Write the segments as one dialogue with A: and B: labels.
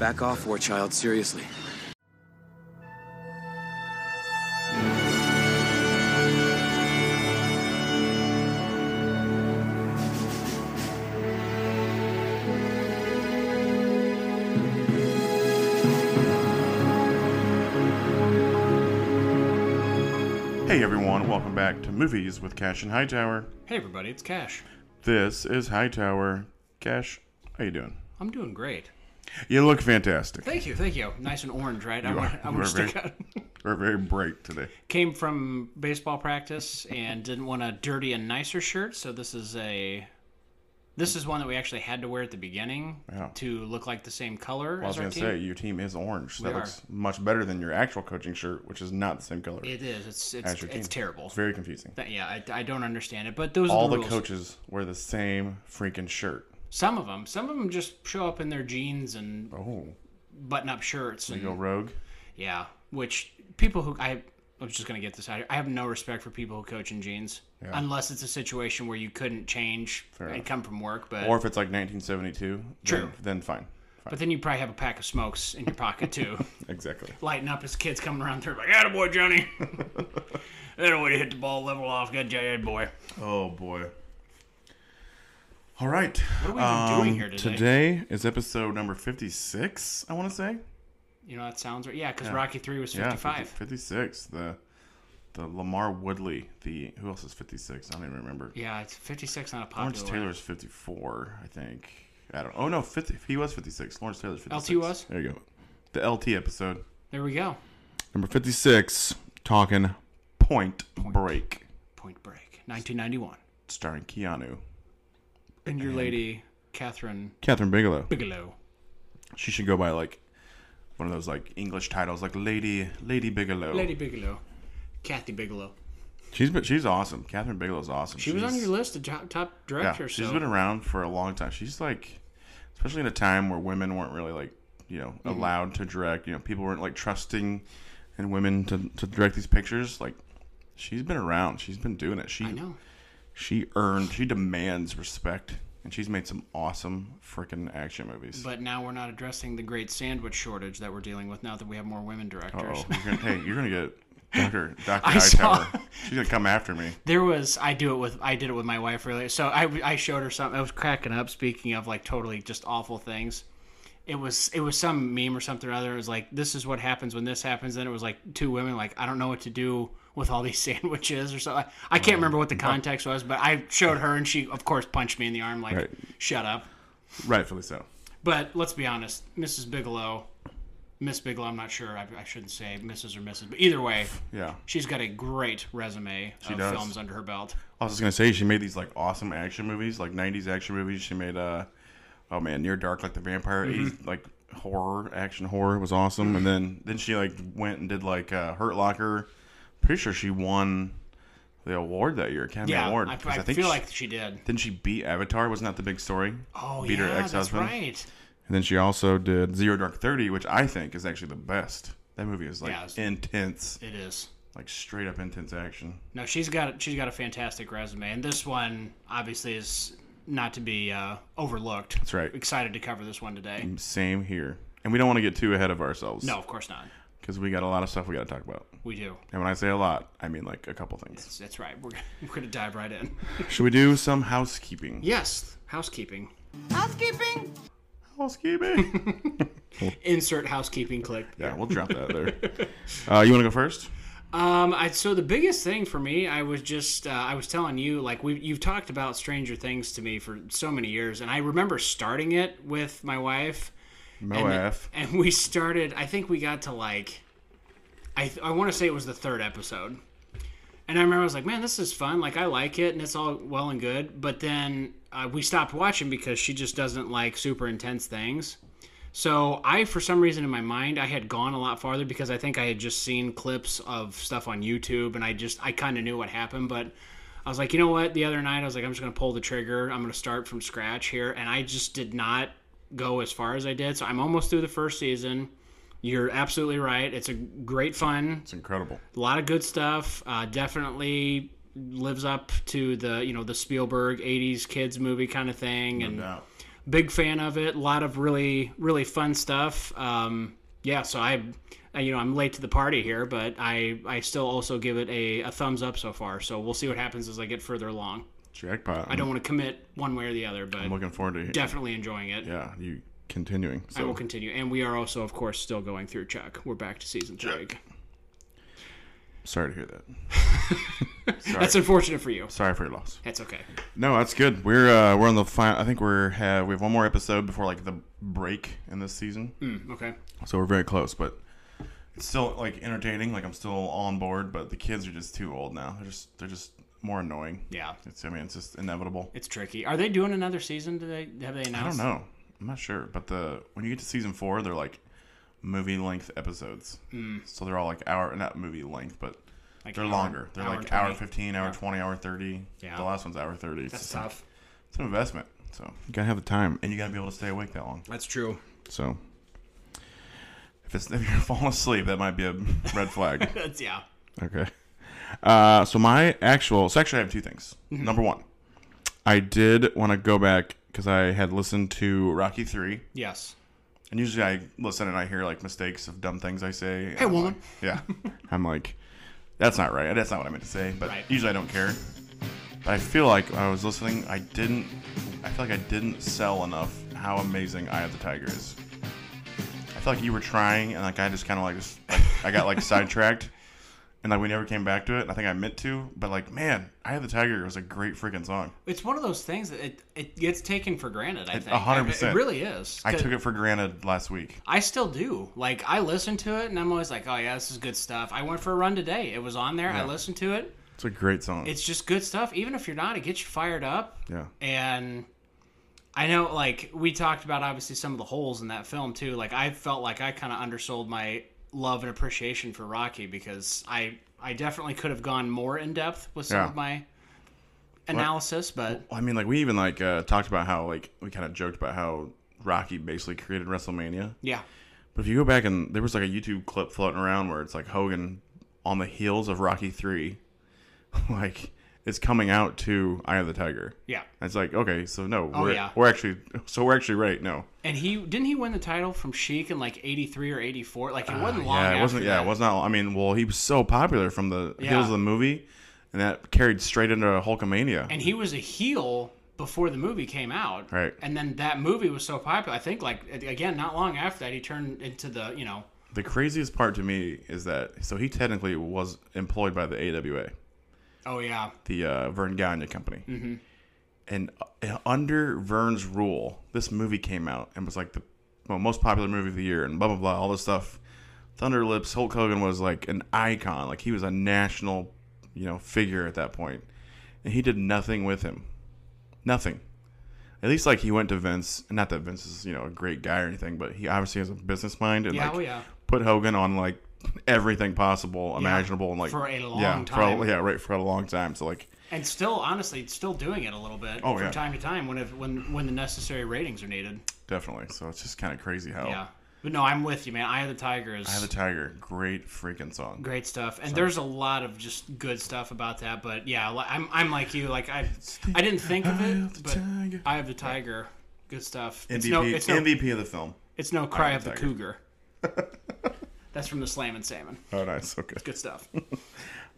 A: Back off, War Child, seriously.
B: Hey everyone, welcome back to Movies with Cash and Hightower.
C: Hey everybody, it's Cash.
B: This is Hightower. Cash, how you doing?
C: I'm doing great.
B: You look fantastic.
C: Thank you, thank you. Nice and orange, right? I
B: You
C: want
B: are-
C: I
B: you
C: want
B: are
C: to stick
B: very-
C: out.
B: We're very bright today.
C: Came from baseball practice and didn't want a dirty and nicer shirt, so this is a this is one that we actually had to wear at the beginning
B: Yeah.
C: to look like the same color
B: I was
C: as our
B: gonna
C: team.
B: say your team is orange. So that
C: We are.
B: looks much better than your actual coaching shirt, which is not the same color
C: It is. It's
B: as
C: it's,
B: your team.
C: it's terrible.
B: It's very confusing.
C: That- yeah, I, I don't understand it, but those
B: All
C: are the,
B: the
C: rules.
B: coaches wear the same freaking shirt.
C: Some of them, some of them just show up in their jeans and
B: Oh,
C: button-up shirts and
B: you go rogue.
C: Yeah, which people who I I was just gonna get this out. Here. I have no respect for people who coach in jeans, unless it's a situation where you couldn't change and
B: enough.
C: come from work. But
B: Or if it's like 1972,
C: True.
B: Then, then fine. fine.
C: but then you probably have a pack of smokes in your pocket too,
B: Exactly.
C: lighting up as kids coming around. They're like, "Attaboy, Johnny! that way to hit the ball level off. Good job, boy."
B: Oh boy. All right.
C: What are we even doing here today?
B: Um, Today is episode number 56, I want to say.
C: You know that sounds right. Yeah, because Rocky Three was
B: Yeah,
C: fifty-five.
B: 50 56. The the Lamar Woodley, the who else is 56? I don't even remember.
C: Yeah, it's fifty-six, not a
B: Lawrence
C: popular.
B: Taylor
C: one.
B: is 54, I think. I don't. Oh no, 50. He was 56. Lawrence Taylor's 56.
C: LT was?
B: There you go. The LT episode.
C: There we go.
B: Number 56, talking Point, Break,
C: Point Break, nineteen ninety-one,
B: starring Keanu.
C: and your lady Catherine
B: Catherine Bigelow.
C: Bigelow.
B: She should go by like one of those like English titles, like Lady Lady Bigelow.
C: Lady Bigelow. Kathy Bigelow.
B: She's been, she's awesome. Catherine Bigelow's awesome.
C: She was on
B: She's-
C: your list of top, top
B: Yeah,
C: directors.
B: she's
C: so.
B: been around for a long time. She's like, especially in a time where women weren't really like you know
C: Mm-hmm.
B: allowed to direct. You know, people weren't like trusting in women to to direct these pictures. Like, she's been around. She's been doing it. She
C: I know.
B: she earned. She demands respect, and she's made some awesome freaking action movies.
C: But now we're not addressing the great sandwich shortage that we're dealing with now that we have more women directors.
B: oh, you're gonna, hey, you're gonna get. Doctor, Doctor
C: I saw-
B: Hightower. She's gonna come after me.
C: There was I do it with I did it with my wife earlier. So I I showed her something. I was cracking up. Speaking of like totally just awful things. It was it was some meme or something or other. It was like this is what happens when this happens. Then it was like two women like I don't know what to do with all these sandwiches or something. I can't remember what the context was, but I showed her and she of course punched me in the arm like
B: Right.
C: shut up.
B: Rightfully so.
C: But let's be honest, Mrs. Bigelow, Miss Bigelow, I'm not sure. I, I shouldn't say Mrs. or Mrs. But either way,
B: Yeah.
C: she's got a great resume of
B: does.
C: films under her belt.
B: I was just gonna say she made these like awesome action movies, like '90s action movies. She made uh, oh man, Near Dark, like the vampire,
C: Mm-hmm.
B: 80s, like horror action horror was awesome. And then then she like went and did like uh, Hurt Locker. Pretty sure she won the award that year, Academy
C: Yeah,
B: Award.
C: I,
B: 'cause
C: I feel
B: she,
C: like she did.
B: Then she beat Avatar, wasn't that the big story?
C: Oh
B: beat
C: yeah,
B: her
C: that's
B: ex-husband.
C: right.
B: And then she also did Zero Dark Thirty, which I think is actually the best. That movie is like
C: Yeah, it's-
B: intense,
C: It is.
B: like straight up intense action.
C: No, she's got she's got a fantastic resume, and this one obviously is not to be uh, overlooked.
B: That's right. Mm.
C: Excited to cover this one today.
B: Same here. And we don't want to get too ahead of ourselves.
C: No, of course not.
B: Because we got a lot of stuff we got to talk about.
C: We do.
B: And when I say a lot, I mean like a couple things.
C: That's, that's right. We're gonna- we're gonna dive right in.
B: Should we do some housekeeping?
C: Yes, housekeeping.
D: Housekeeping.
B: Housekeeping.
C: Insert housekeeping clip.
B: yeah, we'll drop that there. Uh, you want to go first?
C: Um, I so the biggest thing for me, I was just uh, I was telling you like we you've talked about Stranger Things to me for so many years, and I remember starting it with my wife,
B: Mo F.
C: and we started. I think we got to like, I th- I want to say it was the third episode, and I remember I was like, man, this is fun. Like I like it, and it's all well and good. But then uh, we stopped watching because she just doesn't like super intense things. So I, for some reason in my mind, I had gone a lot farther because I think I had just seen clips of stuff on YouTube, and I just I kind of knew what happened. But I was like, you know what? The other night, I was like, I'm just gonna pull the trigger. I'm gonna start from scratch here, and I just did not go as far as I did. So I'm almost through the first season. You're absolutely right. It's a great fun
B: It's incredible.
C: a lot of good stuff. Uh, definitely lives up to the you know the Spielberg '80s kids movie kind of thing, and
B: doubt.
C: big fan of it. A lot of really really fun stuff. Um, yeah, so I, I- you know, I'm late to the party here, but I I still also give it a, a thumbs up so far. So we'll see what happens as I get further along.
B: Jackpot.
C: I don't want to commit one way or the other, but
B: I'm looking forward to
C: definitely enjoying it.
B: yeah you continuing.
C: I will
B: So
C: continue, and we are also, of course, still going through Chuck. We're back to season three.
B: sorry to hear that.
C: That's unfortunate for you.
B: Sorry for your loss.
C: That's okay.
B: No, that's good. We're uh, we're on the final. I think we're have we have one more episode before like the break in this season,
C: Mm, okay.
B: so we're very close. But it's still like entertaining. Like I'm still on board, but the kids are just too old now. They're just they're just more annoying.
C: Yeah,
B: It's I mean it's just inevitable.
C: it's tricky. Are they doing another season? Do they have they announced?
B: I don't know. I'm not sure. But the when you get to season four, they're like movie length episodes. Mm. So they're all like hour not movie length, but
C: Like
B: they're
C: hour-
B: longer. They're
C: hour
B: like
C: and
B: hour
C: 20.
B: fifteen, hour twenty, hour thirty.
C: Yeah.
B: The last one's hour thirty. It's
C: That's
B: just like-
C: tough.
B: It's an investment. So you gotta have the time, and you gotta be able to stay awake that long.
A: That's true.
B: So if it's if you're falling asleep, that might be a red flag.
C: That's yeah.
B: okay. Uh, so my actual so actually I have two things. Number one, I did want to go back because I had listened to Rocky Three,
C: Yes.
B: and usually I listen and I hear like mistakes of dumb things I say. and
C: Hey,
B: I'm
C: woman.
B: like- yeah, I'm like, that's not right. That's not what I meant to say. But
C: Right.
B: usually I don't care. But I feel like when I was listening, I didn't. I feel like I didn't sell enough how amazing Eye of the Tiger is. I feel like you were trying, and like I just kind of like, just, like I got like sidetracked, and like we never came back to it. And I think I meant to, but like man, Eye of the Tiger was a great freaking song.
C: It's one of those things that it, it gets taken for granted. I think.
B: 100%.
C: It really is.
B: I took it for granted last week.
C: I still do. Like I listen to it, and I'm always like, "Oh yeah, this is good stuff." I went for a run today. It was on there. I listened to it.
B: It's a great song.
C: It's just good stuff. Even if you're not, it gets you fired up.
B: yeah.
C: and I know like we talked about obviously some of the holes in that film too. Like I felt like I kind of undersold my love and appreciation for Rocky because I I definitely could have gone more in depth with some
B: Yeah.
C: of my analysis, but
B: Well, I mean, like we even like uh, talked about how like we kind of joked about how Rocky basically created WrestleMania.
C: yeah,
B: But if you go back and there was like a YouTube clip floating around where it's like Hogan on the heels of Rocky Three, like it's coming out to Eye of the Tiger.
C: yeah. Oh,
B: And it's like okay, so no, we're
C: yeah.
B: we're actually so we're actually right. No,
C: And he didn't he win the title from Sheik in like '83 or '84. Like it wasn't long.
B: Uh, yeah,
C: after
B: it wasn't. Yeah,
C: that.
B: it was not. I mean, well, he was so popular from the
C: Yeah.
B: heels of the movie, and that carried straight into Hulkamania.
C: And he was a heel before the movie came out.
B: Right.
C: And then that movie was so popular. I think like again, not long after that, he turned into the you know
B: the craziest part to me is that so he technically was employed by the AWA.
C: oh yeah
B: the uh, Vern Gagne company.
C: Mm-hmm.
B: And uh, under Vern's rule, this movie came out and was like the well, most popular movie of the year and blah, blah, blah, all this stuff. Thunder Lips, Hulk Hogan was like an icon. Like he was a national, you know, figure at that point. And he did nothing with him. Nothing. At least like he went to Vince, and not that Vince is, you know, a great guy or anything, but he obviously has a business mind and
C: yeah
B: like
C: oh yeah.
B: put Hogan on like everything possible, imaginable, and like
C: for a long
B: yeah, For
C: time.
B: a, yeah, right for a long time. So like,
C: and still honestly it's still doing it a little bit
B: Oh,
C: from
B: yeah.
C: time to time when if, when when the necessary ratings are needed
B: definitely. So it's just kind of crazy how
C: yeah but no i'm with you man eye of the tiger is
B: I have a tiger, great freaking song.
C: great stuff and there's a lot of just good stuff about that but yeah li- i'm, I'm like you like i i didn't think of
B: Eye
C: it
B: of the
C: but
B: tiger.
C: eye of the tiger good stuff
B: MVP,
C: it's no it's no,
B: MVP of the film.
C: it's no cry
B: Eye
C: of
B: of
C: the
B: the
C: cougar that's from the slam and salmon
B: Oh, nice. Okay.
C: good stuff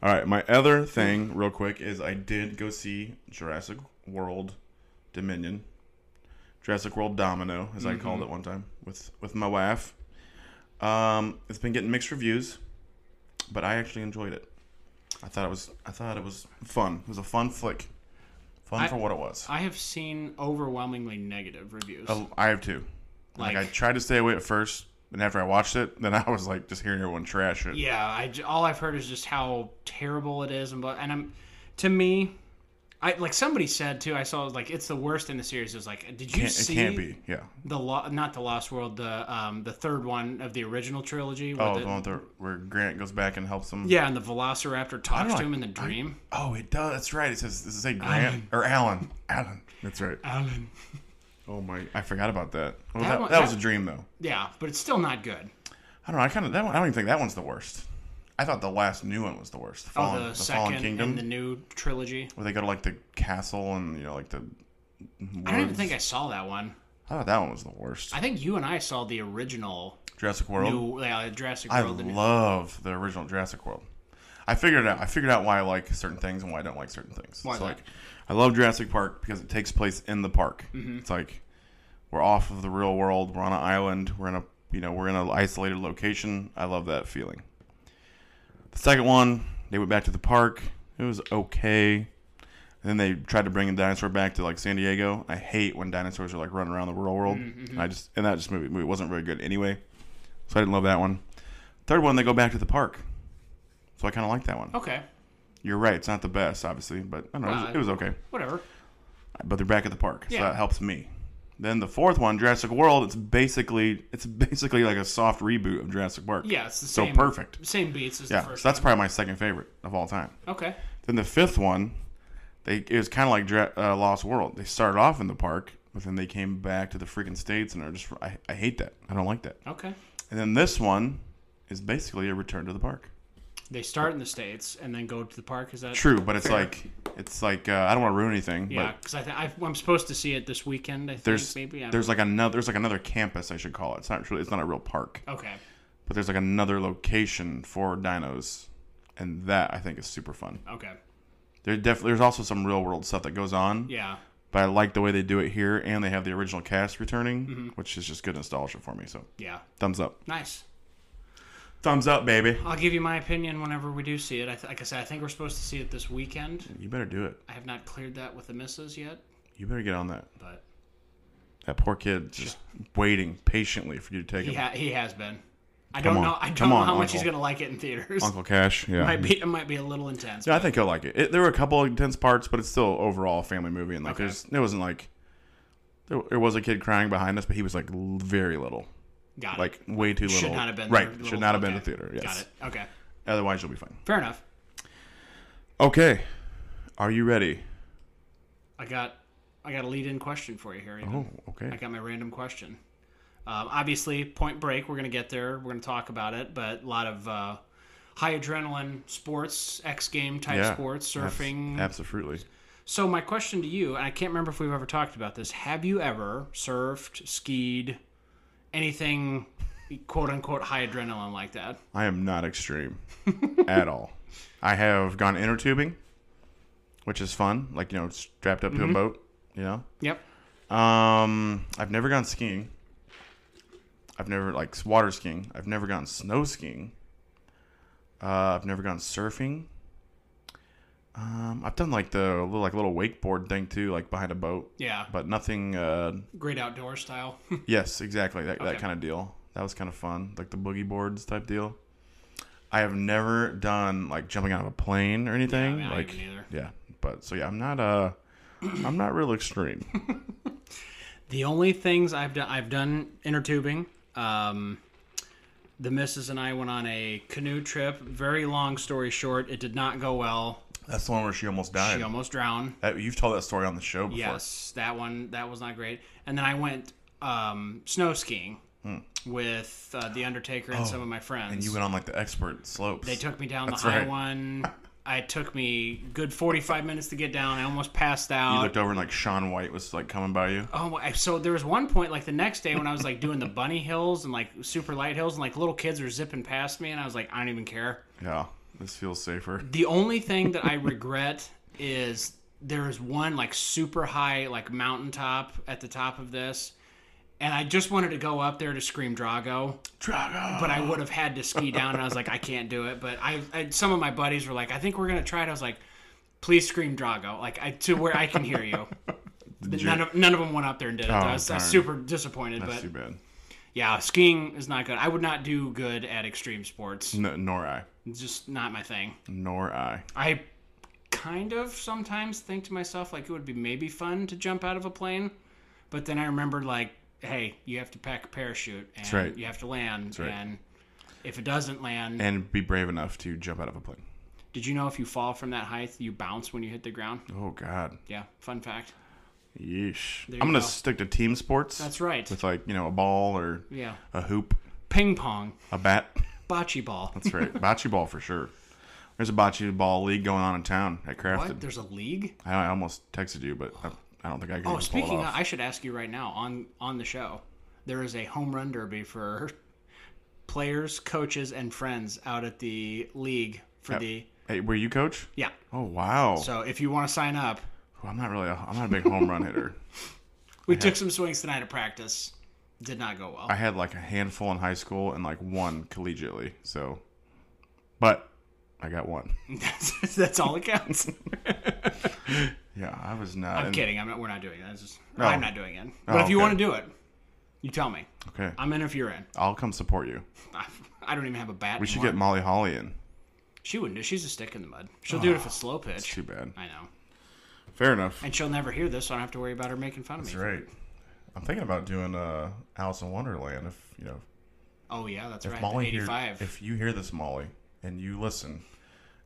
B: All right. My other thing, real quick, is I did go see Jurassic World Dominion, Jurassic World Domino, as I
C: Mm-hmm.
B: called it one time with with my wife. Um, it's been getting mixed reviews, but I actually enjoyed it. I thought it was I thought it was fun. It was a fun flick, fun
C: I-
B: for what it was.
C: i have seen overwhelmingly negative reviews
B: Oh, I have two. Like,
C: Like-
B: I tried to stay away at first, and after I watched it, then I was like just hearing everyone trash it.
C: Yeah, I j- all I've heard is just how terrible it is, and but and I'm to me, I like somebody said too. I saw like it's the worst in the series. It was like, did you
B: Can't- it
C: see
B: can't be. Yeah.
C: the lo- not the Lost World, the um the third one of the original trilogy? where
B: Oh,
C: the-
B: the one with the, where Grant goes back and helps him.
C: yeah, and the Velociraptor talks to
B: like-
C: him in the dream.
B: Oh, it does. That's right. It says does it say Grant or Alan? Alan. That's right.
C: Alan.
B: Oh my! I forgot about that. Well,
C: That
B: that,
C: one-
B: that
C: that-
B: was a dream though.
C: Yeah, but it's still not good.
B: I don't know. I kind of that one. I don't even think that one's the worst. I thought the last new one was the worst. The
C: Oh,
B: Fallen,
C: the,
B: the
C: second
B: Fallen Kingdom,
C: and the new trilogy.
B: where they go to like the castle and you know like the.
C: I don't even think I saw that one.
B: I I thought that one was the worst.
C: I think you and I saw the original
B: Jurassic World.
C: new uh, Jurassic
B: Oh. I
C: World. the new-
B: love the original Jurassic World. I figured it out. I figured out why I like certain things and why I don't like certain things.
C: Why
B: it's
C: that?
B: like I love Jurassic Park because it takes place in the park.
C: Mm-hmm.
B: It's like we're off of the real world. We're on an island. We're in a you know we're in an isolated location. I love that feeling. The second one, they went back to the park. It was okay. And then they tried to bring a dinosaur back to like San Diego. I hate when dinosaurs are like running around the real world.
C: Mm-hmm,
B: And I just and that just movie, movie wasn't very good anyway. So I didn't love that one. Third one, they go back to the park. So I kind of like that one.
C: okay,
B: You're right. It's not the best, obviously, but I don't know. it,
C: Oh. Uh,
B: was, it was okay.
C: whatever.
B: But they're back at the park, so
C: Yeah.
B: that helps me. Then the fourth one, Jurassic World. It's basically it's basically like a soft reboot of Jurassic Park.
C: Yeah, it's the
B: so
C: same.
B: perfect.
C: Same beats as
B: Yeah,
C: the
B: so
C: first.
B: that's probably my second favorite of all time.
C: okay.
B: Then the fifth one, they it was kind of like Dra- uh, Lost World. They started off in the park, but then they came back to the freaking states, and are just I, I hate that. I don't like that.
C: Okay.
B: And then this one is basically a return to the park.
C: They start in the states and then go to the park. Is that
B: True, but it's like it's like uh, I don't want to ruin anything.
C: Yeah,
B: but
C: because I th- I, I'm supposed to see it this weekend. I think
B: there's
C: maybe. I don't-
B: there's like another there's like another campus I should call it. It's not really it's not a real park,
C: okay.
B: but there's like another location for dinos, and that I think is super fun.
C: Okay.
B: There def- there's also some real world stuff that goes on,
C: Yeah.
B: but I like the way they do it here, and they have the original cast returning,
C: Mm-hmm.
B: which is just good nostalgia for me. So
C: Yeah.
B: thumbs up,
C: Nice.
B: thumbs up, baby.
C: I'll give you my opinion whenever we do see it. I th- like I said, I think we're supposed to see it this weekend.
B: You better do it.
C: I have not cleared that with the missus yet,
B: You better get on that.
C: but
B: That poor kid just waiting patiently for you to take
C: he
B: him.
C: ha- he has been. I don't
B: on.
C: know. I don't
B: Come
C: know
B: on,
C: how much he's
B: Uncle.
C: gonna like it in theaters.
B: Uncle Cash, yeah.
C: Might be it might be a little intense.
B: Yeah, I think he'll like it. it. There were a couple of intense parts, but it's still overall a family movie, and like
C: Okay.
B: there's it wasn't like there, there was a kid crying behind us, but he was like l- very little,
C: Got
B: like way too
C: it.
B: little.
C: should not have been
B: right. Should
C: there. Little-
B: not have been in the
C: okay.
B: theater. Yes.
C: Got it. Okay.
B: Otherwise, you'll be fine.
C: Fair enough.
B: Okay, are you ready?
C: I got I got a lead in question for you here. Even.
B: Oh,
C: I
B: okay.
C: got my random question. Um, obviously, Point Break. We're gonna get there. We're gonna talk about it, but a lot of uh, high adrenaline sports, X game type
B: Yeah.
C: sports,
B: Abs-
C: surfing.
B: Absolutely.
C: So my question to you, and I can't remember if we've ever talked about this. Have you ever surfed, skied, anything, quote unquote, high adrenaline like that?
B: I am not extreme at all. I have gone inner tubing, which is fun. Like you know, strapped up to a boat. You know,
C: Yep.
B: Um, I've never gone skiing. I've never like water skiing. I've never gone snow skiing. Uh, I've never gone surfing. Um, I've done like the little like little wakeboard thing too, like behind a boat,
C: Yeah.
B: but nothing. Uh,
C: Great outdoor style.
B: yes, exactly that
C: Okay.
B: that kind of deal. That was kind of fun, like the boogie boards type deal. I have never done like jumping out of a plane or anything.
C: man, I
B: like,
C: haven't either.
B: yeah, but so yeah, I'm not uh, I'm not real extreme.
C: The only things I've done, I've done inner tubing. Um, the missus and I went on a canoe trip. Very long story short, it did not go well.
B: That's the one where she almost died.
C: She almost drowned.
B: That, you've told that story on the show before.
C: Yes, that one that was not great. And then I went um, snow skiing with uh, the Undertaker and some of my friends.
B: Hmm. Oh, And you went on like the expert slopes.
C: They took me down
B: That's
C: the high
B: right.
C: one. It took me good forty-five minutes to get down. I almost passed
B: You
C: out.
B: looked over and like Sean White was like coming by you.
C: Oh, I- so there was one point, like the next day, when I was like doing the bunny hills and like super light hills, and like little kids were zipping past me, and I was like, I don't even care.
B: Yeah, this feels safer.
C: The only thing that I regret is there is one like super high like mountaintop at the top of this, and I just wanted to go up there to scream Drago,
B: Drago.
C: but I would have had to ski down, and I was like, I can't do it. But I, I some of my buddies were like, I think we're gonna try it. I was like, please scream Drago, like I, to where I can hear you.
B: Did you- Oh,
C: None of, none of them went up there and did it. though. I was, I was
B: darn.
C: super disappointed,
B: That's
C: but
B: too bad.
C: yeah, skiing is not good. I would not do good at extreme sports.
B: No, nor I.
C: It's just not my thing.
B: Nor I.
C: I kind of sometimes think to myself like it would be maybe fun to jump out of a plane, but then I remember like, hey, you have to pack a parachute and
B: right.
C: you have to land
B: right.
C: and if it doesn't land,
B: And be brave enough to jump out of a plane.
C: did you know if you fall from that height, you bounce when you hit the ground?
B: Oh God.
C: Yeah, fun fact.
B: Yeesh.
C: There
B: I'm
C: you
B: gonna
C: go.
B: stick to team sports.
C: That's right.
B: With like you know a ball or
C: Yeah.
B: a hoop,
C: Ping pong,
B: a bat.
C: bocce ball.
B: That's right. bocce ball for sure. There's a bocce ball league going on in town at Crafton.
C: What? There's a league?
B: I, I almost texted you, but I, I don't think I can.
C: Oh,
B: even pull
C: speaking
B: it
C: of,
B: off.
C: I should ask you right now on on the show. There is a home run derby for players, coaches, and friends out at the league for the
B: hey, were you coach?
C: yeah.
B: Oh wow,
C: So if you want to sign up,
B: I'm not really. A, I'm not a big home run hitter.
C: we took some swings tonight at practice. Did not go well.
B: I had like a handful in high school and like one collegiately. So, but I got one.
C: that's, that's all that counts.
B: Yeah, I was not.
C: I'm
B: in-
C: kidding. I'm not. We're not doing that. It's just,
B: No.
C: I'm not doing it. But if you
B: Oh. okay.
C: want to do it, you tell me.
B: Okay,
C: I'm in if you're in.
B: I'll come support you.
C: I, I don't even have a bat.
B: We should
C: anymore.
B: get Molly Holly in.
C: She wouldn't do. She's a stick in the mud. She'll do it if it's slow pitch.
B: Too bad.
C: I know.
B: Fair enough.
C: And she'll never hear this, so I don't have to worry about her making fun of me.
B: That's right. I'm thinking about doing uh, Alice in Wonderland. If you know,
C: Oh yeah, that's
B: if
C: right.
B: Molly hear,
C: 85.
B: if you hear this, Molly, and you listen,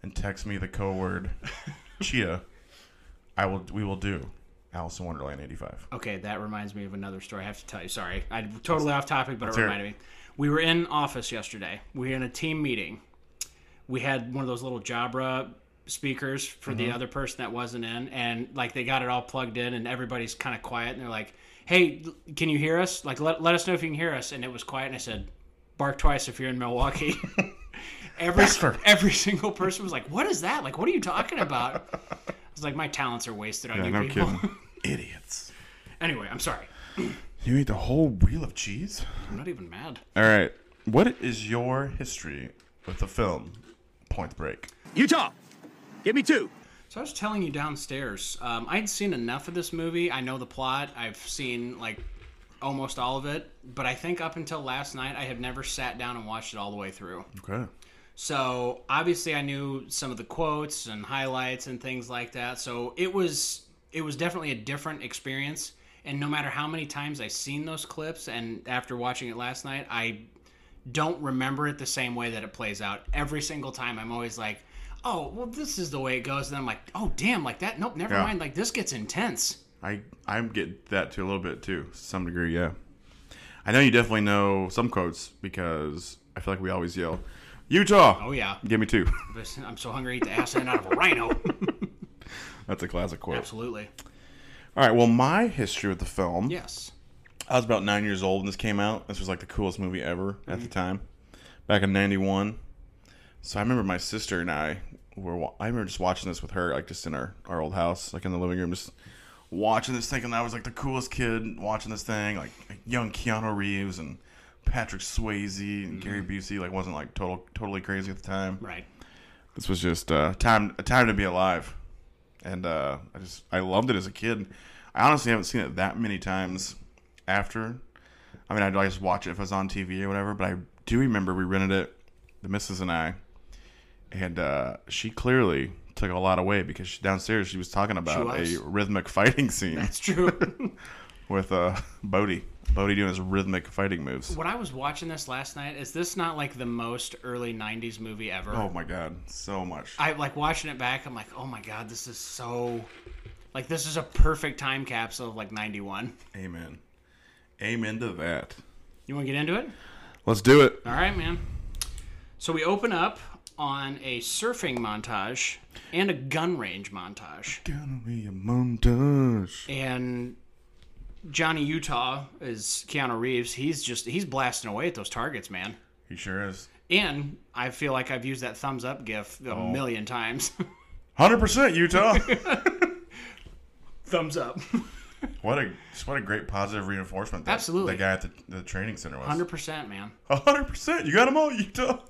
B: and text me the code word Cheetah, I will. We will do Alice in Wonderland '85.
C: okay, that reminds me of another story I have to tell you. Sorry, I'm totally off topic, but it
B: hear it.
C: reminded me. We were in office yesterday. We were in a team meeting. We had one of those little Jabra speakers for
B: Mm-hmm.
C: the other person that wasn't in, and like they got it all plugged in, and everybody's kind of quiet, and they're like, "Hey, l- can you hear us? Like, let, let us know if you can hear us." And it was quiet, and I said, "Bark twice if you're in Milwaukee." every
B: Bastard.
C: every single person was like, "What is that? Like, what are you talking about?" I was like, "My talents are wasted on
B: Yeah,
C: you
B: no
C: people."
B: kidding. Idiots.
C: Anyway, I'm sorry.
B: You ate the whole wheel of cheese.
C: I'm not even mad.
B: All right. What is your history with the film Point Break?
D: Utah, give me two.
C: So I was telling you downstairs, um, I'd seen enough of this movie. I know the plot. I've seen like almost all of it, but I think up until last night, I had never sat down and watched it all the way through.
B: Okay.
C: So obviously, I knew some of the quotes and highlights and things like that. So it was it was definitely a different experience. And no matter how many times I've seen those clips, and after watching it last night, I don't remember it the same way that it plays out every single time. I'm always like, "Oh, well, this is the way it goes," and I'm like, "Oh, damn, like that." Nope, never
B: Yeah.
C: mind. Like this gets intense.
B: I I get that to a little bit too, to some degree. Yeah. I know you definitely know some quotes because I feel like we always yell, Utah.
C: Oh yeah,
B: Give me two.
C: I'm so hungry, eat the ass end out of a rhino.
B: That's a classic quote.
C: Absolutely.
B: All right. Well, my history with the film.
C: Yes.
B: I was about nine years old when this came out. This was like the coolest movie ever at the time, back in '91. So I remember my sister and I were. wa- I remember just watching this with her, like just in our our old house, like in the living room, just watching this, thinking I was like the coolest kid watching this thing, like, like young Keanu Reeves and Patrick Swayze and Gary Busey. Like wasn't like total totally crazy at the time.
C: Right.
B: This was just uh, time a time to be alive, and uh, I just I loved it as a kid. I honestly haven't seen it that many times after. I mean, I'd always watch it if it was on TV or whatever. But I do remember we rented it, the missus and I, and uh, she clearly took a lot away because she, downstairs she was talking about
C: was.
B: a rhythmic fighting scene
C: That's true.
B: with uh, Bodie. Bodie doing his rhythmic fighting moves.
C: When I was watching this last night, is this not like the most early '90s movie ever?
B: Oh my god, so much.
C: I like watching it back. I'm like, oh my god, this is so, like, this is a perfect time capsule of like '91.
B: Amen. Amen to that.
C: You want to get into it?
B: Let's do it.
C: All right, man. So we open up on a surfing montage and a gun range montage,
B: Gonna be a montage.
C: and Johnny Utah is Keanu Reeves. He's just he's blasting away at those targets, man.
B: He sure is.
C: And I feel like I've used that thumbs up gif a million times.
B: Hundred percent Utah.
C: thumbs up.
B: what a just what a great positive reinforcement. That,
C: Absolutely.
B: The guy at the, the training center was.
C: Hundred percent, man.
B: Hundred percent. You got him all Utah.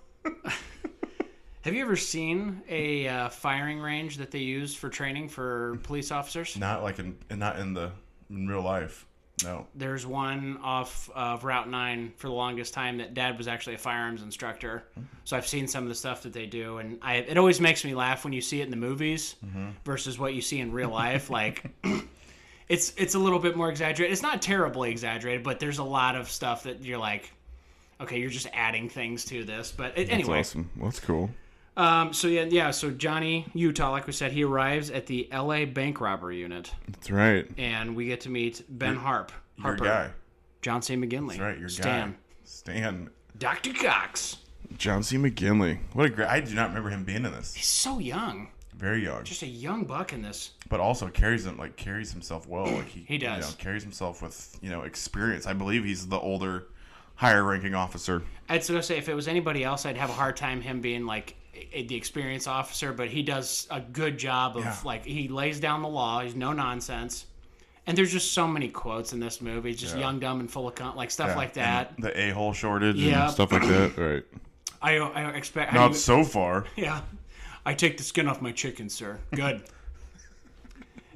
C: Have you ever seen a uh, firing range that they use for training for police officers?
B: Not like in not in the in real life. No.
C: There's one off of Route Nine for the longest time that Dad was actually a firearms instructor, so I've seen some of the stuff that they do, and I it always makes me laugh when you see it in the movies versus what you see in real life. like, it's it's a little bit more exaggerated. It's not terribly exaggerated, but there's a lot of stuff that you're like, okay, you're just adding things to this. But it, anyway,
B: awesome. Well, that's cool.
C: Um, so yeah, yeah. So Johnny Utah, like we said, he arrives at the L.A. bank robbery unit,
B: That's right.
C: and we get to meet Ben Harp,
B: Your
C: Harper,
B: guy.
C: John C. McGinley,
B: That's right. Your
C: Stan,
B: guy. Stan.
C: Dr. Cox.
B: John C. McGinley. What a great. I do not remember him being in this.
C: He's so young.
B: very young,
C: Just a young buck in this.
B: but also carries him like carries himself well. Like he,
C: He does.
B: you know, carries himself with you know experience. I believe he's the older, higher ranking officer.
C: I'd sort of say if it was anybody else, I'd have a hard time him being like i- the experienced officer, but he does a good job of
B: Yeah.
C: like he lays down the law. He's no nonsense, and there's just so many quotes in this movie, just young, dumb, and full of cunt, like stuff
B: Yeah, and
C: like that.
B: The a hole shortage
C: Yeah.
B: and stuff like that. Right.
C: I don't, I don't expect. I
B: Not
C: don't-
B: so far.
C: yeah, I take the skin off my chicken, sir. Good.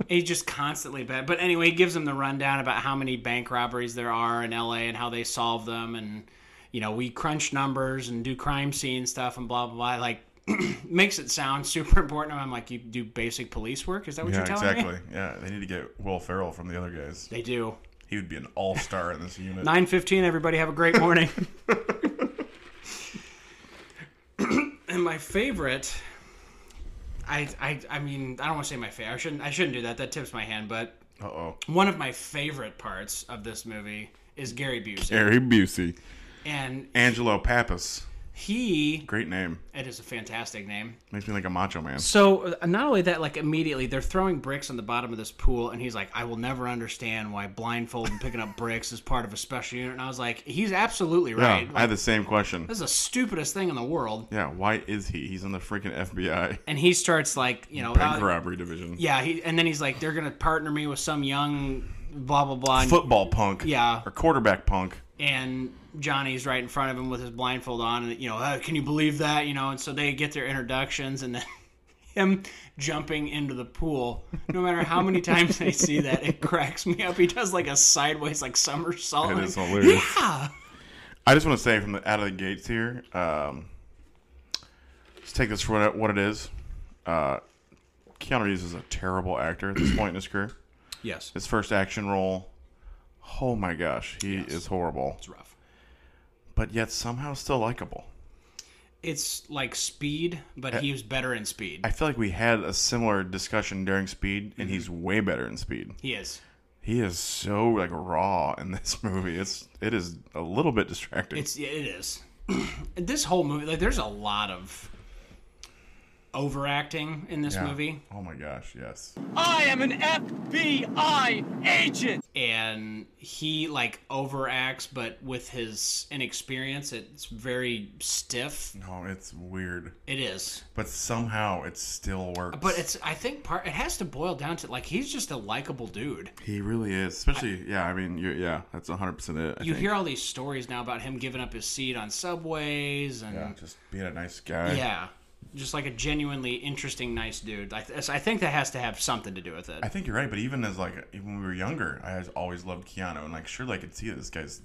C: He just constantly bad. But anyway, he gives them the rundown about how many bank robberies there are in LA and how they solve them. And, you know, we crunch numbers and do crime scene stuff and blah, blah, blah. Like, makes it sound super important. I'm like, you do basic police work? Is that what
B: Yeah,
C: you're telling
B: exactly.
C: me?
B: Yeah, they need to get Will Ferrell from the other guys.
C: They do.
B: He would be an all star in this unit.
C: 9.15, everybody have a great morning. and my favorite, I, I, I mean, I don't want to say my favorite. I shouldn't, I shouldn't do that. That tips my hand. But
B: Uh oh.
C: one of my favorite parts of this movie is Gary Busey.
B: Harry Busey.
C: And
B: Angelo Pappas.
C: he,
B: Great name.
C: it is a fantastic name.
B: Makes me like a macho man.
C: So uh, not only that, like immediately they're throwing bricks on the bottom of this pool, and he's like, "I will never understand why blindfold and picking up bricks is part of a special unit." And I was like, "He's absolutely
B: Yeah,
C: right.
B: I had the same question.
C: This is the stupidest thing in the world."
B: Yeah, why is he? He's in the freaking FBI
C: and he starts like you know
B: bank
C: uh,
B: robbery division.
C: yeah he, and then he's like they're gonna partner me with some young blah blah blah and,
B: Football punk.
C: Yeah.
B: Or quarterback punk.
C: and johnny's right in front of him with his blindfold on and you know "Uh, can you believe that you know and so they get their introductions and then him jumping into the pool no matter how many times i see that it cracks me up he does like a sideways like somersault
B: It
C: like,
B: is hilarious.
C: yeah
B: I just want to say from the out of the gates here, um, let's take this for what it, what it is. Uh, Keanu Reeves is a terrible actor at this point in his career.
C: yes
B: His first action role, oh my gosh, he is horrible,
C: it's rough
B: but yet somehow still likable.
C: it's like speed but he was better in speed
B: I feel like we had a similar discussion during Speed,
C: Mm-hmm.
B: and he's way better in Speed.
C: he is
B: He is so like raw in this movie. It's it is a little bit distracting.
C: It's yeah, it is. this whole movie, like, there's a lot of overacting in this
B: Yeah.
C: movie,
B: Oh my gosh, yes.
D: I am an FBI agent.
C: and he like overacts, but with his inexperience, it's very stiff.
B: No, it's weird,
C: It is,
B: but somehow it still works.
C: but it's. I think part it has to boil down to like he's just a likable dude.
B: he really is, especially yeah. I mean, you yeah, that's hundred percent it. I
C: You
B: think.
C: hear all these stories now about him giving up his seat on subways and
B: yeah, just being a nice guy.
C: yeah, just like a genuinely interesting, nice dude. I, I think that has to have something to do with it.
B: I think you're right, but even as like even when we were younger, I has- always loved Keanu, and like surely I could see that this guy's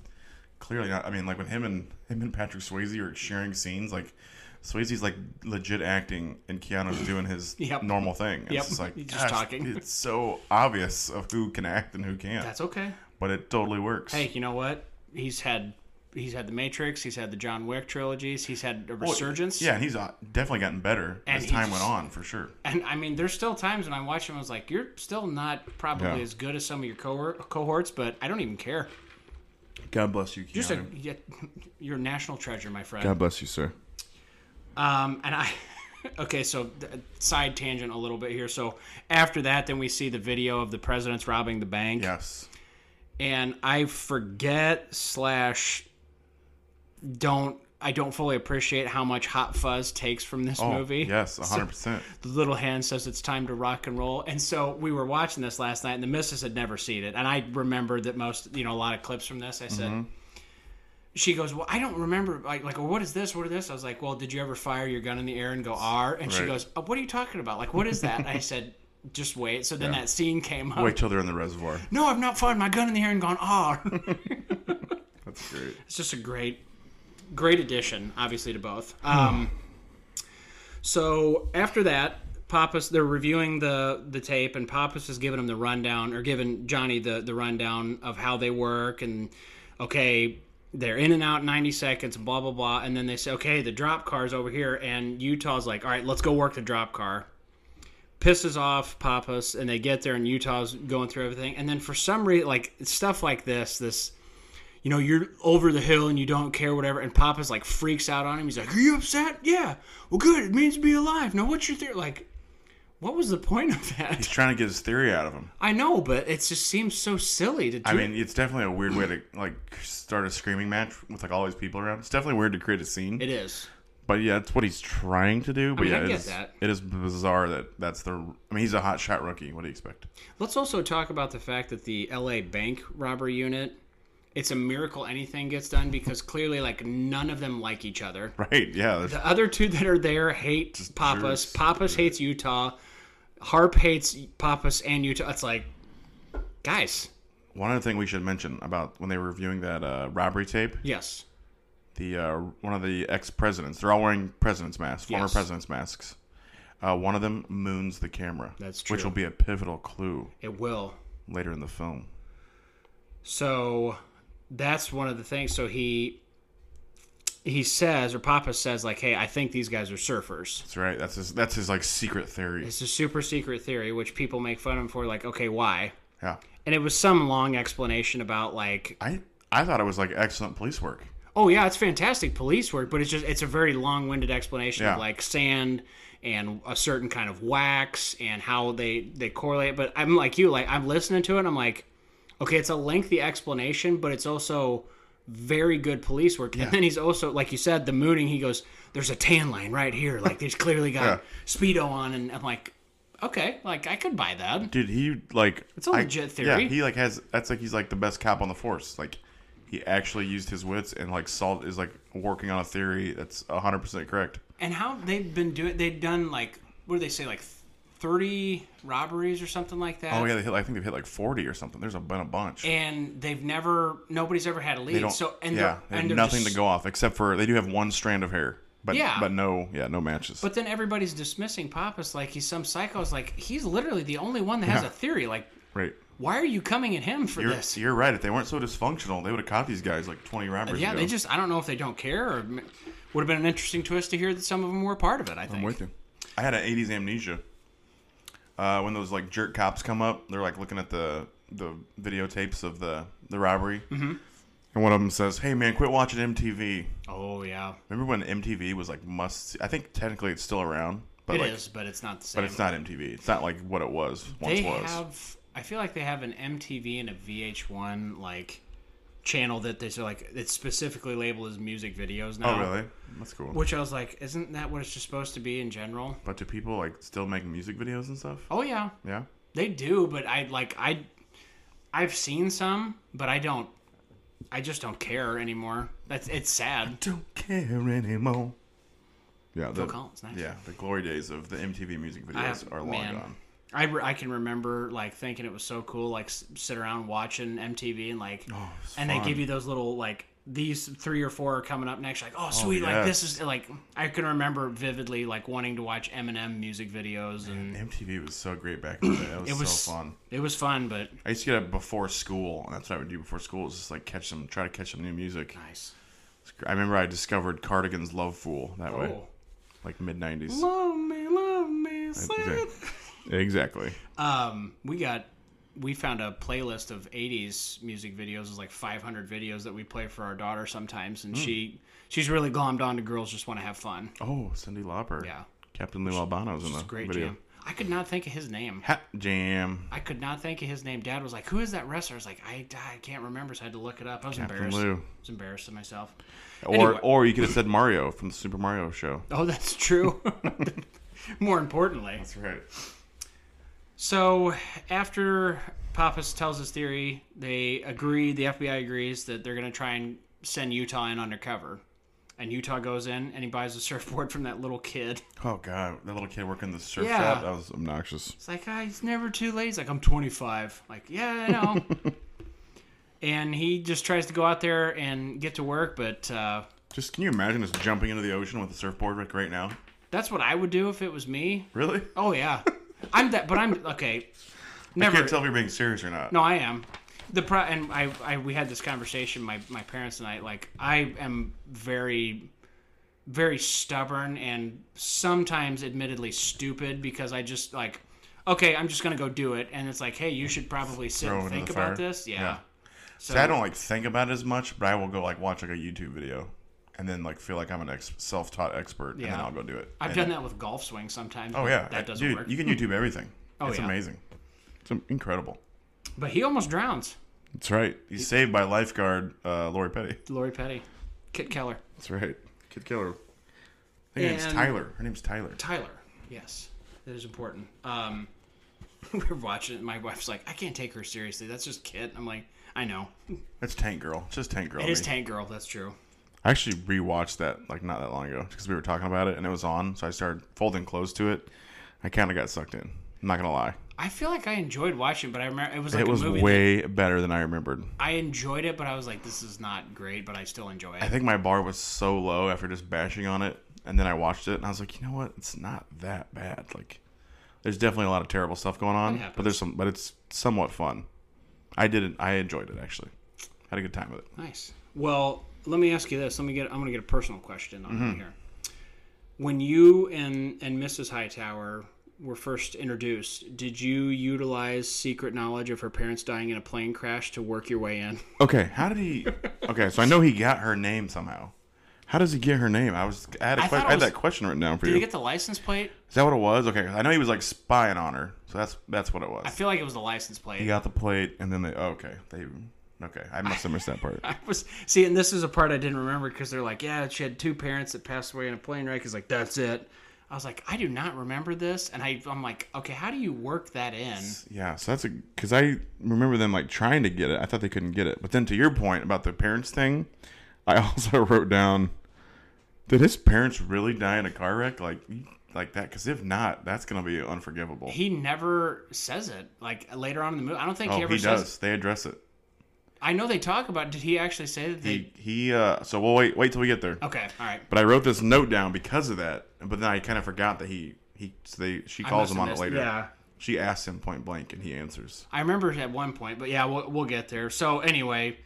B: clearly not. I mean, like when him and him and Patrick Swayze are sharing scenes, like Swayze's like legit acting, and Keanu's doing his
C: Yep.
B: normal thing. It's
C: Yep.
B: just like
C: He's just
B: gosh,
C: talking.
B: It's so obvious of who can act and who can't,
C: That's okay.
B: but it totally works.
C: Hey, you know what? He's had he's had the Matrix, he's had the John Wick trilogies, he's had a
B: Well,
C: resurgence.
B: Yeah, and he's uh, definitely gotten better
C: And
B: as time
C: he's-
B: went on, for sure.
C: And I mean, there's still times when I watch him, I was like, you're still not probably
B: Yeah.
C: as good as some of your cohor- cohorts, but I don't even care.
B: God bless you, Keanu.
C: Just a, yeah, you're a national treasure, my friend.
B: God bless you, sir.
C: Um, and I, okay, so th- side tangent a little bit here. So after that, then we see the video of the president's robbing the bank.
B: Yes.
C: and I forget slash don't I don't fully appreciate how much Hot Fuzz takes from this
B: Oh,
C: movie.
B: Yes, 100. percent
C: The little hand says it's time to rock and roll, and so we were watching this last night, and the missus had never seen it, and I remembered that most you know a lot of clips from this. I said.
B: Mm-hmm.
C: She goes, well, I don't remember, like, like, well, what is this? What is this? I was like, well, did you ever fire your gun in the air and go R? And she
B: Right.
C: goes, oh, what are you talking about? Like, what is that? And I said, just wait. So then that scene came up.
B: Wait till they're in the reservoir.
C: No, I've not fired my gun in the air and gone R.
B: That's great.
C: it's just a great great addition obviously to both um, so after that Pappas, they're reviewing the the tape, and Pappas is giving him the rundown, or giving Johnny the the rundown of how they work, and okay, they're in and out in ninety seconds, and blah blah blah, and then they say, okay, the drop car's over here, and Utah's like, all right, let's go work the drop car. Pisses off Pappas, and they get there, and Utah's going through everything, and then for some reason, like stuff like this, this you know, you're over the hill and you don't care, whatever. And Papa's like freaks out on him. He's like, Are you upset? Yeah. Well, good. It means to be alive. Now, what's your theory? Like, What was the point of that?
B: He's trying to get his theory out of him.
C: I know, but it just seems so silly to do.
B: I mean, it's definitely a weird way to like start a screaming match with like all these people around. It's definitely weird to create a scene.
C: it is.
B: But yeah, that's what he's trying to do. But
C: mean, I
B: yeah, it
C: get
B: is-
C: that.
B: it is bizarre that that's the. I mean, he's a hot shot rookie. What do you expect?
C: Let's also talk about the fact that the LA bank robbery unit, it's a miracle anything gets done because clearly, like, none of them like each other.
B: Right? Yeah. there's-
C: The other two that are there hate Pappas.
B: jerks.
C: Pappas hates Utah. Harp hates Pappas and Utah. It's like, guys,
B: One other thing we should mention about when they were reviewing that uh, robbery tape,
C: yes.
B: the uh, one of the ex presidents, they're all wearing presidents masks, former
C: Yes.
B: presidents masks. Uh, one of them moons the camera.
C: That's
B: Which
C: true.
B: will be a pivotal clue
C: It will.
B: later in the film.
C: So that's one of the things. So he he says, or Papa says, like, hey, I think these guys are surfers.
B: That's right. That's his. That's his like secret theory.
C: It's a super secret theory, which people make fun of him for, like, okay, why?
B: Yeah.
C: And it was some long explanation about like,
B: I I thought it was like excellent police work.
C: oh yeah, it's fantastic police work, but it's just it's a very long-winded explanation
B: Yeah.
C: of like sand and a certain kind of wax and how they they correlate. But I'm like you, like I'm listening to it, and I'm like, okay, it's a lengthy explanation, but it's also very good police work. And then he's also like you said, the mooning. He goes, there's a tan line right here. Like he's clearly got
B: Yeah.
C: speedo on, and I'm like, okay, like I could buy that.
B: Dude, he like
C: It's a
B: I-
C: legit theory.
B: Yeah, he like has that's like he's like the best cop on the force. Like he actually used his wits and like solved is like working on a theory that's hundred percent correct.
C: and how they've been doing they've done like what do they say like 30 robberies or something like that
B: Oh yeah, they hit, I think they've hit like forty or something. There's a, been a bunch.
C: and they've never nobody's ever had a
B: they
C: lead so and
B: yeah,
C: they're-
B: they
C: and
B: have
C: they're
B: nothing
C: dis-
B: to go off except for they do have one strand of hair, but
C: Yeah.
B: but no, yeah, no matches.
C: but then everybody's dismissing Pappas like he's some psycho. It's like he's literally the only one that has
B: Yeah.
C: a theory. Like,
B: right,
C: why are you coming at him for
B: you're,
C: this?
B: you're right. If they weren't so dysfunctional, they would have caught these guys like twenty robbers.
C: yeah,
B: ago.
C: they just I don't know if they don't care or m- would have been an interesting twist to hear that some of them were a part of it. I think
B: I'm with you. I had an '80s amnesia. Uh, when those like jerk cops come up, they're like looking at the the videotapes of the the robbery, mm-hmm. and one of them says, "Hey man, quit watching MTV."
C: Oh yeah,
B: Remember when MTV was like must? I think technically it's still around, but
C: it is,
B: like,
C: but it's not the same.
B: but it's not MTV. It's not like what it was once
C: they
B: was.
C: have i feel like they have an mtv and a vh1 like channel that they're like it's specifically labeled as music videos
B: oh
C: now
B: really? That's cool.
C: which i was like isn't that what it's just supposed to be in general
B: but do people like still make music videos and stuff?
C: oh yeah
B: Yeah.
C: they do but i like i i've seen some but i don't i just don't care anymore that's it's sad
B: Don't care anymore. Yeah, the,
C: Collins, nice.
B: yeah, the glory days of the MTV music videos are long
C: man.
B: gone.
C: I, re- I can remember like thinking it was so cool like s- sit around watching MTV and like
B: it's
C: and they give
B: Oh, fun.
C: you those little like these three or four are coming up next like oh sweet like
B: yes.
C: this is like I can remember vividly like wanting to watch Eminem music videos and
B: MTV was so great back in the day. That was,
C: it was
B: so fun.
C: it was fun but
B: I used to get up before school, and that's what I would do before school. Is just like catch some, try to catch some new music.
C: nice
B: It's gr- I remember I discovered Cardigan's "Love Fool" that way,
C: oh
B: like mid '90s.
C: love me love me sad.
B: Exactly. exactly.
C: um we got we found a playlist of 80s music videos is like 500 videos that we play for our daughter sometimes
B: Hmm.
C: and she she's really glommed on to girls just want to have fun
B: Oh, Cindy Lauper.
C: Yeah.
B: Captain Lou Albano's in the
C: great
B: video.
C: jam i could not think of his name
B: Hat jam.
C: I could not think of his name. Dad was like, "Who is that wrestler?" I was like, "I, I can't remember," so I had to look it up. I was
B: Captain
C: embarrassed.
B: Lou.
C: I was embarrassed of myself.
B: Or
C: Anyway.
B: or you could have said Mario from the Super Mario show.
C: Oh, that's true. More importantly,
B: That's right.
C: so after Pappas tells his theory, they agree. The FBI agrees that they're going to try and send Utah in undercover, and Utah goes in and he buys a surfboard from that little kid.
B: Oh god, that little kid working the surf
C: Yeah.
B: shop. That was obnoxious.
C: It's like, ah, he's never too late. He's like, I'm 25. Like, yeah, I know. and he just tries to go out there and get to work, but. Uh,
B: Just can you imagine us jumping into the ocean with a surfboard like right now?
C: That's what I would do if it was me.
B: Really?
C: Oh yeah, I'm that, but I'm okay. Never.
B: Can't tell if you're being serious or not.
C: no, I am. The pro and I, I, we had this conversation. My my parents and I like I am very, very stubborn and sometimes admittedly stupid because I just like, okay, I'm just gonna go do it, and it's like, hey, you should probably sit
B: Throw it
C: and
B: in
C: think
B: the
C: about
B: fire.
C: this. Yeah.
B: Yeah.
C: So
B: See, I don't like think about it as much, but I will go like watch like a YouTube video and then like feel like I'm an ex- self-taught expert, and then
C: Yeah.
B: I'll go do it.
C: I've
B: And-
C: done that with golf swings sometimes.
B: Oh
C: but
B: yeah, I-
C: that doesn't
B: dude,
C: work.
B: You can YouTube everything.
C: Oh,
B: it's
C: yeah.
B: amazing. It's incredible.
C: But he almost drowns.
B: That's right. He's saved by lifeguard uh, Lori Petty.
C: Lori Petty, Kit Keller,
B: That's right. Kid Killer. I think her name's
C: And-
B: Tyler. Her name's Tyler.
C: Tyler. Yes, that is important. Um, we were watching. it, My wife's like, I can't take her seriously. That's just Kit. I'm like, I know.
B: That's Tank Girl. It's just Tank Girl.
C: It
B: to
C: is
B: me.
C: Tank Girl. That's true.
B: I actually rewatched that like not that long ago because we were talking about it and it was on, so I started folding close to it. I kind of got sucked in. I'm not gonna lie.
C: I feel like I enjoyed watching, it, but I remember it was like
B: it
C: a
B: was
C: movie.
B: way better than I remembered.
C: I enjoyed it, but I was like, this is not great, but I still enjoy it.
B: I think my bar was so low after just bashing on it, and then I watched it and I was like, you know what? It's not that bad. Like, there's definitely a lot of terrible stuff going on,
C: happens.
B: but there's some, but it's somewhat fun. I didn't. I enjoyed it actually. Had a good time with it.
C: Nice. Well, let me ask you this. Let me get. I'm going to get a personal question on
B: Mm-hmm.
C: you here. When you and and Mrs. Hightower were first introduced, did you utilize secret knowledge of her parents dying in a plane crash to work your way in?
B: Okay, how did he? Okay, so I know he got her name somehow. How does he get her name? I was I had, a
C: I
B: que- I
C: thought it
B: had
C: was-
B: that question written down for
C: Did
B: you.
C: they get the license plate?
B: Is that what it was? Okay, I know he was like spying on her, so that's that's what it was.
C: I feel like it was the license plate.
B: he got the plate, and then they. Oh, okay, they. Okay, I must have missed that part.
C: I was see, and this is a part I didn't remember because they're like, yeah, she had two parents that passed away in a plane wreck. He's like, that's it. I was like, I do not remember this, and I, I'm like, okay, how do you work that in?
B: Yeah, so that's a because I remember them like trying to get it. I thought they couldn't get it, but then to your point about the parents thing, I also wrote down, did his parents really die in a car wreck like like that? Because if not, that's gonna be unforgivable.
C: He never says it. Like later on in the movie, I don't think
B: oh,
C: he ever
B: he
C: says.
B: does. They address it.
C: I know they talk about. Did he actually say that they?
B: He he. Uh, so we'll wait wait till we get there.
C: okay, all right.
B: But I wrote this note down because of that. But then I kind of forgot that he he so they she
C: I
B: calls
C: must
B: him
C: have
B: on it
C: missed-
B: later.
C: Yeah,
B: She asks him point blank, and he answers.
C: I remember it at one point, but yeah, we'll, we'll get there. So anyway,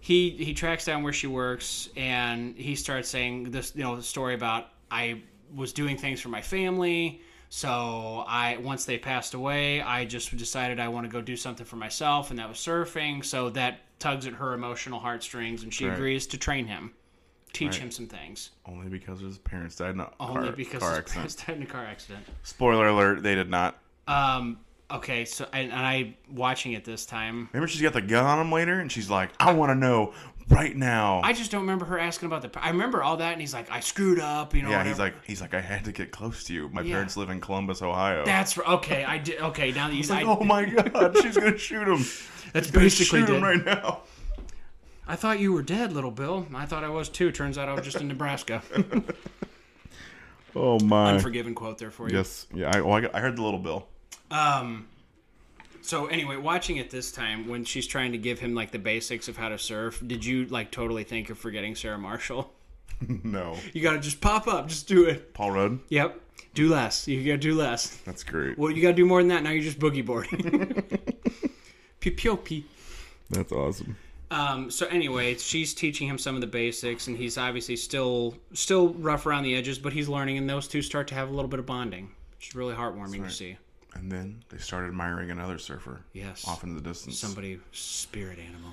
C: he he tracks down where she works, and he starts saying this, you know, the story about I was doing things for my family. So I once they passed away, I just decided I want to go do something for myself, and that was surfing. So that tugs at her emotional heartstrings, and she
B: Right.
C: agrees to train him, teach
B: Right.
C: him some things.
B: Only because his parents died in a
C: Only
B: car,
C: because
B: car
C: his
B: accident.
C: parents died in a car accident.
B: Spoiler alert: They did not.
C: Um. Okay. So, and, and I watching it this time.
B: Remember, she's got the gun on him later, and she's like, "I want to know right now."
C: I just don't remember her asking about the. I remember all that, and he's like, "I screwed up," you know.
B: yeah,
C: whatever.
B: he's like, he's like, "I had to get close to you. My
C: Yeah.
B: parents live in Columbus, Ohio."
C: "That's r- okay." I did. Okay, now that you said,
B: oh my god, she's gonna shoot him.
C: that's
B: Shoot
C: basically
B: him
C: dead.
B: right now.
C: I thought you were dead, little Bill. I thought I was too. Turns out I was just in Nebraska.
B: Oh my.
C: Unforgiven quote there for you.
B: Yes. Yeah. I, well, I, got- I heard the little Bill.
C: Um. So anyway, watching it this time when she's trying to give him like the basics of how to surf, did you like totally think of forgetting Sarah Marshall?
B: No.
C: You gotta just pop up, just do it.
B: Paul Rudd.
C: Yep. Do less. You gotta do less.
B: That's great.
C: Well, you gotta do more than that. Now you're just boogie boarding. pew pew pew.
B: That's awesome.
C: Um, so anyway, she's teaching him some of the basics, and he's obviously still still rough around the edges, but he's learning, and those two start to have a little bit of bonding, which is really heartwarming to see.
B: And then they started admiring another surfer.
C: Yes.
B: Off into the distance.
C: Somebody, spirit animal,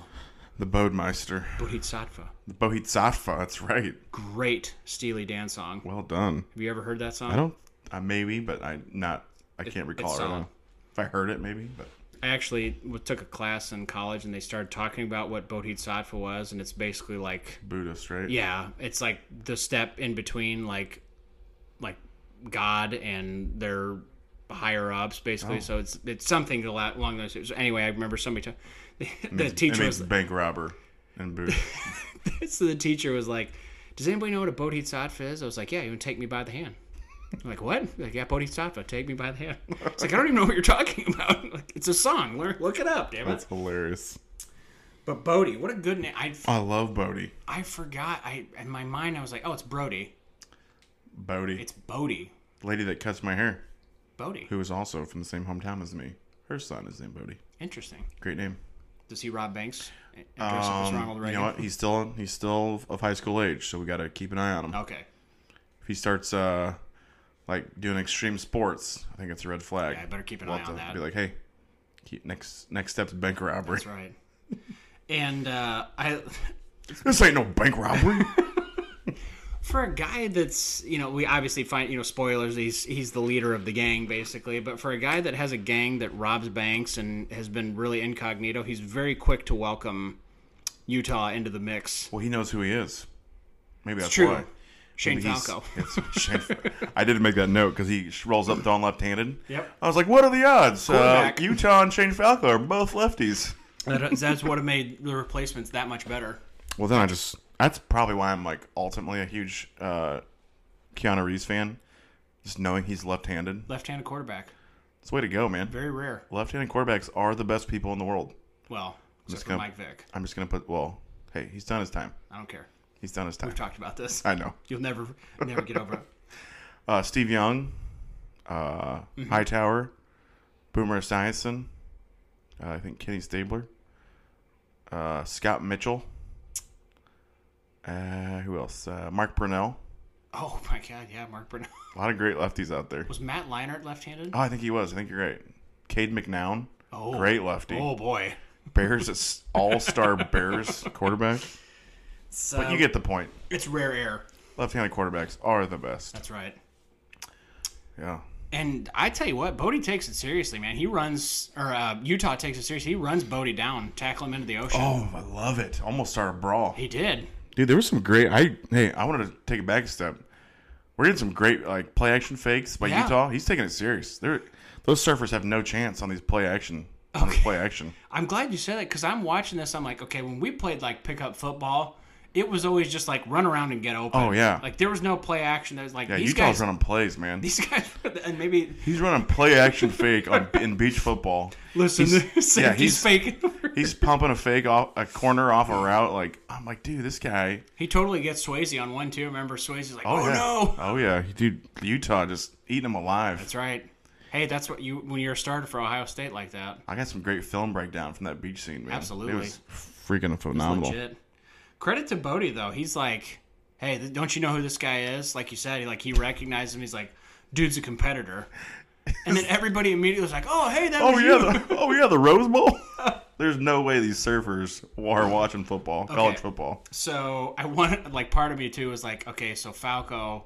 B: The Bodemeister.
C: Bodhisattva.
B: The Bodhisattva. That's right.
C: Great Steely Dan song.
B: Well done.
C: Have you ever heard that song?
B: I don't. I maybe, but I not. I can't
C: it's
B: recall it right
C: solid.
B: now. If I heard it, maybe, but.
C: I actually w- took a class in college, and they started talking about what Bodhisattva was, and it's basically like
B: Buddhist, right?
C: Yeah, it's like the step in between like like God and their higher ups basically. So it's it's something a lot along those. So anyway, I remember somebody t- the
B: It
C: teacher
B: means
C: was
B: bank robber and Buddha.
C: so the teacher was like, "Does anybody know what a bodhisattva is?" I was like, "Yeah, you can take me by the hand." I'm like, "What?" Like, "Yeah, bodhisattva, take me by the hand." It's like, "I don't even know what you're talking about." Like, it's a song. Learn, look it up, damn
B: That's
C: it.
B: hilarious.
C: But Bodhi, what a good name. I
B: I love Bodhi.
C: I forgot. I in my mind I was like, "Oh, it's Brody.
B: Bodhi,
C: It's Bodhi.
B: the lady that cuts my hair,
C: Bodhi.
B: who is also from the same hometown as me. Her son is named Bodhi.
C: Interesting."
B: Great name.
C: Does he rob banks? And dress up as
B: Um,
C: Ronald
B: you
C: Reagan?
B: know what? He's still he's still of high school age, so we got to keep an eye on him.
C: Okay.
B: If he starts uh like doing extreme sports, I think it's a red flag.
C: Yeah, I better keep an
B: We'll
C: eye
B: have
C: on
B: to
C: that.
B: Be like, hey, keep, next next step's bank robbery.
C: That's right. And uh, I
B: This ain't no bank robbery.
C: for a guy that's you know we obviously find you know spoilers he's he's the leader of the gang basically but for a guy that has a gang that robs banks and has been really incognito he's very quick to welcome utah into the mix
B: Well, he knows who he is. Maybe that's
C: true.
B: why.
C: shane
B: Maybe he's-
C: falco
B: it's Shane Fal- I didn't make that note because he sh- rolls up down left-handed.
C: Yep.
B: I was like, "What are the odds? Uh,
C: Quarterback.
B: Utah and Shane Falco are both lefties."
C: That- that's what made the replacements that much better
B: Well, then I just that's probably why I'm like ultimately a huge uh, Keanu Reeves fan. Just knowing he's left-handed,
C: left-handed quarterback
B: it's the way to go, man.
C: very rare
B: Left-handed quarterbacks are the best people in the world.
C: well except for
B: gonna-
C: mike vick
B: I'm just gonna put. Well, hey, he's done his time.
C: i don't care
B: He's done his time.
C: we've talked about this
B: I know.
C: you'll never never get over it
B: Uh, Steve Young, uh,
C: Mm-hmm.
B: Hightower, Boomer Esiason, uh, I think Kenny Stabler, uh, Scott Mitchell. Uh, who else? Uh, Mark Brunell.
C: oh my god yeah mark Brunell.
B: A lot of great lefties out there.
C: was matt leinart left-handed
B: Oh, I think he was. I think you're right. Cade McNown.
C: Oh.
B: Great lefty.
C: oh boy
B: Bears, all star Bears quarterback.
C: so
B: You get the point.
C: it's rare air
B: Left handed quarterbacks are the best.
C: that's right
B: Yeah.
C: And I tell you what, Bodie takes it seriously, man. He runs, or uh, Utah takes it seriously. He runs Bodie down, tackle him into the ocean.
B: Oh, I love it. Almost started a brawl.
C: He did.
B: Dude, there was some great. I hey, I wanted to take it back a step. We're getting some great like play action fakes by
C: Yeah.
B: Utah. He's taking it serious. They're, those surfers have no chance on these play action. On this play action.
C: I'm glad you said that because I'm watching this. I'm like, okay, when we played like pickup football, it was always just like run around and get open.
B: Oh, yeah.
C: like there was no play action. There's like
B: Yeah,
C: these
B: Utah's
C: guys,
B: running plays, man.
C: these guys, and maybe
B: He's running play action fake on, in beach football.
C: listen,
B: He's- yeah,
C: he's
B: he's-
C: faking.
B: He's pumping a fake off a corner off a route. Like I'm like, dude, this guy.
C: he totally gets Swayze on one too. Remember Swayze's like,
B: Oh,
C: oh,
B: yeah.
C: no,
B: Oh yeah, dude. Utah just eating him alive.
C: that's right. Hey, that's what you when you're a starter for Ohio State like that.
B: I got some great film breakdown from that beach scene, man.
C: Absolutely.
B: it was freaking phenomenal.
C: legit. Credit to Bodie though. He's like, hey, th- don't you know who this guy is? Like you said, he like he recognized him. He's like, dude's a competitor. And then everybody immediately was like, oh hey, that
B: Oh
C: was
B: yeah,
C: you.
B: the, oh yeah, the Rose Bowl. There's no way these surfers are watching football, college football.
C: So I wanted like part of me too was like, okay, so Falco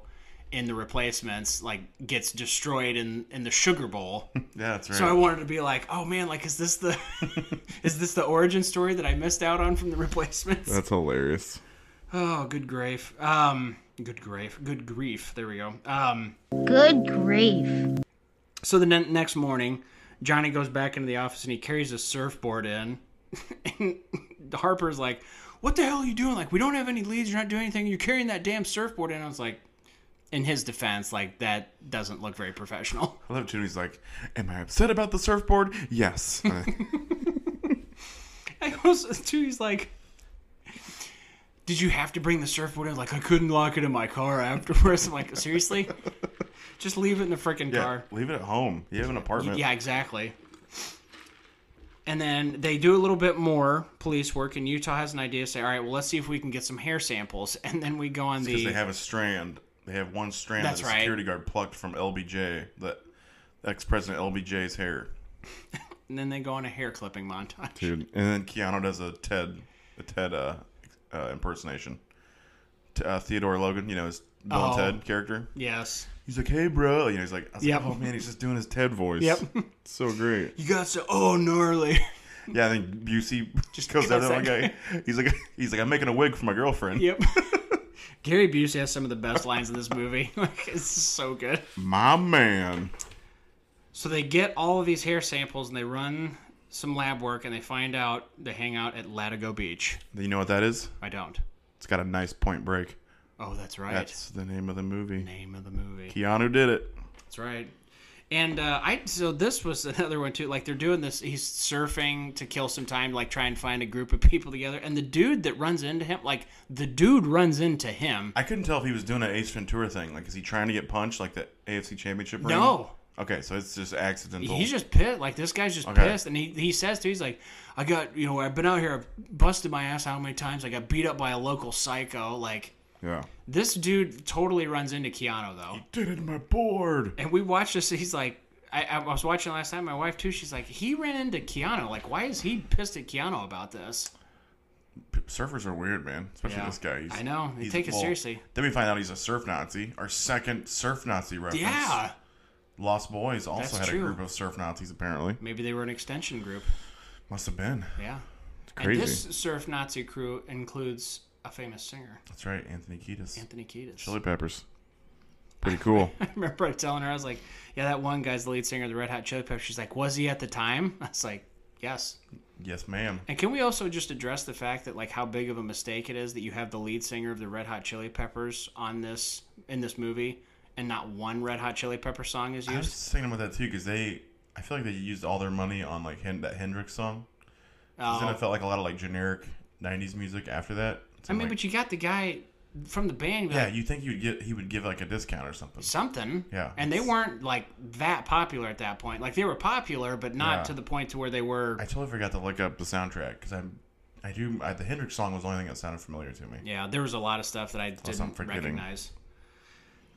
C: in the replacements like gets destroyed in in the Sugar Bowl.
B: Yeah, that's right.
C: So I wanted to be like, oh man, like is this the is this the origin story that I missed out on from the replacements?
B: that's hilarious.
C: Oh, good grief. Um, good grief. Good grief. There we go. Um,
E: Good grief.
C: So the ne- next morning, Johnny goes back into the office and he carries a surfboard in. and Harper's like, "What the hell are you doing? Like, we don't have any leads. You're not doing anything. You're carrying that damn surfboard." in." I was like, in his defense, like that doesn't look very professional.
B: I love Jimmy's like, "Am I upset about the surfboard? Yes." Uh,
C: I was too. He's like. Did you have to bring the surfboard in? Like I couldn't lock it in my car afterwards. I'm like, seriously? Just leave it in the freaking
B: yeah,
C: car.
B: leave it at home. You have an apartment.
C: Yeah, exactly. And then they do a little bit more police work, and Utah has an idea. Say, all right, well, let's see if we can get some hair samples, and then we go on
B: because
C: the.
B: they have a strand. They have one strand
C: That's
B: that the
C: right.
B: security guard plucked from LBJ, the ex-president LBJ's hair.
C: and then they go on a hair clipping montage.
B: Dude, and then Keanu does a Ted, a Ted uh, uh, impersonation. T- uh, Theodore Logan, you know his Bill
C: Oh.
B: and Ted character.
C: Yes.
B: He's like, "Hey, bro," you know. He's like, I was
C: Yep.
B: like, "Oh man, he's just doing his Ted voice."
C: Yep.
B: so great.
C: You got to oh gnarly.
B: Yeah, I think Busey
C: Just
B: just goes out to
C: kills
B: that one
C: that
B: guy. He's like, he's like, "I'm making a wig for my girlfriend."
C: yep. Gary Busey has some of the best lines in this movie. Like it's so good.
B: My man.
C: So they get all of these hair samples and they run some lab work and they find out they hang out at Latigo Beach.
B: You know what that is?
C: I don't.
B: It's got a nice Point Break.
C: Oh, that's right.
B: That's the name of the movie.
C: Name of the movie.
B: Keanu did it.
C: That's right. And uh, I so this was another one too. Like they're doing this, he's surfing to kill some time, like try and find a group of people together. And the dude that runs into him, like the dude runs into him.
B: I couldn't tell if he was doing an Ace Ventura thing. Like, is he trying to get punched like the AFC Championship? Ring?
C: No.
B: Okay, so it's just accidental.
C: He's just pissed. Like this guy's just
B: Okay.
C: pissed, and he he says to he's like, I got you know I've been out here, I've busted my ass how many times? I got beat up by a local psycho. Like
B: yeah.
C: this dude totally runs into Keanu though.
B: Did it in my board.
C: and we watched this. He's like, I, I was watching last night. My wife too. She's like, he ran into Keanu. Like, why is he pissed at Keanu about this?
B: Surfers are weird, man. Especially
C: Yeah.
B: this guy. He's,
C: I know. They take it seriously.
B: Then we find out he's a surf Nazi. Our second surf Nazi reference.
C: Yeah.
B: Lost Boys also
C: That's
B: had
C: true.
B: a group of surf Nazis. Apparently,
C: Maybe they were an extension group.
B: must have been.
C: Yeah.
B: crazy.
C: And this surf Nazi crew includes a famous singer,
B: That's right, Anthony Kiedis.
C: Anthony Kiedis.
B: Chili Peppers. Pretty cool.
C: I remember telling her, I was like, yeah, that one guy's the lead singer of the Red Hot Chili Peppers. She's like, was he at the time? I was like, yes.
B: yes, ma'am.
C: And can we also just address the fact that like how big of a mistake it is that you have the lead singer of the Red Hot Chili Peppers on this in this movie and not one Red Hot Chili Pepper song is
B: I was
C: used?
B: just thinking about that too because they, I feel like they used all their money on like Hen- that Hendrix song. 'Cause Then
C: Oh.
B: it felt like a lot of like generic '90s music after that. So
C: I
B: I'm
C: mean,
B: like,
C: but you got the guy from the band.
B: yeah,
C: Yeah.
B: you think you'd get he would give like a discount or something?
C: something.
B: Yeah.
C: And they weren't like that popular at that point. Like they were popular, but not
B: Yeah.
C: to the point to where they were.
B: I totally forgot to look up the soundtrack because I'm, I do I, the Hendrix song was the only thing that sounded familiar to me.
C: yeah, there was a lot of stuff that I
B: I'm
C: didn't
B: forgetting.
C: recognize.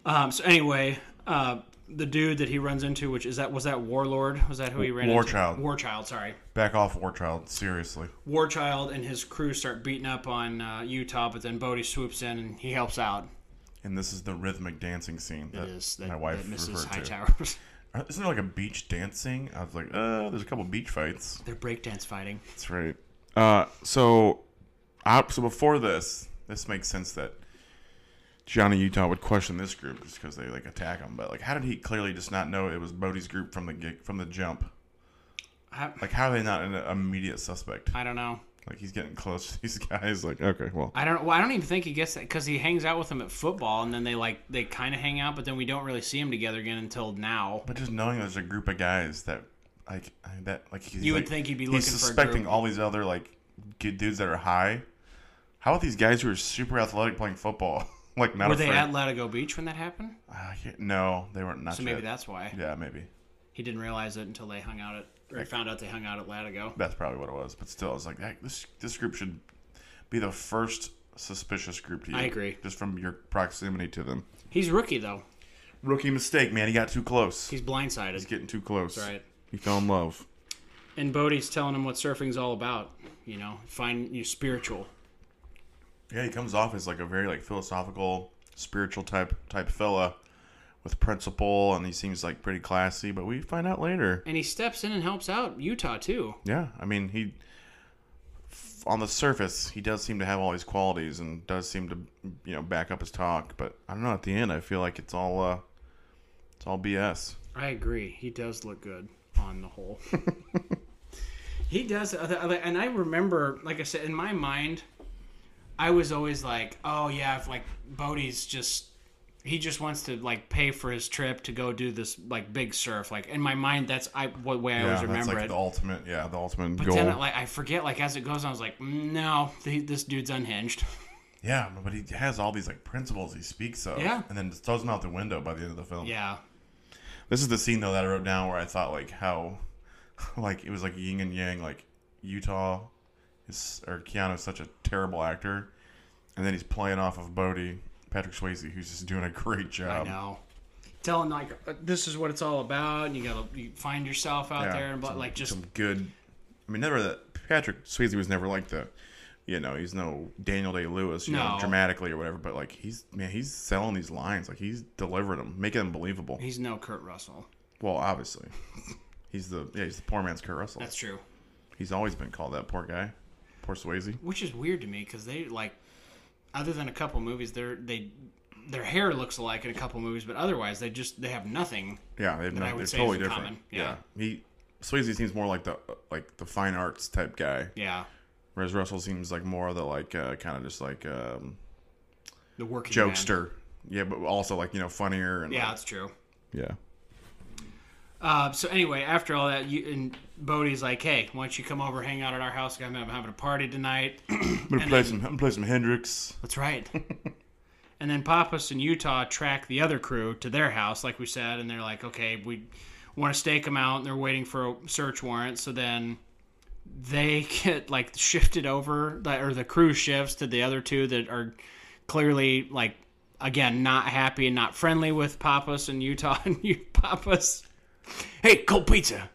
C: Um. So anyway, uh, the dude that he runs into, which is that was that Warlord? Was that who he ran
B: Warchild.
C: into? Warchild. Warchild. Sorry.
B: Back off, War Child. Seriously,
C: Warchild and his crew start beating up on uh, Utah, but then Bodhi swoops in and he helps out.
B: and this is the rhythmic dancing scene that,
C: Is that,
B: my wife
C: that Mrs.
B: referred to.
C: Hightower?
B: Uh, Isn't there like a beach dancing? I was like, uh, there's a couple beach fights.
C: They're breakdance fighting.
B: That's right. Uh, so, I, so before this, this makes sense that Johnny Utah would question this group just because they like attack him. But like, how did he clearly just not know it was Bodie's group from the get, from the jump?
C: I,
B: Like, how are they not an immediate suspect?
C: I don't know.
B: Like, he's getting close to these guys. Like, okay, well,
C: I don't. Well, I don't even think he gets that because he hangs out with them at football, and then they like they kind of hang out, but then we don't really see them together again until now.
B: But just knowing there's a group of guys that like I- that like he's,
C: You would
B: like-
C: think he'd be
B: he's
C: looking for a
B: suspecting
C: group.
B: all these other like good dudes that are high. How about these guys who are super athletic playing football? like not
C: Were
B: afraid.
C: they at Latigo Beach when that happened?
B: I can't- no, they weren't. Not
C: So maybe
B: yet.
C: that's why
B: Yeah, maybe
C: he didn't realize it until they hung out at or he found out they hung out at Latigo.
B: that's probably what it was. But still, I was like, that, this this group should be the first suspicious group to you.
C: I agree.
B: Just from your proximity to them.
C: He's rookie though.
B: Rookie mistake, man. He got too close. He's
C: He's blindsided.
B: getting too close.
C: right.
B: He fell in love.
C: And Bodhi's telling him what surfing's all about. You know, find you spiritual.
B: Yeah, he comes off as like a very like philosophical, spiritual type type fella with principle, and he seems like pretty classy. But we find out later.
C: And he steps in and helps out Utah too.
B: Yeah, I mean he, f- on the surface, he does seem to have all these qualities and does seem to you know back up his talk. But I don't know. At the end, I feel like it's all uh, it's all BS.
C: I agree. He does look good on the whole. he does, uh, the- uh, and I remember, like I said, in my mind, I was always like, "Oh yeah, if like Bodie's just." He just wants to like pay for his trip to go do this like big surf. Like in my mind, that's I what way I
B: Yeah,
C: always
B: that's
C: remember
B: like
C: it.
B: the ultimate. Yeah, the ultimate
C: but
B: goal.
C: then like I forget like as it goes, on, I was like, "Mm, no, th- this dude's unhinged.
B: yeah, but he has all these like principles he speaks of.
C: Yeah.
B: and then just throws them out the window by the end of the film.
C: yeah,
B: This is the scene though that I wrote down where I thought like how, like it was like yin and yang. Like Utah, is or Keanu is such a terrible actor, and then he's playing off of Bodie Patrick Swayze, who's just doing a great job.
C: I know. Telling like uh, this is what it's all about, and you gotta you find yourself out
B: Yeah,
C: there, and but like just
B: Some good. I mean, never that Patrick Swayze was never like the, you know, he's no Daniel Day Lewis, you know,
C: No.
B: dramatically or whatever. But like he's man, he's selling these lines, like he's delivering them, making them believable.
C: he's no Kurt Russell.
B: Well, obviously, he's the yeah, he's the poor man's Kurt Russell.
C: That's true.
B: He's always been called that poor guy, poor Swayze.
C: Which is weird to me because they like, other than a couple movies, they're they their hair looks alike in a couple movies, but otherwise they just they have nothing.
B: Yeah, they've
C: I
B: not,
C: would
B: they're
C: say
B: totally
C: is in
B: different.
C: common.
B: Yeah. he Swayze seems more like the like the fine arts type guy,
C: Yeah,
B: whereas Russell seems like more of the like uh, kind of just like um,
C: the working man.
B: jokester. Yeah, but also like you know funnier and
C: Yeah,
B: like-
C: that's true.
B: yeah.
C: Uh, so anyway, after all that, you and Bodie's like, "Hey, why don't you come over, hang out at our house? I'm having a party tonight."
B: I'm gonna play some. I'm gonna play some Hendrix.
C: That's right. and then Pappas and Utah track the other crew to their house, like we said, and they're like, okay, we want to stake them out, and they're waiting for a search warrant. So then they get like shifted over, like, or the crew shifts to the other two that are clearly like, again, not happy and not friendly with Pappas and Utah and you, Pappas. Hey, cold pizza.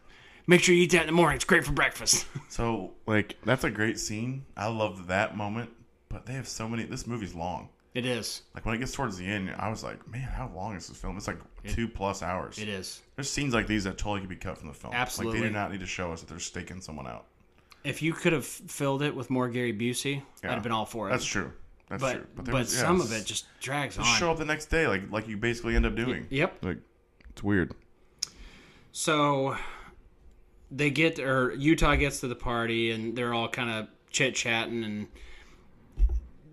C: Make sure you eat that in the morning. It's great for breakfast.
B: So like that's a great scene. I love that moment, but they have so many. This movie's long.
C: it is.
B: Like when it gets towards the end, I was like, man, how long is this film? It's like two plus hours.
C: It is.
B: There's scenes like these that totally could be cut from the film.
C: Absolutely.
B: Like they do not need to show us that they're staking someone out.
C: If you could have filled it with more Gary Busey, I'd
B: Yeah.
C: have been all for it.
B: That's true. That's
C: But
B: true.
C: but,
B: there was- yeah,
C: some
B: it's-
C: of it just drags on.
B: just show up the next day, like like you basically end up doing.
C: Yep.
B: Like it's weird.
C: So they get or Utah gets to the party and they're all kind of chit chatting and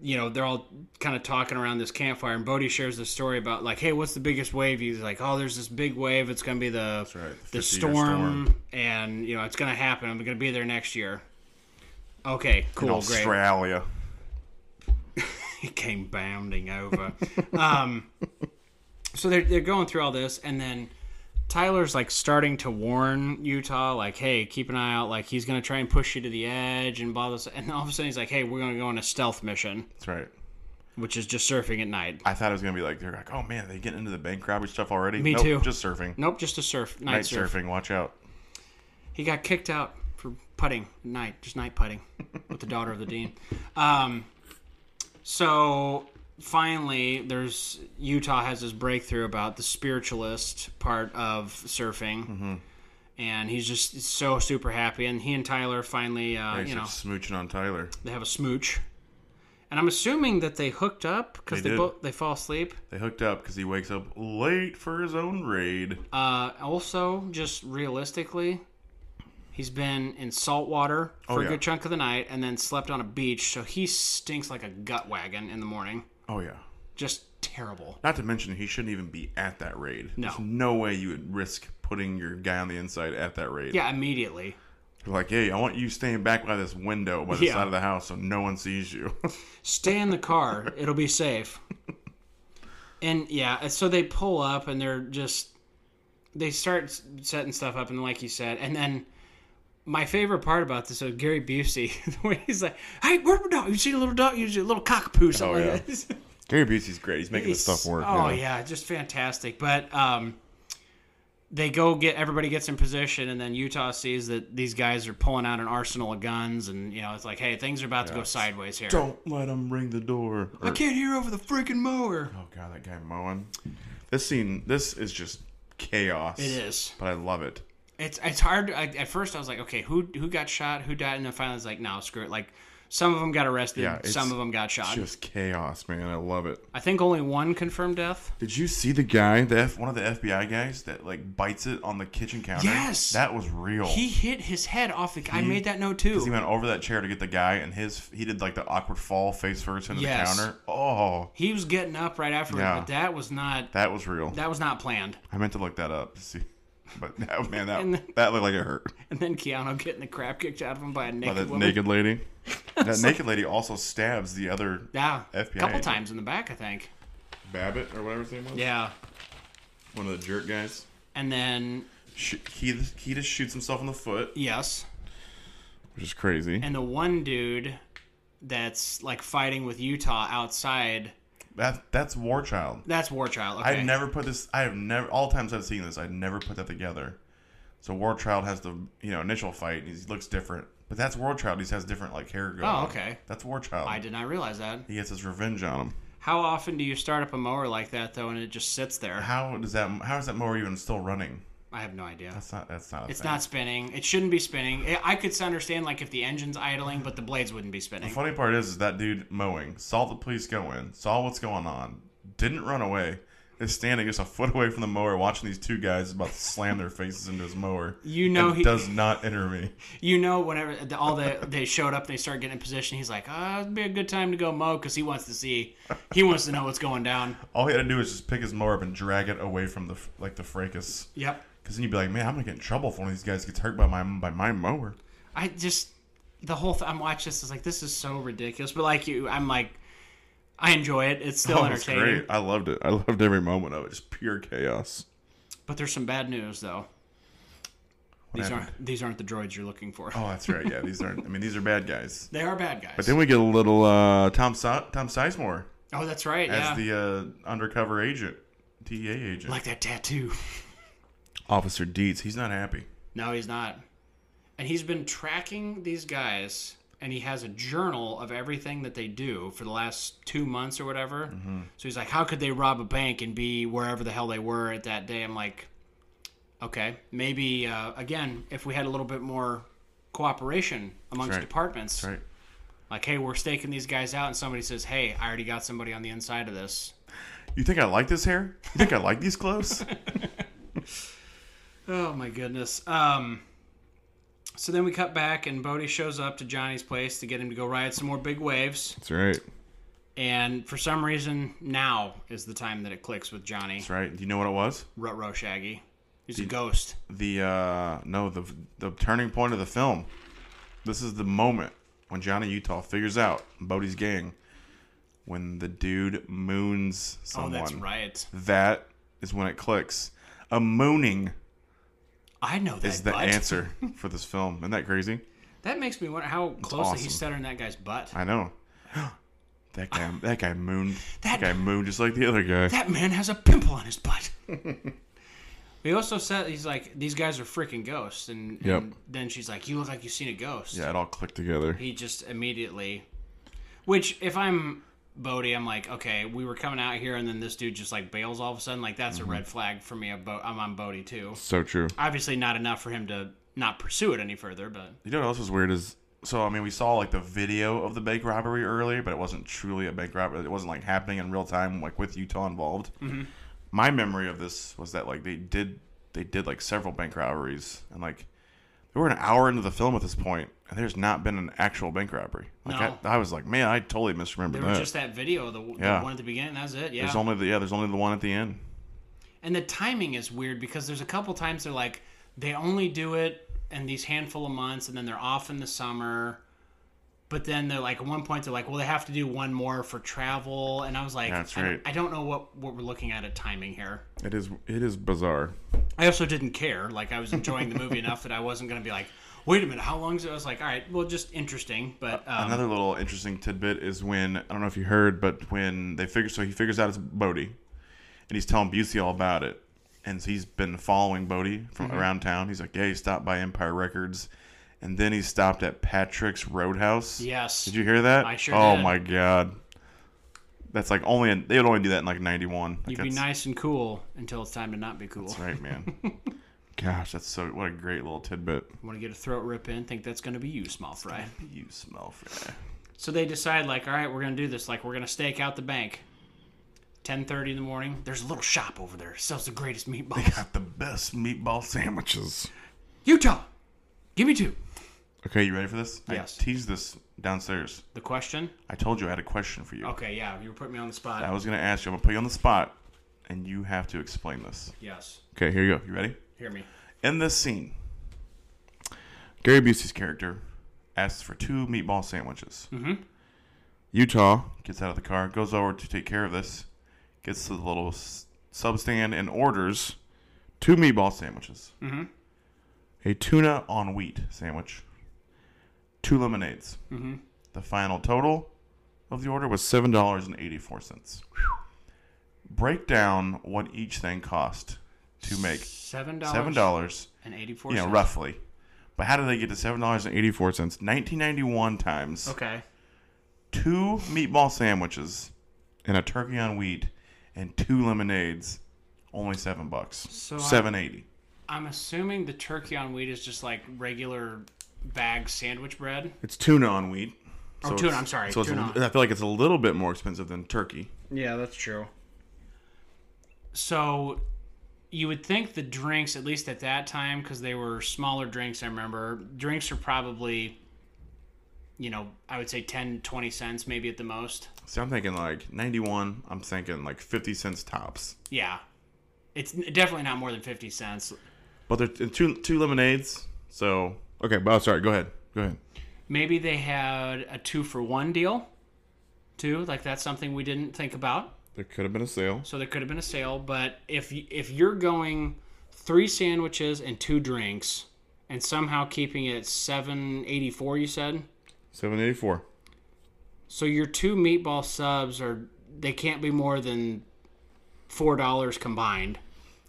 C: you know they're all kind of talking around this campfire and Bodhi shares the story about like hey what's the biggest wave he's like oh there's this big wave it's gonna be the
B: right, the
C: the
B: 50-year
C: storm,
B: storm.
C: and you know it's gonna happen I'm gonna be there next year okay cool
B: In
C: great
B: Australia.
C: he came bounding over. um, so they're, they're going through all this, and then Tyler's like starting to warn Utah, like, hey, keep an eye out. Like, he's going to try and push you to the edge and blah, blah, blah. And all of a sudden, he's like, hey, we're going to go on a stealth mission,
B: That's right.
C: which is just surfing at night.
B: I thought it was gonna be like they're like, oh man, they getting into the bank robbery stuff already.
C: Me
B: Nope,
C: too.
B: Just surfing.
C: Nope, just a surf, night,
B: Night
C: surf.
B: surfing. Watch out.
C: He got kicked out for putting at night, just night putting with the daughter of the dean. Um, so finally, there's Utah has this breakthrough about the spiritualist part of surfing,
B: Mm-hmm.
C: and he's just so super happy. And he and Tyler finally, uh,
B: He's
C: you know,
B: like smooching on Tyler.
C: they have a smooch. And I'm assuming that they hooked up because
B: They
C: they,
B: did.
C: both they fall asleep.
B: They hooked up because he wakes up late for his own raid.
C: Uh, also, just realistically, he's been in salt water for
B: Oh,
C: a
B: yeah.
C: good chunk of the night and then slept on a beach, so he stinks like a gut wagon in the morning.
B: Oh yeah.
C: Just terrible.
B: Not to mention he shouldn't even be at that raid.
C: No.
B: There's no way you would risk putting your guy on the inside at that raid.
C: Yeah, immediately.
B: You're like, hey, I want you staying back by this window by the
C: Yeah.
B: side of the house so no one sees you.
C: Stay in the car, it'll be safe. And yeah, and so they pull up and they're just. They start s- setting stuff up, and like you said, and then. My favorite part about this is Gary Busey, the way he's like, "Hey, where the dog? You see a little dog? You see a little cockapoo? Something
B: Oh, yeah.
C: like that."
B: Gary Busey's great. He's making this stuff work.
C: Oh
B: you know?
C: yeah, just fantastic. But um, they go get everybody gets in position, and then Utah sees that these guys are pulling out an arsenal of guns, and you know it's like, hey, things are about to go sideways here.
B: Don't let him ring the door.
C: I
B: Or-
C: can't hear over the freaking mower.
B: oh god, that guy mowing. This scene, this is just chaos.
C: It is.
B: But I love it.
C: It's it's hard. I, at first, I was like, okay, who who got shot, who died, and then finally, I was like, no, screw it. Like some of them got arrested,
B: Yeah, it's
C: some of them got shot.
B: Just chaos, man. I love it.
C: I think only one confirmed death.
B: Did you see the guy, the F, one of the FBI guys that like bites it on the kitchen counter?
C: Yes!
B: that was real.
C: He hit his head off the. I
B: Oh. He-
C: made that note
B: 'Cause he
C: too.
B: went over that chair to get the guy, and his he did like the awkward fall face first into
C: Yes.
B: the counter. Oh,
C: He was getting up right after,
B: Yeah.
C: but that was not
B: that was real.
C: that was not planned.
B: I meant to look that up to see, but that, man, that
C: And then-
B: that looked like it hurt.
C: And then Keanu getting the crap kicked out of him by a
B: By
C: naked
B: that
C: woman.
B: naked lady. That naked lady also stabs the other
C: yeah, a
B: FBI
C: couple
B: agent.
C: times in the back, I think.
B: Babbitt or whatever his name was.
C: Yeah,
B: one of the jerk guys.
C: and then
B: Sh- he he just shoots himself in the foot,
C: yes,
B: which is crazy.
C: and the one dude that's like fighting with Utah outside.
B: that that's Warchild.
C: That's Warchild. Okay,
B: I never put this. I have never. All the times I've seen this, I never put that together. So War Child has the you know initial fight. And he looks different, but that's War Child. He has different like hair going.
C: Oh,
B: on.
C: okay.
B: That's War Child.
C: I did not realize that.
B: He gets his revenge on him.
C: How often do you start up a mower like that though, and it just sits there?
B: How does that? How is that mower even still running?
C: I have no idea.
B: That's not. That's not. A
C: It's
B: thing.
C: not spinning. It shouldn't be spinning. I- I could s- understand like if the engine's idling, but the blades wouldn't be
B: The
C: spinning.
B: funny part is, is that dude mowing saw the police go in, saw what's going on, didn't run away. Is standing just a foot away from the mower, watching these two guys about to slam their faces into his mower.
C: You know
B: and
C: he-
B: does not enter me.
C: You know, whenever the, all the they showed up, they start getting in position. He's like, "Ah, it'd be a good time to go mow because he wants to see, he wants to know what's going down."
B: All he had to do was just pick his mower up and drag it away from the f- like the fracas.
C: Yep.
B: Because then you'd be like, man, I'm gonna get in trouble if one of these guys gets hurt by my by my mower.
C: I just the whole th- I'm watching this is like this is so ridiculous, but like you, I'm like, I enjoy it. It's still
B: Oh, it was
C: entertaining.
B: great. I loved it. I loved every moment of it. Just pure chaos.
C: But there's some bad news though. these
B: happened?
C: aren't these aren't the droids you're looking for.
B: Oh, that's right. Yeah, these aren't. I mean, these are bad guys.
C: They are bad guys.
B: But then we get a little uh, Tom Sa- Tom Sizemore
C: oh, that's right.
B: as
C: Yeah.
B: the uh, undercover agent, DEA agent,
C: like that tattoo.
B: Officer Dietz. He's not happy.
C: No, he's not. And he's been tracking these guys, and he has a journal of everything that they do for the last two months or whatever.
B: Mm-hmm.
C: So he's like, how could they rob a bank and be wherever the hell they were at that day? I'm like, okay, maybe uh, again, if we had a little bit more cooperation amongst
B: right.
C: departments,
B: Right.
C: like, hey, we're staking these guys out, and somebody says, hey, I already got somebody on the inside of this.
B: You think I like this hair? You think I like these clothes?
C: Oh my goodness. Um, so then we cut back, and Bodie shows up to Johnny's place to get him to go ride some more big waves.
B: That's right.
C: And for some reason, now is the time that it clicks with Johnny.
B: That's right. Do you know what it was?
C: Rutro Shaggy. He's a ghost.
B: The uh no, the the turning point of the film. This is the moment when Johnny Utah figures out Bodie's gang when the dude moons
C: Oh,
B: someone.
C: that's right.
B: That is when it clicks. A mooning
C: I know that
B: is the
C: butt.
B: answer for this film. Isn't that crazy?
C: That makes me wonder how closely
B: awesome.
C: he's stuttering that guy's butt.
B: I know. That guy, that guy mooned. That,
C: That-
B: guy mooned just like the other guy.
C: that man has a pimple on his butt. he also said, he's like, these guys are freaking ghosts. And,
B: Yep.
C: and then she's like, you look like you've seen a ghost.
B: yeah, it all clicked together.
C: he just immediately which if i'm bodie i'm like okay we were coming out here and then this dude just like bails all of a sudden like that's a
B: Mm-hmm.
C: red flag for me about i'm on bodie too
B: So true.
C: obviously not enough for him to not pursue it any further but
B: You know what else was weird is so I mean we saw like the video of the bank robbery earlier, but it wasn't truly a bank robbery. It wasn't like happening in real time, like with Utah involved.
C: Mm-hmm.
B: My memory of this was that like they did they did like several bank robberies, and like we were an hour into the film at this point, and there's not been an actual bank robbery. Like
C: No.
B: I, I was like, man, I totally misremembered
C: there
B: that.
C: was just that video the, the
B: Yeah.
C: one at the beginning that's it yeah
B: there's only the yeah, there's only the one at the end.
C: and the timing is weird because there's a couple times they're like they only do it in these handful of months and then they're off in the summer but then they're like at one point they're like well they have to do one more for travel and i was like
B: That's
C: I don't-
B: right.
C: I, don't know what, what we're looking at at timing here
B: It is it is bizarre.
C: i also didn't care like i was enjoying the movie enough that i wasn't going to be like wait a minute how long is it i was like all right well just interesting but um,
B: Uh, Another little interesting tidbit is when I don't know if you heard, but when they figure, so he figures out it's Bodie, and he's telling Busey all about it, and so he's been following Bodie from
C: Mm-hmm.
B: around town. He's like, yeah, he stopped by Empire Records, and then he stopped at Patrick's Roadhouse.
C: yes
B: Did you hear that?
C: I sure
B: Oh
C: did.
B: my god, that's like only in, they would only do that in like '91. Like
C: you'd be
B: that's-
C: nice and cool until it's time to not be cool
B: That's right, man. Gosh, that's so what a great little tidbit.
C: want to get a throat rip in think that's going to be you small fry
B: You smell fry.
C: So they decide, like, all right, we're gonna do this. Like, we're gonna stake out the bank. Ten thirty in the morning. There's a little shop over there sells the greatest meatballs.
B: Got the best meatball sandwiches.
C: Utah, give me two.
B: Okay, you ready for this?
C: Yes.
B: I teased this downstairs.
C: The question.
B: I told you I had a question for you.
C: Okay, yeah, you were putting me on the spot.
B: I was going to ask you. I'm going to put you on the spot, and you have to explain this.
C: yes,
B: Okay, here you go. You ready?
C: hear me.
B: In this scene, Gary Busey's character asks for two meatball sandwiches. Mm-hmm. Utah gets out of the car, goes over to take care of this, gets to the little s- sub stand, and orders two meatball sandwiches, mm-hmm. a tuna on wheat sandwich, two lemonades. Mm-hmm. The final total of the order was seven dollars and eighty four cents. Break down what each thing cost to make
C: Seven dollars.
B: seven dollars
C: and eighty-four.
B: you know roughly but how do they get to seven dollars and eighty four cents 1991 times
C: Okay.
B: two meatball sandwiches and a turkey on wheat and two lemonades only seven bucks
C: So I-
B: 780
C: I'm assuming the turkey on wheat is just like regular bag sandwich bread.
B: it's tuna on wheat
C: Oh,
B: So
C: tuna,
B: it's-
C: I'm sorry,
B: so it's a
C: tuna.
B: li- I feel like it's a little bit more expensive than turkey
C: Yeah, that's true. So you would think the drinks, at least at that time, because they were smaller drinks, I remember, drinks are probably, you know, I would say 10, 20 cents maybe at the most.
B: so i'm thinking like 91 i'm thinking like 50 cents tops
C: Yeah. It's n- definitely not more than 50 cents.
B: but they're t- two two lemonades so okay but oh, sorry go ahead go ahead
C: Maybe they had a two for one deal, too. Like that's something we didn't think about.
B: there could have been a sale
C: so there could have been a sale. But if y- if you're going three sandwiches and two drinks, and somehow keeping it seven eighty four, you said,
B: 784
C: so your two meatball subs are they can't be more than four dollars combined.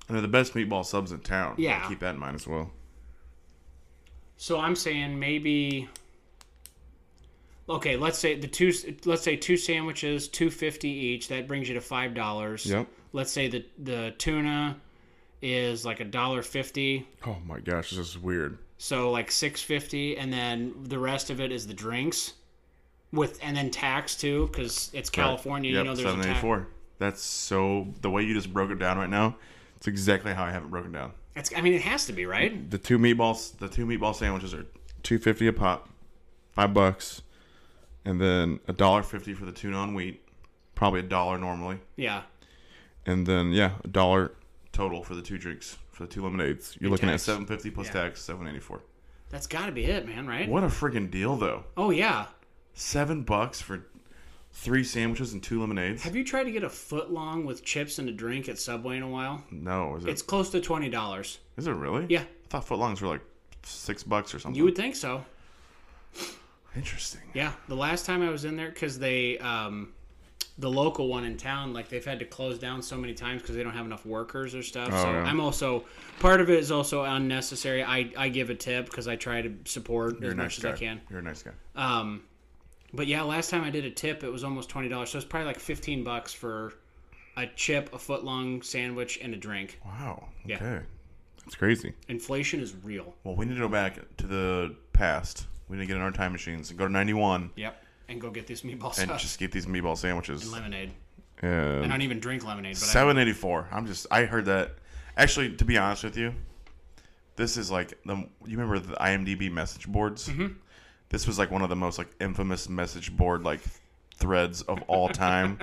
B: And they're the best meatball subs in town.
C: Yeah.
B: Keep that in mind as well.
C: So I'm saying maybe. Okay, let's say the two. Let's say two sandwiches, two fifty each. That brings you to five dollars.
B: Yep.
C: Let's say the the tuna is like a dollar fifty,
B: Oh my gosh, this is weird.
C: so like six fifty, and then the rest of it is the drinks, with and then tax too, because it's California.
B: Yep,
C: You know, there's a tax.
B: 784. That's so. The way you just broke it down right now, it's exactly how I have it broken down.
C: That's, I mean, it has to be right.
B: The two meatballs, the two meatball sandwiches are two fifty a pop, five bucks, and then a dollar fifty for the tuna on wheat, probably a dollar normally,
C: Yeah.
B: and then yeah, a dollar total for the two drinks for the two lemonades. You're looking
C: tax.
B: at seven fifty plus tax, seven eighty four.
C: That's got to be it, man. Right?
B: What a freaking deal though!
C: Oh yeah.
B: Seven bucks for three sandwiches and two lemonades.
C: Have you tried to get a foot long with chips and a drink at Subway in a while?
B: No, is it?
C: It's close to twenty dollars.
B: Is it really?
C: Yeah.
B: I thought footlongs were like six bucks or something.
C: You would think so.
B: Interesting.
C: Yeah, the last time I was in there, because they, um, the local one in town, like they've had to close down so many times because they don't have enough workers or stuff. so
B: Oh, yeah.
C: I'm also part of it is also unnecessary. I I give a tip because I try to support
B: You're
C: as
B: a
C: much
B: nice
C: as
B: guy.
C: I can.
B: You're a nice guy.
C: Um, but yeah, last time I did a tip, it was almost twenty dollars. So it's probably like fifteen bucks for a chip, a foot long sandwich, and a drink.
B: Wow.
C: Yeah.
B: Okay. That's crazy.
C: Inflation is real.
B: Well, we need to go back to the past. We need to get in our time machines and go to 91
C: Yep. And go get these meatball
B: and
C: sauce
B: just get these meatball sandwiches.
C: and lemonade. I
B: And
C: don't even drink lemonade, but I,
B: 784. I'm just, I heard that. Actually, to be honest with you, this is like the, you remember the IMDb message boards? Mm-hmm. This was like one of the most like infamous message board like threads of all time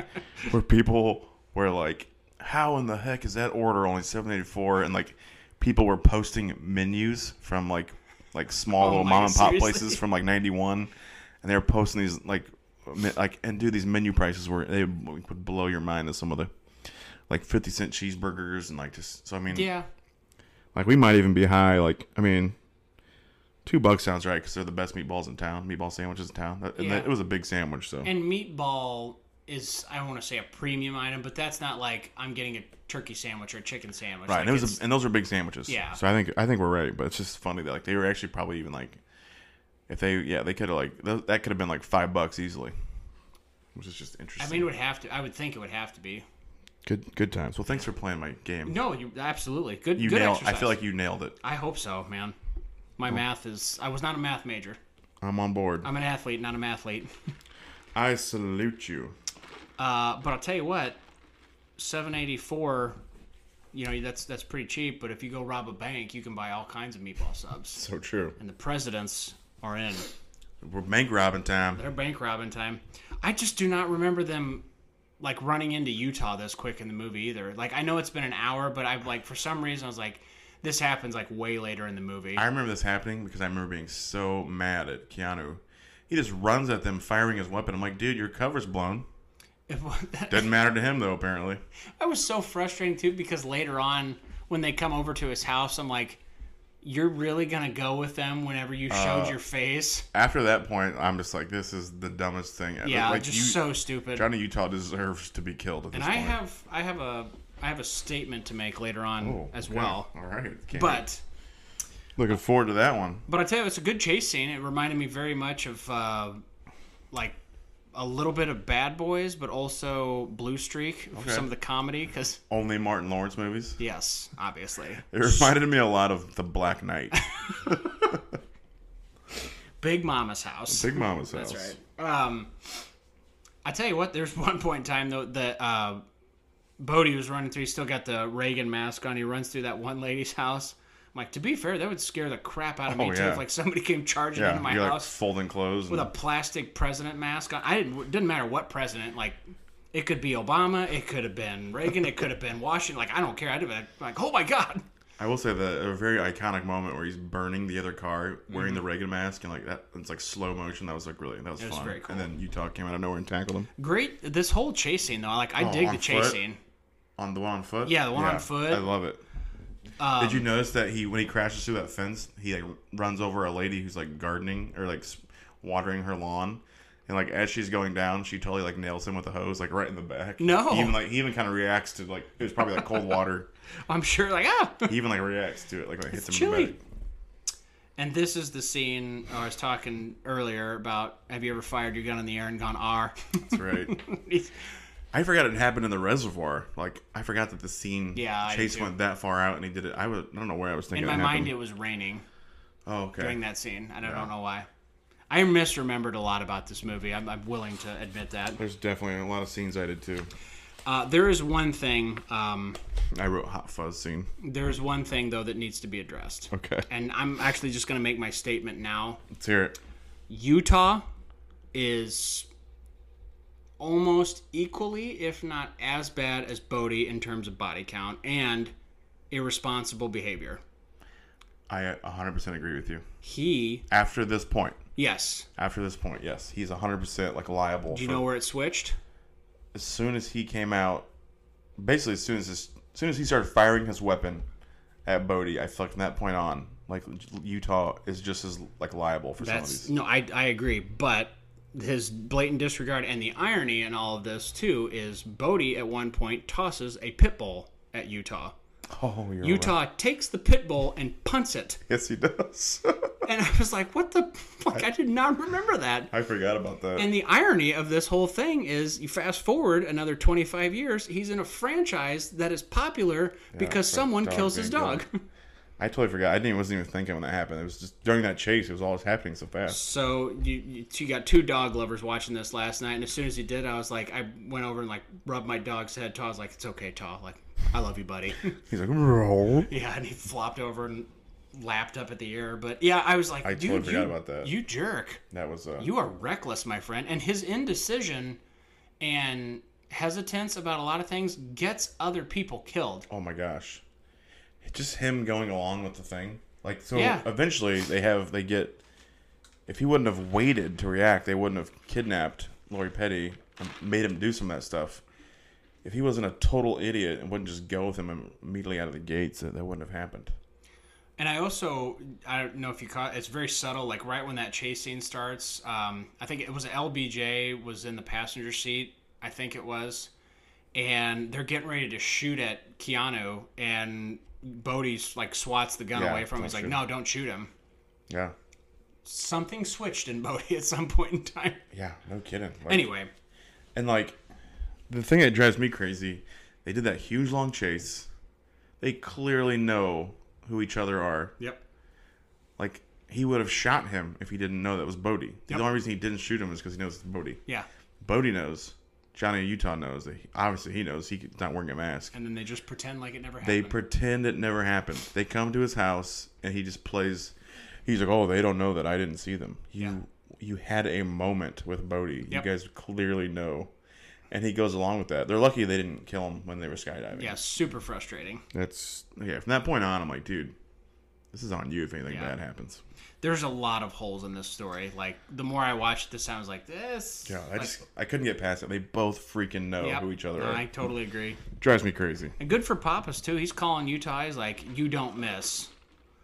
B: where people were like, how in the heck is that order only 784? And like people were posting menus from like, like small
C: Oh
B: little
C: my-
B: mom and pop
C: seriously?
B: places from like 91 and they were posting these like, me- like, and dude, these menu prices were, they would blow your mind as some of the like 50 cent cheeseburgers and like just, so I mean,
C: yeah.
B: like we might even be high. Like I mean, two bucks sounds right because they're the best meatballs in town. Meatball sandwiches in town. That- and
C: Yeah.
B: that- it was a big sandwich, so
C: And meatball is I don't want to say a premium item, but that's not like I'm getting a turkey sandwich or a chicken sandwich.
B: right.
C: Like,
B: And it was
C: it's-
B: a, and those were big sandwiches.
C: Yeah.
B: So I think I think we're right, but it's just funny that like they were actually probably even like if they yeah they could have like th- that could have been like five bucks easily, which is just
C: I
B: interesting.
C: mean, it would have to. I would think it would have to be.
B: good good times. Well, thanks for playing my game.
C: No, you absolutely good.
B: you
C: good
B: nailed.
C: exercise.
B: I feel like you nailed it.
C: I hope so, man. My math is. I was not a math major.
B: I'm on board.
C: I'm an athlete, not a mathlete.
B: I salute you.
C: Uh, but I'll tell you what, seven eighty four. You know that's that's pretty cheap. But if you go rob a bank, you can buy all kinds of meatball subs.
B: So true.
C: And the presidents are in.
B: We're bank robbing time.
C: They're bank robbing time. I just do not remember them like running into Utah this quick in the movie either. Like I know it's been an hour, but I've like for some reason I was like, this happens like way later in the movie.
B: I remember this happening because I remember being so mad at Keanu. He just runs at them firing his weapon. I'm like, dude, your cover's blown. Doesn't matter to him though, apparently.
C: I was so frustrating too because later on when they come over to his house, I'm like, you're really gonna go with them whenever you
B: Uh,
C: showed your face?
B: After that point, I'm just like, this is the dumbest thing ever.
C: Yeah,
B: like
C: just
B: you,
C: so stupid.
B: Johnny Utah deserves to be killed at this
C: and I
B: point.
C: have I have a I have a statement to make later on
B: Oh,
C: as
B: okay.
C: well.
B: All right, Keanu.
C: But
B: looking forward to that one.
C: But I tell you, it's a good chase scene. It reminded me very much of uh, like a little bit of Bad Boys, but also Blue Streak for
B: Okay.
C: some of the comedy. Because
B: Only Martin Lawrence movies.
C: yes, obviously,
B: It reminded me a lot of The Black Knight,
C: Big Mama's House.
B: Big Mama's house.
C: That's right. Um, I tell you what, there's one point in time though that uh, Bodie was running through. He still got the Reagan mask on. He runs through that one lady's house. I'm like, to be fair, that would scare the crap out of me
B: Oh,
C: too.
B: yeah.
C: If like somebody came charging into
B: Yeah,
C: my
B: you're like
C: house.
B: folding clothes.
C: with a
B: and-
C: plastic president mask on. I didn't. It didn't matter what president. Like, it could be Obama. It could have been Reagan. It could have been Washington. Like, I don't care. I'd have been like, oh my god.
B: I will say the a very iconic moment where he's burning the other car wearing the Reagan mask and like that it's like slow motion. That was like really that was,
C: Mm-hmm. was
B: fun.
C: very cool.
B: And then Utah came out of nowhere and tackled him
C: Great. This whole chase scene though. Like, I dig
B: on
C: the chase
B: foot?
C: scene.
B: on the one on foot.
C: Yeah, the one on foot.
B: I
C: Um,
B: love it. Did you notice that he when he crashes through that fence, he like runs over a lady who's like gardening or like s- watering her lawn, and like as she's going down, she totally like nails him with a hose like right in the back.
C: No.
B: he even like he even kind of reacts to like it was probably like cold water.
C: I'm sure. Like, ah.
B: He even like reacts to it like when it hits him in
C: chilly.
B: the back.
C: And this is the scene I was talking earlier about. Have you ever fired your gun in the air and gone R?
B: That's right.
C: He's-
B: I forgot it happened in the reservoir. Like I forgot that the scene
C: Yeah, I
B: Chase
C: do.
B: went that far out and he did it. I, was, I don't know where I was
C: in
B: thinking.
C: my
B: it
C: mind, it
B: happened.
C: was raining
B: Oh, okay.
C: during that scene, and I don't know why. I misremembered a lot about this movie. I'm, I'm willing to admit that.
B: There's definitely a lot of scenes I did too.
C: Uh, there is one thing. Um,
B: I wrote hot fuzz scene.
C: there is one thing though that needs to be addressed.
B: Okay.
C: And I'm actually just going to make my statement now.
B: Let's hear it.
C: Utah is almost equally, if not as bad as Bodie in terms of body count and irresponsible behavior.
B: I uh, 100% agree with you.
C: He,
B: After this point,
C: yes.
B: after this point, yes, he's 100% like liable.
C: Do you
B: for-
C: know where it switched?
B: as soon as he came out, basically as soon as this, as soon as he started firing his weapon at Bodie, I feel like from that point on, like Utah is just as like liable for some of
C: That's
B: these.
C: no, I I agree, but his blatant disregard and the irony in all of this too is Bodie at one point tosses a pit bull at Utah.
B: Oh, you're right.
C: Utah takes the pit bull and punts it.
B: Yes, he does.
C: And I was like, what the fuck? I did not remember that.
B: I forgot about that.
C: And the irony of this whole thing is you fast forward another 25 years, he's in a franchise that is popular because
B: for
C: someone
B: dog
C: kills his
B: being
C: dog.
B: I totally forgot. I didn't wasn't even thinking when that happened. It was just during that chase. It was all happening so fast.
C: so you, you, you got two dog lovers watching this last night. And as soon as he did, I was like, I went over and like rubbed my dog's head. Taw was like, it's okay, Taw. Like, I love you, buddy.
B: He's like, "Roll."
C: yeah. And he flopped over and lapped up at the air. But yeah, I was like,
B: I
C: dude,
B: totally forgot
C: you,
B: about that."
C: you jerk.
B: that was uh,
C: You are reckless, my friend. And his indecision and hesitance about a lot of things gets other people killed.
B: Oh my gosh. Just him going along with the thing. Like so
C: Yeah.
B: eventually they have they get if he wouldn't have waited to react, they wouldn't have kidnapped Lori Petty and made him do some of that stuff. If he wasn't a total idiot and wouldn't just go with him immediately out of the gates, that, that wouldn't have happened.
C: And I also, I don't know if you caught, it's very subtle. Like right when that chase scene starts, um, I think it was LBJ was in the passenger seat. I think it was, and they're getting ready to shoot at Keanu, and Bodie's like swats the gun
B: Yeah,
C: away from him.
B: don't
C: He's like,
B: shoot.
C: "No, don't shoot him."
B: Yeah.
C: Something switched in Bodie at some point in time.
B: Yeah, no kidding. Like-
C: Anyway,
B: And like the thing that drives me crazy, they did that huge long chase. They clearly know who each other are.
C: yep.
B: Like he would have shot him if he didn't know that was Bodie.
C: Yep.
B: The only reason he didn't shoot him is because he knows it's Bodie.
C: Yeah.
B: Bodie knows. Johnny Utah knows. That he, obviously, he knows he's not wearing a mask.
C: And then they just pretend like it never happened.
B: They pretend it never happened. They come to his house and he just plays. He's like, "Oh, they don't know that I didn't see them." You you had a moment with Bodie.
C: Yep.
B: You guys clearly know. And he goes along with that. They're lucky they didn't kill him when they were skydiving.
C: Yeah, super frustrating.
B: That's yeah. From that point on, I'm like, dude, this is on you if anything
C: Yeah.
B: bad happens.
C: There's a lot of holes in this story. Like the more I watch it, this sounds like this.
B: Yeah, I
C: like-
B: just I couldn't get past it. They both freaking know
C: Yep.
B: who each other
C: No,
B: are.
C: I totally agree.
B: Drives me crazy.
C: And good for Pappas too. He's calling Utah. He's like, you don't miss.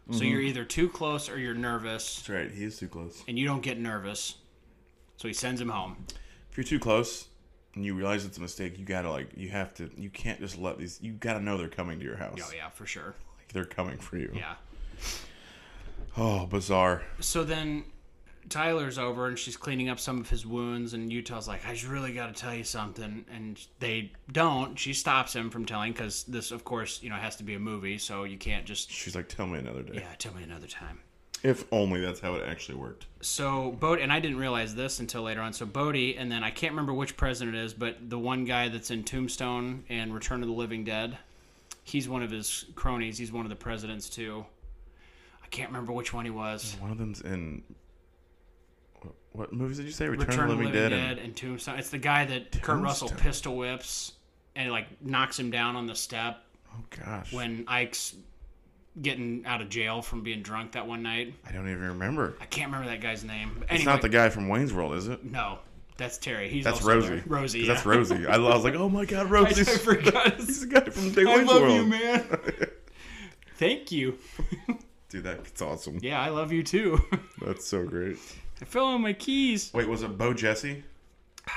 B: Mm-hmm.
C: So you're either too close or you're nervous,
B: That's right. He is too close.
C: and you don't get nervous. So he sends him home.
B: If you're too close and you realize it's a mistake, you gotta like you have to. You can't just let these. You gotta know they're coming to your house.
C: Oh yeah, for sure.
B: Like, they're coming for you.
C: Yeah.
B: Oh, bizarre.
C: So then Tyler's over and she's cleaning up some of his wounds, and Utah's like, I just really got to tell you something. And they don't. She stops him from telling because this, of course, you know, has to be a movie, so you can't just,
B: She's like, tell me another day.
C: yeah, tell me another time.
B: If only that's how it actually worked.
C: So Bodie, and I didn't realize this until later on. So Bodie, and then I can't remember which president it is, but the one guy that's in Tombstone and Return of the Living Dead, he's one of his cronies. He's one of the presidents too. I can't remember which one he was.
B: One of them's in. what- What movies did you say? Return,
C: Return
B: of the Living Dead.
C: Dead
B: and,
C: and Tombstone. It's the guy that Kurt Russell
B: Tombstone.
C: pistol whips and like knocks him down on the step
B: oh gosh.
C: when Ike's getting out of jail from being drunk that one night.
B: I don't even remember.
C: I can't remember that guy's name. Anyway,
B: It's not the guy from Wayne's World, is it?
C: no, that's Terry. He's
B: That's
C: also
B: Rosie.
C: there. Rosie.
B: 'Cause That's
C: yeah.
B: Rosie. I, I was like, oh my god,
C: I
B: Rosie.
C: just forgot.
B: He's the guy from Day
C: I
B: Wayne's
C: love
B: World.
C: you, man. Thank you.
B: Dude, that's awesome.
C: Yeah, I love you too.
B: That's so great.
C: I fell on my keys.
B: Wait, was it Bo Jesse?
C: I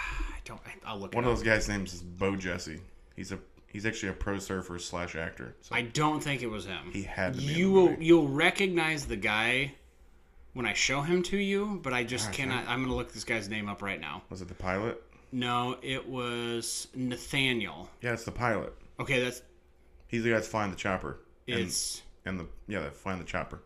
C: don't. I'll look.
B: One
C: it
B: of
C: up.
B: those guys' names is Bo Jesse. He's a he's actually a pro surfer slash actor. So
C: I don't think it was him.
B: he had to be. in
C: you
B: the
C: will
B: movie.
C: you'll recognize the guy when I show him to you, but I
B: Ah,
C: just cannot. I'm gonna look this guy's name up right now.
B: Was it the pilot?
C: No, it was Nathaniel.
B: Yeah, it's the pilot.
C: Okay, that's
B: He's the guy that's flying the chopper. And-
C: it's.
B: and, the yeah, that flying the chopper,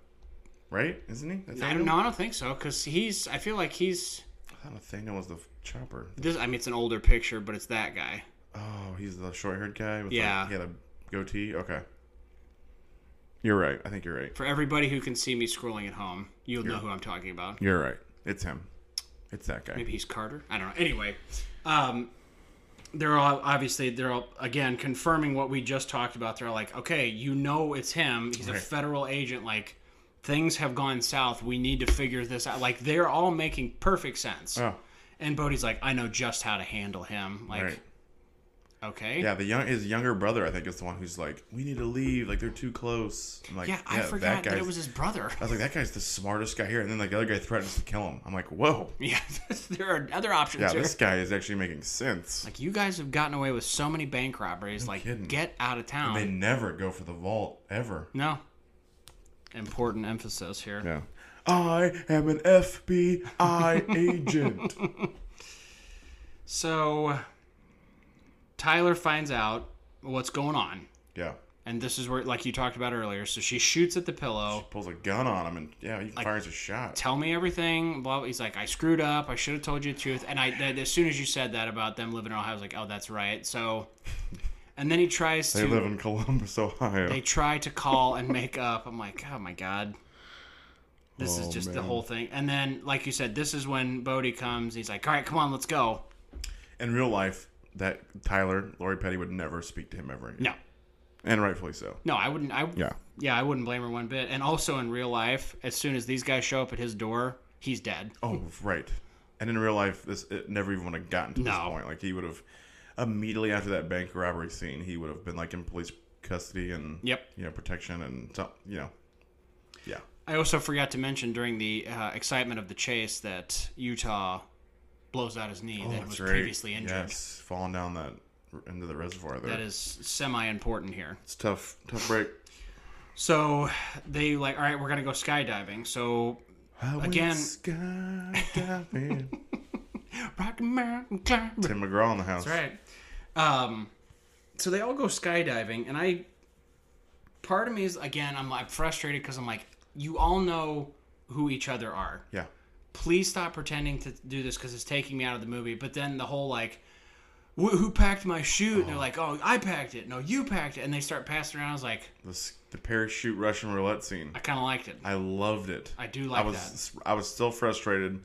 B: right? Isn't he? That's
C: I don't know. I don't think so because he's. I feel like he's.
B: I thought Nathaniel was the f- chopper.
C: This. I mean, it's an older picture, but it's that guy.
B: Oh, he's the short-haired guy. With
C: Yeah.
B: the, he had a goatee. Okay, you're right. I think you're right.
C: For everybody who can see me scrolling at home, you'll know who I'm talking about.
B: You're right. It's him. It's that guy.
C: Maybe he's Carter. I don't know. Anyway, um, they're all obviously they're all again confirming what we just talked about. They're like, okay, you know it's him. He's a
B: Right.
C: federal agent. Like things have gone south. We need to figure this out. Like they're all making perfect sense.
B: Oh,
C: And Bodhi's like, I know just how to handle him. Like,
B: right.
C: okay,
B: Yeah, the young his younger brother, I think, is the one who's like, "We need to leave. Like they're too close." I'm like,
C: yeah. I forgot that, it
B: guy's-
C: was his brother.
B: I was like, "That guy's the smartest guy here," and then like the other guy threatens to kill him. I'm like, "Whoa."
C: yeah, there are other options.
B: Yeah,
C: here.
B: this guy is actually making sense.
C: Like you guys have gotten away with so many bank robberies. like,
B: kidding.
C: get out of town.
B: They never go for the vault ever.
C: No. Important emphasis here.
B: Yeah. I am an FBI agent.
C: So Tyler finds out what's going on.
B: Yeah.
C: And this is where, like you talked about earlier, so she shoots at the pillow.
B: Pulls a gun on him and yeah, he fires a shot.
C: Tell me everything. Blah. blah. He's like, I screwed up. I should have told you the truth. And I, that, as soon as you said that about them living in Ohio, I was like, oh, that's right. So, and then he tries
B: They
C: to.
B: live in Columbus, Ohio.
C: they try to call and make up. I'm like, oh my god, this is
B: Oh,
C: just the
B: man.
C: whole thing. And then, like you said, this is when Bodhi comes. He's like, all right, come on, let's go.
B: in real life, that Tyler, Lori Petty would never speak to him ever again.
C: No,
B: And rightfully so.
C: no, I wouldn't. I
B: Yeah.
C: yeah, I wouldn't blame her one bit. And also in real life, as soon as these guys show up at his door, he's dead.
B: Oh, right. And in real life, this it never even would have gotten to this
C: No.
B: point. Like he would have immediately after that bank robbery scene, he would have been like in police custody and
C: Yep.
B: you know protection and so- you know, yeah.
C: I also forgot to mention during the uh, excitement of the chase that Utah blows out his knee that was
B: Oh, That's right.
C: previously injured.
B: Yes, falling down that into the reservoir there.
C: That is semi important here.
B: It's tough, tough break.
C: So they like, all right, we're gonna go skydiving. So Again-
B: skydiving.
C: Rocky Mountain climb.
B: Tim McGraw in the house.
C: That's right. Um, so they all go skydiving, and I. Part of me is again, I'm like frustrated because I'm like, you all know who each other are.
B: Yeah.
C: Please stop pretending to do this because it's taking me out of the movie. But then the whole like, wh- who packed my shoe? And they're like, oh, I packed it. No, you packed it. And they start passing around. I was like,
B: The, s- the parachute Russian roulette scene.
C: I kind of liked it.
B: I loved it.
C: I do like
B: I was I was still frustrated,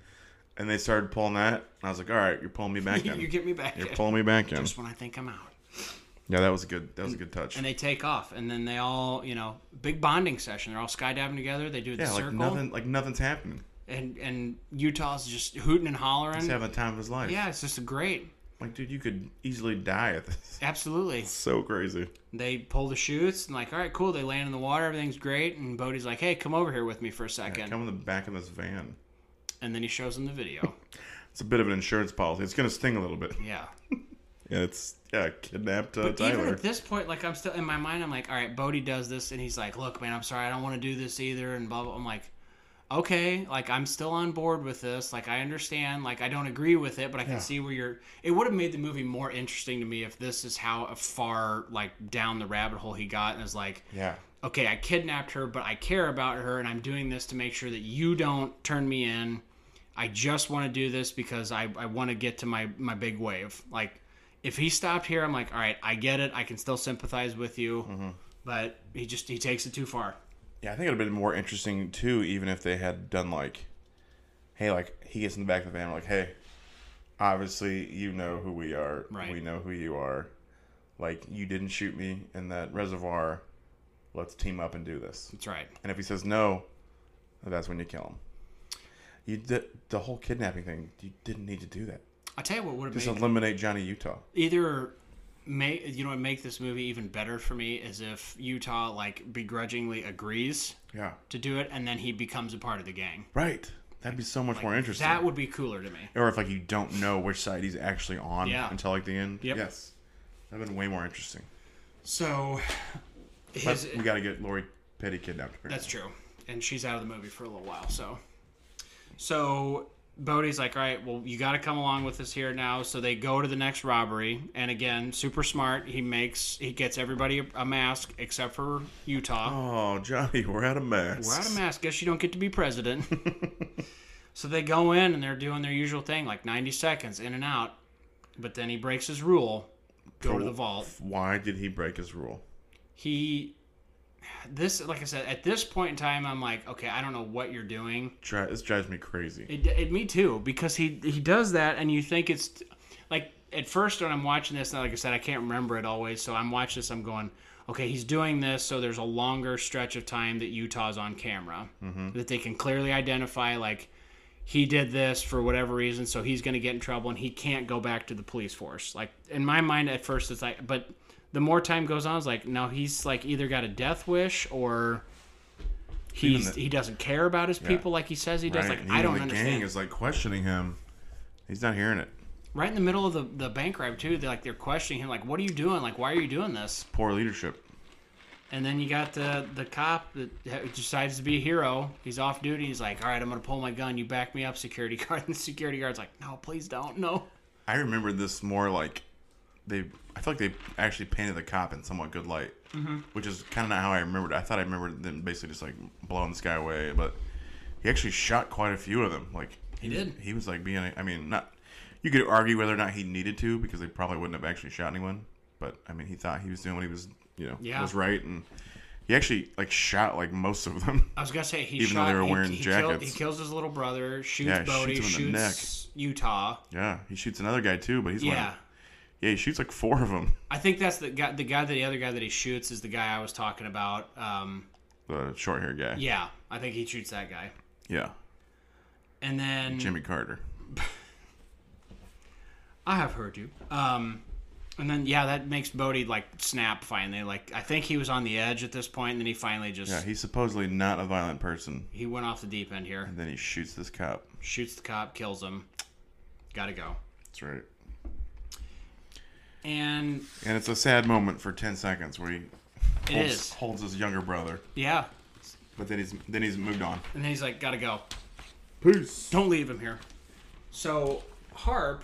B: and they started pulling that, and I was like, "All right, you're pulling me back in.
C: you get me back.
B: You're
C: in.
B: pulling me back in."
C: Just when I think I'm out.
B: Yeah, that was a good. That was a good touch.
C: And they take off, and then they all, you know, big bonding session. They're all skydiving together. They do the
B: yeah, like
C: circle.
B: nothing. Like nothing's happening.
C: and and Utah's just hooting and hollering.
B: He's having the time of his life.
C: yeah, it's just great.
B: Like, dude, you could easily die at this.
C: Absolutely.
B: So crazy.
C: They pull the chutes and like, all right, cool. They land in the water, everything's great. And Bodhi's like, hey, come over here with me for a second.
B: Come in the back of this van.
C: and then he shows him the video.
B: It's a bit of an insurance policy. It's gonna sting a little bit.
C: yeah.
B: Yeah, it's yeah, kidnapped uh,
C: Even
B: Tyler.
C: at this point, like I'm still in my mind, I'm like, all right, Bodhi does this, and he's like, look, man, I'm sorry, I don't want to do this either, and blah blah. I'm like. Okay, like I'm still on board with this. Like I understand. Like I don't agree with it, but I can see where you're. It would have made the movie more interesting to me if this is how far like down the rabbit hole he got and is like,
B: yeah,
C: okay, I kidnapped her, but I care about her, and I'm doing this to make sure that you don't turn me in. I just want to do this because I, I want to get to my, my big wave. Like, if he stopped here, I'm like, all right, I get it. I can still sympathize with you, but he just he takes it too far.
B: yeah. I think it'd have been more interesting too, even if they had done like, hey, like he gets in the back of the van, like, hey, obviously you know who we are.
C: Right.
B: We know who you are. Like you didn't shoot me in that reservoir. Let's team up and do this.
C: That's right.
B: And if he says no, that's when you kill him. You did the whole kidnapping thing. You didn't need to do that.
C: I'll tell you what would have
B: Just
C: made
B: eliminate Johnny Utah.
C: either make you know what make this movie even better for me is if Utah like begrudgingly agrees
B: Yeah.
C: to do it, and then he becomes a part of the gang.
B: Right. That'd be so much more interesting.
C: That would be cooler to me.
B: or if like you don't know which side he's actually on
C: Yeah.
B: until like the end.
C: Yep.
B: Yes, that'd been way more interesting.
C: So, his,
B: But we got to get Lori Petty kidnapped.
C: That's true. And she's out of the movie for a little while, so So Bodie's like, all right, well, you got to come along with us here now. So they go to the next robbery, and again, super smart. He makes he gets everybody a mask except for Utah.
B: Oh, Johnny, we're out of masks.
C: We're out of mask. Guess you don't get to be president. so they go in and they're doing their usual thing, like 90 seconds in and out. But then he breaks his rule. Go to the vault.
B: Why did he break his rule?
C: He, this, like I said, at this point in time, I'm like, okay, I don't know what you're doing.
B: Dri- this drives me crazy.
C: It, it, me too, because he he does that, and you think it's like at first when I'm watching this, now like I said, I can't remember it always. So I'm watching this, I'm going, okay, he's doing this, so there's a longer stretch of time that Utah's on camera
B: Mm-hmm.
C: that they can clearly identify, like he did this for whatever reason, so he's going to get in trouble, and he can't go back to the police force. Like in my mind, at first it's like, but the more time goes on, it's like no, he's like either got a death wish or. He's,
B: the-
C: he doesn't care about his people like he says he does.
B: Right?
C: Like
B: And
C: I
B: even
C: don't
B: the gang
C: understand.
B: is like questioning him. He's not hearing it.
C: right in the middle of the, the bank rob too they're like they're questioning him like what are you doing like why are you doing this
B: Poor leadership.
C: and then you got the the cop that ha- decides to be a hero he's off duty he's like all right i'm gonna pull my gun you back me up security guard and the security guard's like no please don't no
B: I remember this more like they. I feel like they actually painted the cop in somewhat good light,
C: Mm-hmm.
B: which is kind of not how I remembered. it. I thought I remembered them basically just like blowing this guy away, but he actually shot quite a few of them. Like he,
C: did.
B: He was like being. a- I mean, not. You could argue whether or not he needed to because they probably wouldn't have actually shot anyone. But I mean, he thought he was doing what he was, you know,
C: Yeah.
B: was right, and he actually like shot like most of them.
C: i was gonna say he
B: Even though
C: shot
B: they were
C: he-
B: wearing
C: he, killed-
B: jackets.
C: he kills his little brother shoots
B: Yeah, shoots
C: bodie
B: him
C: shoots,
B: in the
C: utah
B: yeah, he shoots another guy too, but he's
C: yeah
B: like, yeah, he shoots like four of them.
C: i think that's the guy the guy that the other guy that he shoots is the guy i was talking about um
B: The short hair guy.
C: yeah i think he shoots that guy
B: yeah.
C: and then
B: Jimmy Carter.
C: I have heard you. Um, and then yeah, that makes Bodie like snap finally. Like I think he was on the edge at this point, and then he finally just
B: Yeah, he's supposedly not a violent person.
C: he went off the deep end here,
B: And then he shoots this cop.
C: shoots the cop, kills him. Got to go.
B: That's right.
C: And
B: And it's a sad moment for ten seconds where he
C: it
B: holds,
C: is
B: holds his younger brother.
C: yeah.
B: But then he's then he's moved on.
C: And then he's like, gotta go.
B: Peace.
C: Don't leave him here. So Harp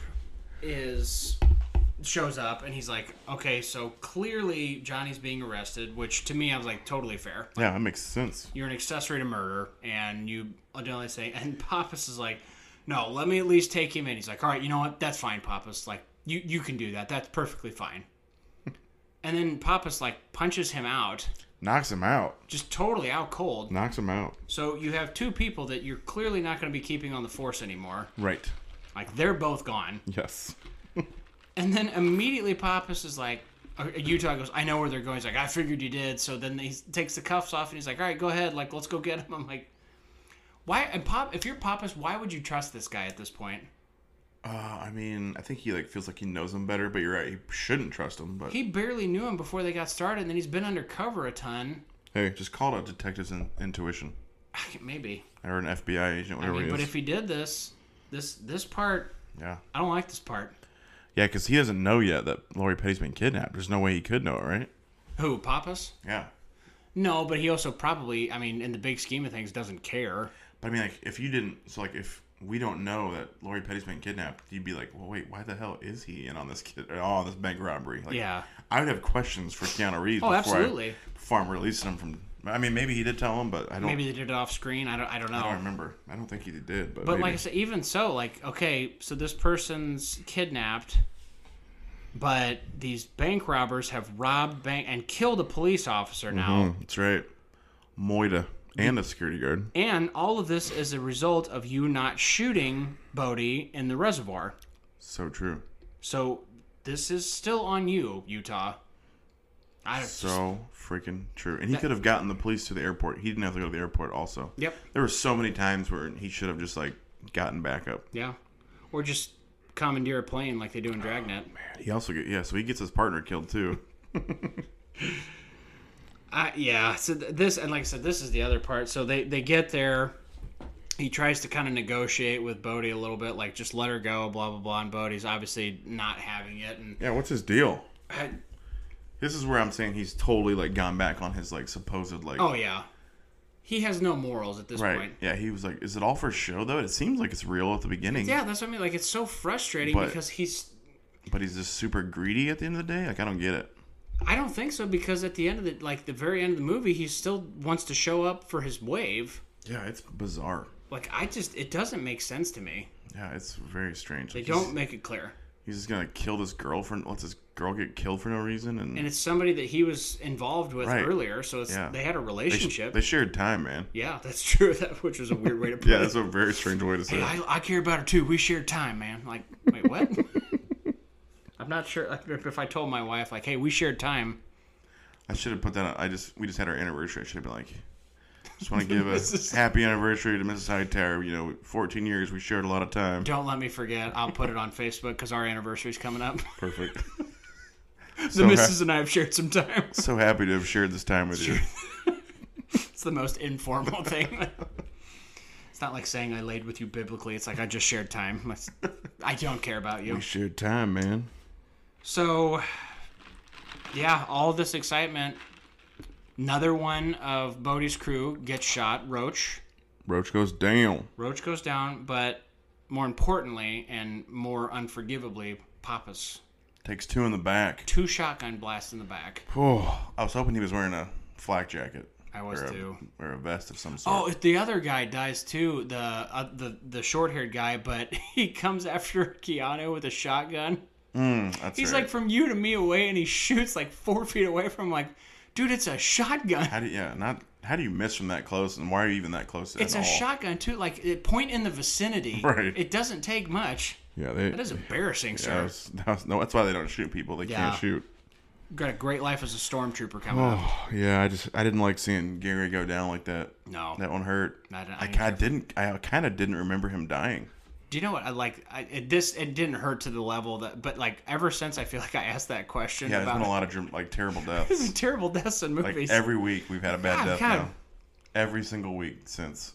C: is shows up and he's like, okay, so clearly Johnny's being arrested, which to me I was like totally fair.
B: Yeah, that makes sense.
C: you're an accessory to murder, and you adulterate say, and Pappas is like, no, let me at least take him in. He's like, all right, you know what? That's fine, Pappas. Like, you, you can do that. That's perfectly fine. and then Pappas, like, punches him out,
B: Knocks him out.
C: just totally out cold.
B: Knocks him out.
C: So you have two people that you're clearly not going to be keeping on the force anymore.
B: Right.
C: Like, they're both gone.
B: Yes.
C: And then immediately Pappas is like, uh, Utah goes, I know where they're going. He's like, I figured you did. So then he takes the cuffs off and he's like, all right, go ahead. Like, let's go get him. I'm like, why? And Pop, if you're Pappas, why would you trust this guy at this point?
B: Uh, I mean, I think he like feels like he knows him better, but you're right. He shouldn't trust him. But
C: He barely knew him before they got started, and then he's been undercover a ton.
B: hey, just call it a detective's in- intuition
C: Maybe.
B: or an FBI agent,
C: I
B: whatever
C: mean, but
B: he is.
C: if he did this, this this part,
B: yeah.
C: I don't like this part.
B: Yeah, because he doesn't know yet that Lori Petty's been kidnapped. There's no way he could know it, right?
C: Who, Pappas?
B: Yeah.
C: No, but he also probably, I mean, in the big scheme of things, doesn't care.
B: But I mean, like, if you didn't, so like, if we don't know that Lori Petty's been kidnapped, you'd be like, well, wait, why the hell is he in on this kid? Or, oh, this bank robbery. Like,
C: Yeah.
B: I would have questions for Keanu Reeves.
C: Oh,
B: before
C: absolutely.
B: I, before I'm releasing him from. I mean, maybe he did tell him, but I don't.
C: Maybe they did it off screen. I don't, I don't know.
B: I don't remember. I don't think he did. But,
C: But
B: maybe.
C: like I said, even so, like okay, so this person's kidnapped, but these bank robbers have robbed bank and killed a police officer now,
B: Mm, that's right. Moida and a security guard.
C: and all of this is a result of you not shooting Bodie in the reservoir.
B: So true.
C: So this is still on you, Utah. I
B: So freaking true. And he could have gotten the police to the airport. He didn't have to go to the airport. Also.
C: yep,
B: There were so many times where he should have just like gotten back up.
C: yeah, or just commandeer a plane like they do in Dragnet.
B: He also get yeah, so he gets his partner killed too.
C: I, yeah. So th- this, and like I said, this is the other part. So they they get there. He tries to kind of negotiate with Bodie a little bit, like just let her go, blah blah blah. And Bodie's obviously not having it, and
B: Yeah, what's his deal?
C: I,
B: This is where I'm saying he's totally like gone back on his like supposed like
C: oh yeah, he has no morals at this
B: Right.
C: point.
B: Yeah, he was like, "Is it all for show though?" It seems like it's real at the beginning.
C: Yeah, that's what I mean. Like it's so frustrating
B: But-
C: because he's.
B: But he's just super greedy at the end of the day. Like I don't get it.
C: I don't think so because at the end of the like the very end of the movie, he still wants to show up for his wave.
B: Yeah, it's bizarre.
C: Like I just, it doesn't make sense to me.
B: Yeah, it's very strange.
C: They
B: Like,
C: don't
B: He's,
C: make it clear.
B: he's just gonna kill this girl for lets this girl get killed for no reason, and,
C: and it's somebody that he was involved with
B: Right.
C: earlier. So it's
B: Yeah.
C: they had a
B: they, sh-
C: relationship.
B: they shared time, man.
C: yeah, that's true. That which was a weird way to put
B: Yeah,
C: it.
B: that's a very strange way to say.
C: Hey,
B: it.
C: I, I care about her too. We shared time, man. Like, wait, what? I'm not sure like, if if I told my wife like, hey, we shared time.
B: I should have put that. On, I just we just had our anniversary. I should have been like, just want to give a happy anniversary to Mrs. Hightower. You know, 14 years. We shared a lot of time.
C: Don't let me forget. I'll put it on Facebook because our anniversary's coming up.
B: Perfect.
C: the
B: So ha-
C: missus and I have shared some time.
B: so happy to have shared this time with you.
C: It's the most informal thing. it's not like saying I laid with you biblically. It's like I just shared time. I don't care about you.
B: We shared time, man.
C: So, yeah, all this excitement. Another one of Bodhi's crew gets shot. Roach.
B: Roach goes down.
C: Roach goes down, but more importantly and more unforgivably, Pappas.
B: Takes two in the back.
C: Two shotgun blasts in the back.
B: Oh, I was hoping he was wearing a flak jacket.
C: I was
B: or a,
C: too.
B: Or a vest of some
C: Oh,
B: sort.
C: if the other guy dies too, the uh, the the short haired guy, but he comes after Keanu with a shotgun.
B: Mm, That's
C: He's
B: right.
C: like from you to me away, and he shoots like four feet away from him, like, dude, it's a shotgun.
B: how do you, yeah, not how do you miss from that close, and why are you even that close?
C: It's
B: at
C: a
B: all?
C: shotgun too. Like it point in the vicinity.
B: Right.
C: It doesn't take much.
B: Yeah, they.
C: That is embarrassing,
B: yeah,
C: sir.
B: that's, that's- no, that's why they don't shoot people. They
C: Yeah.
B: can't shoot.
C: Got a great life as a stormtrooper coming up.
B: Oh yeah, I just I didn't like seeing Gary go down like that.
C: No.
B: that one hurt.
C: I didn't- I
B: I,
C: didn't
B: ki- I didn't. I kind of didn't remember him dying.
C: Do you know what I like? I, it, this it didn't hurt to the level that, but like ever since I feel like I asked that question
B: Yeah, there's
C: about
B: been a lot of dr- like terrible deaths.
C: terrible deaths in
B: like
C: movies.
B: every week we've had a bad
C: God,
B: death
C: God.
B: now. Every single week since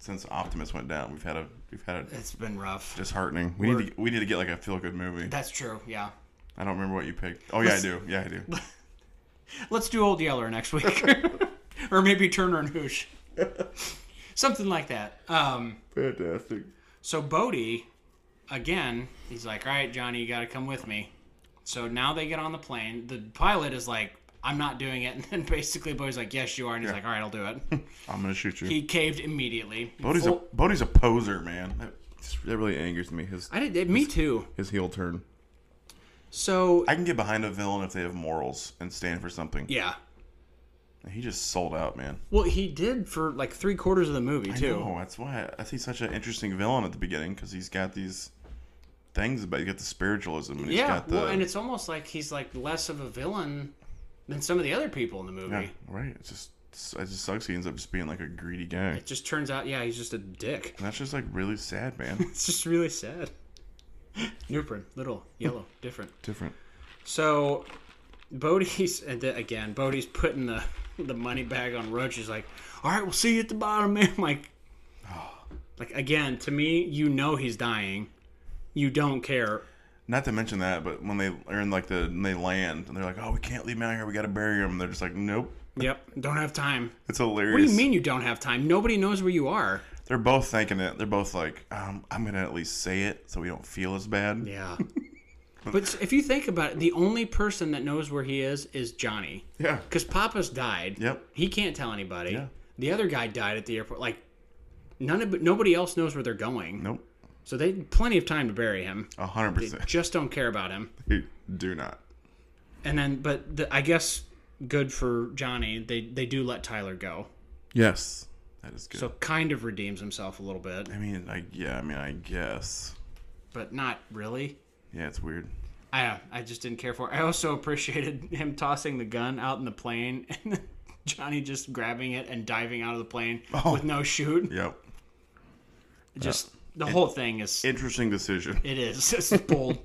B: since Optimus went down, we've had a we've had a
C: it's been rough.
B: disheartening. We need to we need to get like a feel good movie.
C: That's true. Yeah.
B: I don't remember what you picked. Oh yeah, I do. Yeah, I do.
C: Let's do Old Yeller next week, or maybe Turner and Hoosh, something like that. Um,
B: Fantastic.
C: So Bodie, again, he's like, "All right, Johnny, you got to come with me." So now they get on the plane. The pilot is like, "I'm not doing it," and then basically Bodie's like, "Yes, you are," and he's like, "All right, I'll do it."
B: I'm gonna shoot you.
C: he caved immediately.
B: Bodie's a
C: Full-
B: Bodie's a poser, man. That, just- that really angers me. His
C: I did. it- Me too.
B: his heel turn.
C: So
B: I can get behind a villain if they have morals and stand for something.
C: yeah.
B: He just sold out, man.
C: Well, he did for like three quarters of the movie
B: I
C: too.
B: know. That's why I, I see such an interesting villain at the beginning because he's got these things about. He's got the spiritualism and he's
C: Yeah.
B: got the.
C: Well, and it's almost like he's like less of a villain than some of the other people in the movie.
B: yeah, right. It's just it just sucks. He ends up just being like a greedy guy.
C: It just turns out, yeah, he's just a dick.
B: And that's just like really sad, man.
C: It's just really sad. New print, little, yellow, different.
B: Different.
C: So, Bodie's and then again. Bodie's putting the the money bag on Roach. He's like, "All right, we'll see you at the bottom, man." Like, like again, to me, you know he's dying. You don't care.
B: Not to mention that, but when they are in like the when they land and they're like, "Oh, we can't leave him out here. We got to bury him." And they're just like, "Nope."
C: Yep, don't have time.
B: It's hilarious.
C: What do you mean you don't have time? Nobody knows where you are.
B: They're both thinking it. They're both like, um, "I'm gonna at least say it so we don't feel as bad."
C: Yeah. but if you think about it, the only person that knows where he is is Johnny.
B: Yeah.
C: Because Papa's died.
B: Yep.
C: He can't tell anybody.
B: Yeah.
C: The other guy died at the airport. Like, none of nobody else knows where they're going.
B: Nope.
C: So they had plenty of time to bury him.
B: A hundred percent.
C: Just don't care about him.
B: Do not.
C: And then, but the, I guess good for Johnny. They they do let Tyler go.
B: Yes. That is good.
C: So kind of redeems himself a little bit,
B: I mean, I yeah. I mean, I guess.
C: but not really.
B: Yeah, it's weird.
C: I I just didn't care for. It. I also appreciated him tossing the gun out in the plane and then Johnny just grabbing it and diving out of the plane with no shoot.
B: Yep.
C: Just the whole thing is
B: Interesting decision.
C: It is. It's bold.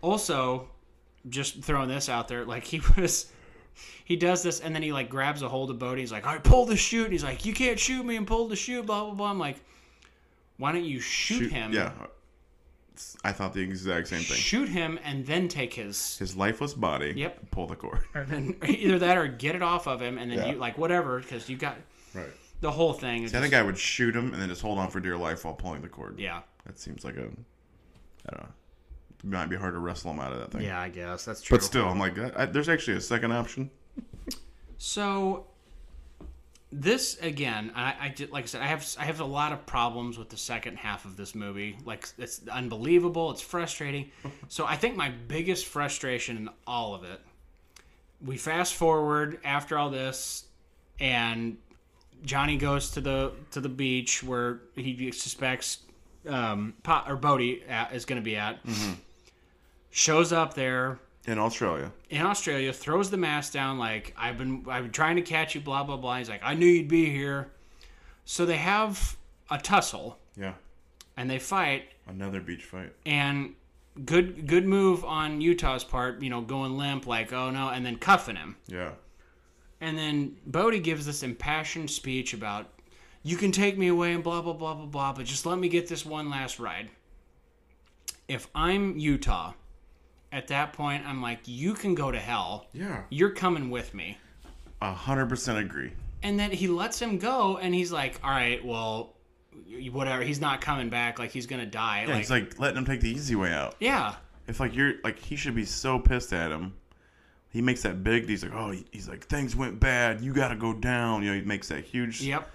C: also, just throwing this out there, like he was, he does this and then he like grabs a hold of Bodie. He's like, "All right, pull the shoot." And he's like, "You can't shoot me and pull the shoot." Blah blah blah. I'm like, why don't you shoot,
B: Shoot-
C: him?
B: Yeah. It's- I thought the exact same thing.
C: Shoot him and then take his.
B: His lifeless body.
C: Yep.
B: Pull the cord.
C: And either that or get it off of him and then
B: Yeah.
C: you like whatever because you got
B: Right.
C: The whole thing. is
B: See, I think
C: just-
B: I would shoot him and then just hold on for dear life while pulling the cord.
C: yeah.
B: That seems like a. I don't know. It might be hard to wrestle him out of that thing.
C: Yeah, I guess that's true.
B: But still, I'm like, I, I- there's actually a second option.
C: So this again, I, I ju- like I said, I have I have a lot of problems with the second half of this movie. Like it's unbelievable, it's frustrating. so I think my biggest frustration in all of it, we fast forward after all this, and Johnny goes to the to the beach where he suspects um, Pot, or Bodie at, is going to be at. Shows up there,
B: In Australia.
C: in Australia, throws the mask down like I've been I've been trying to catch you, blah blah blah. He's like, I knew you'd be here. So they have a tussle
B: Yeah.
C: and they fight
B: Another beach fight.
C: and good good move on Utah's part, you know, going limp like, oh no, and then cuffing him.
B: Yeah.
C: And then Bodie gives this impassioned speech about you can take me away and blah blah blah blah blah, but just let me get this one last ride. If I'm Utah, at that point I'm like, you can go to hell.
B: Yeah.
C: You're coming with me.
B: A hundred percent agree.
C: and then he lets him go and he's like all right well y- whatever he's not coming back like he's gonna die
B: Yeah,
C: like,
B: he's like letting him take the easy way out.
C: yeah
B: If like you're like he should be so pissed at him. He makes that big. He's like, oh, he's like things went bad. You gotta go down. You know, he makes that huge,
C: yep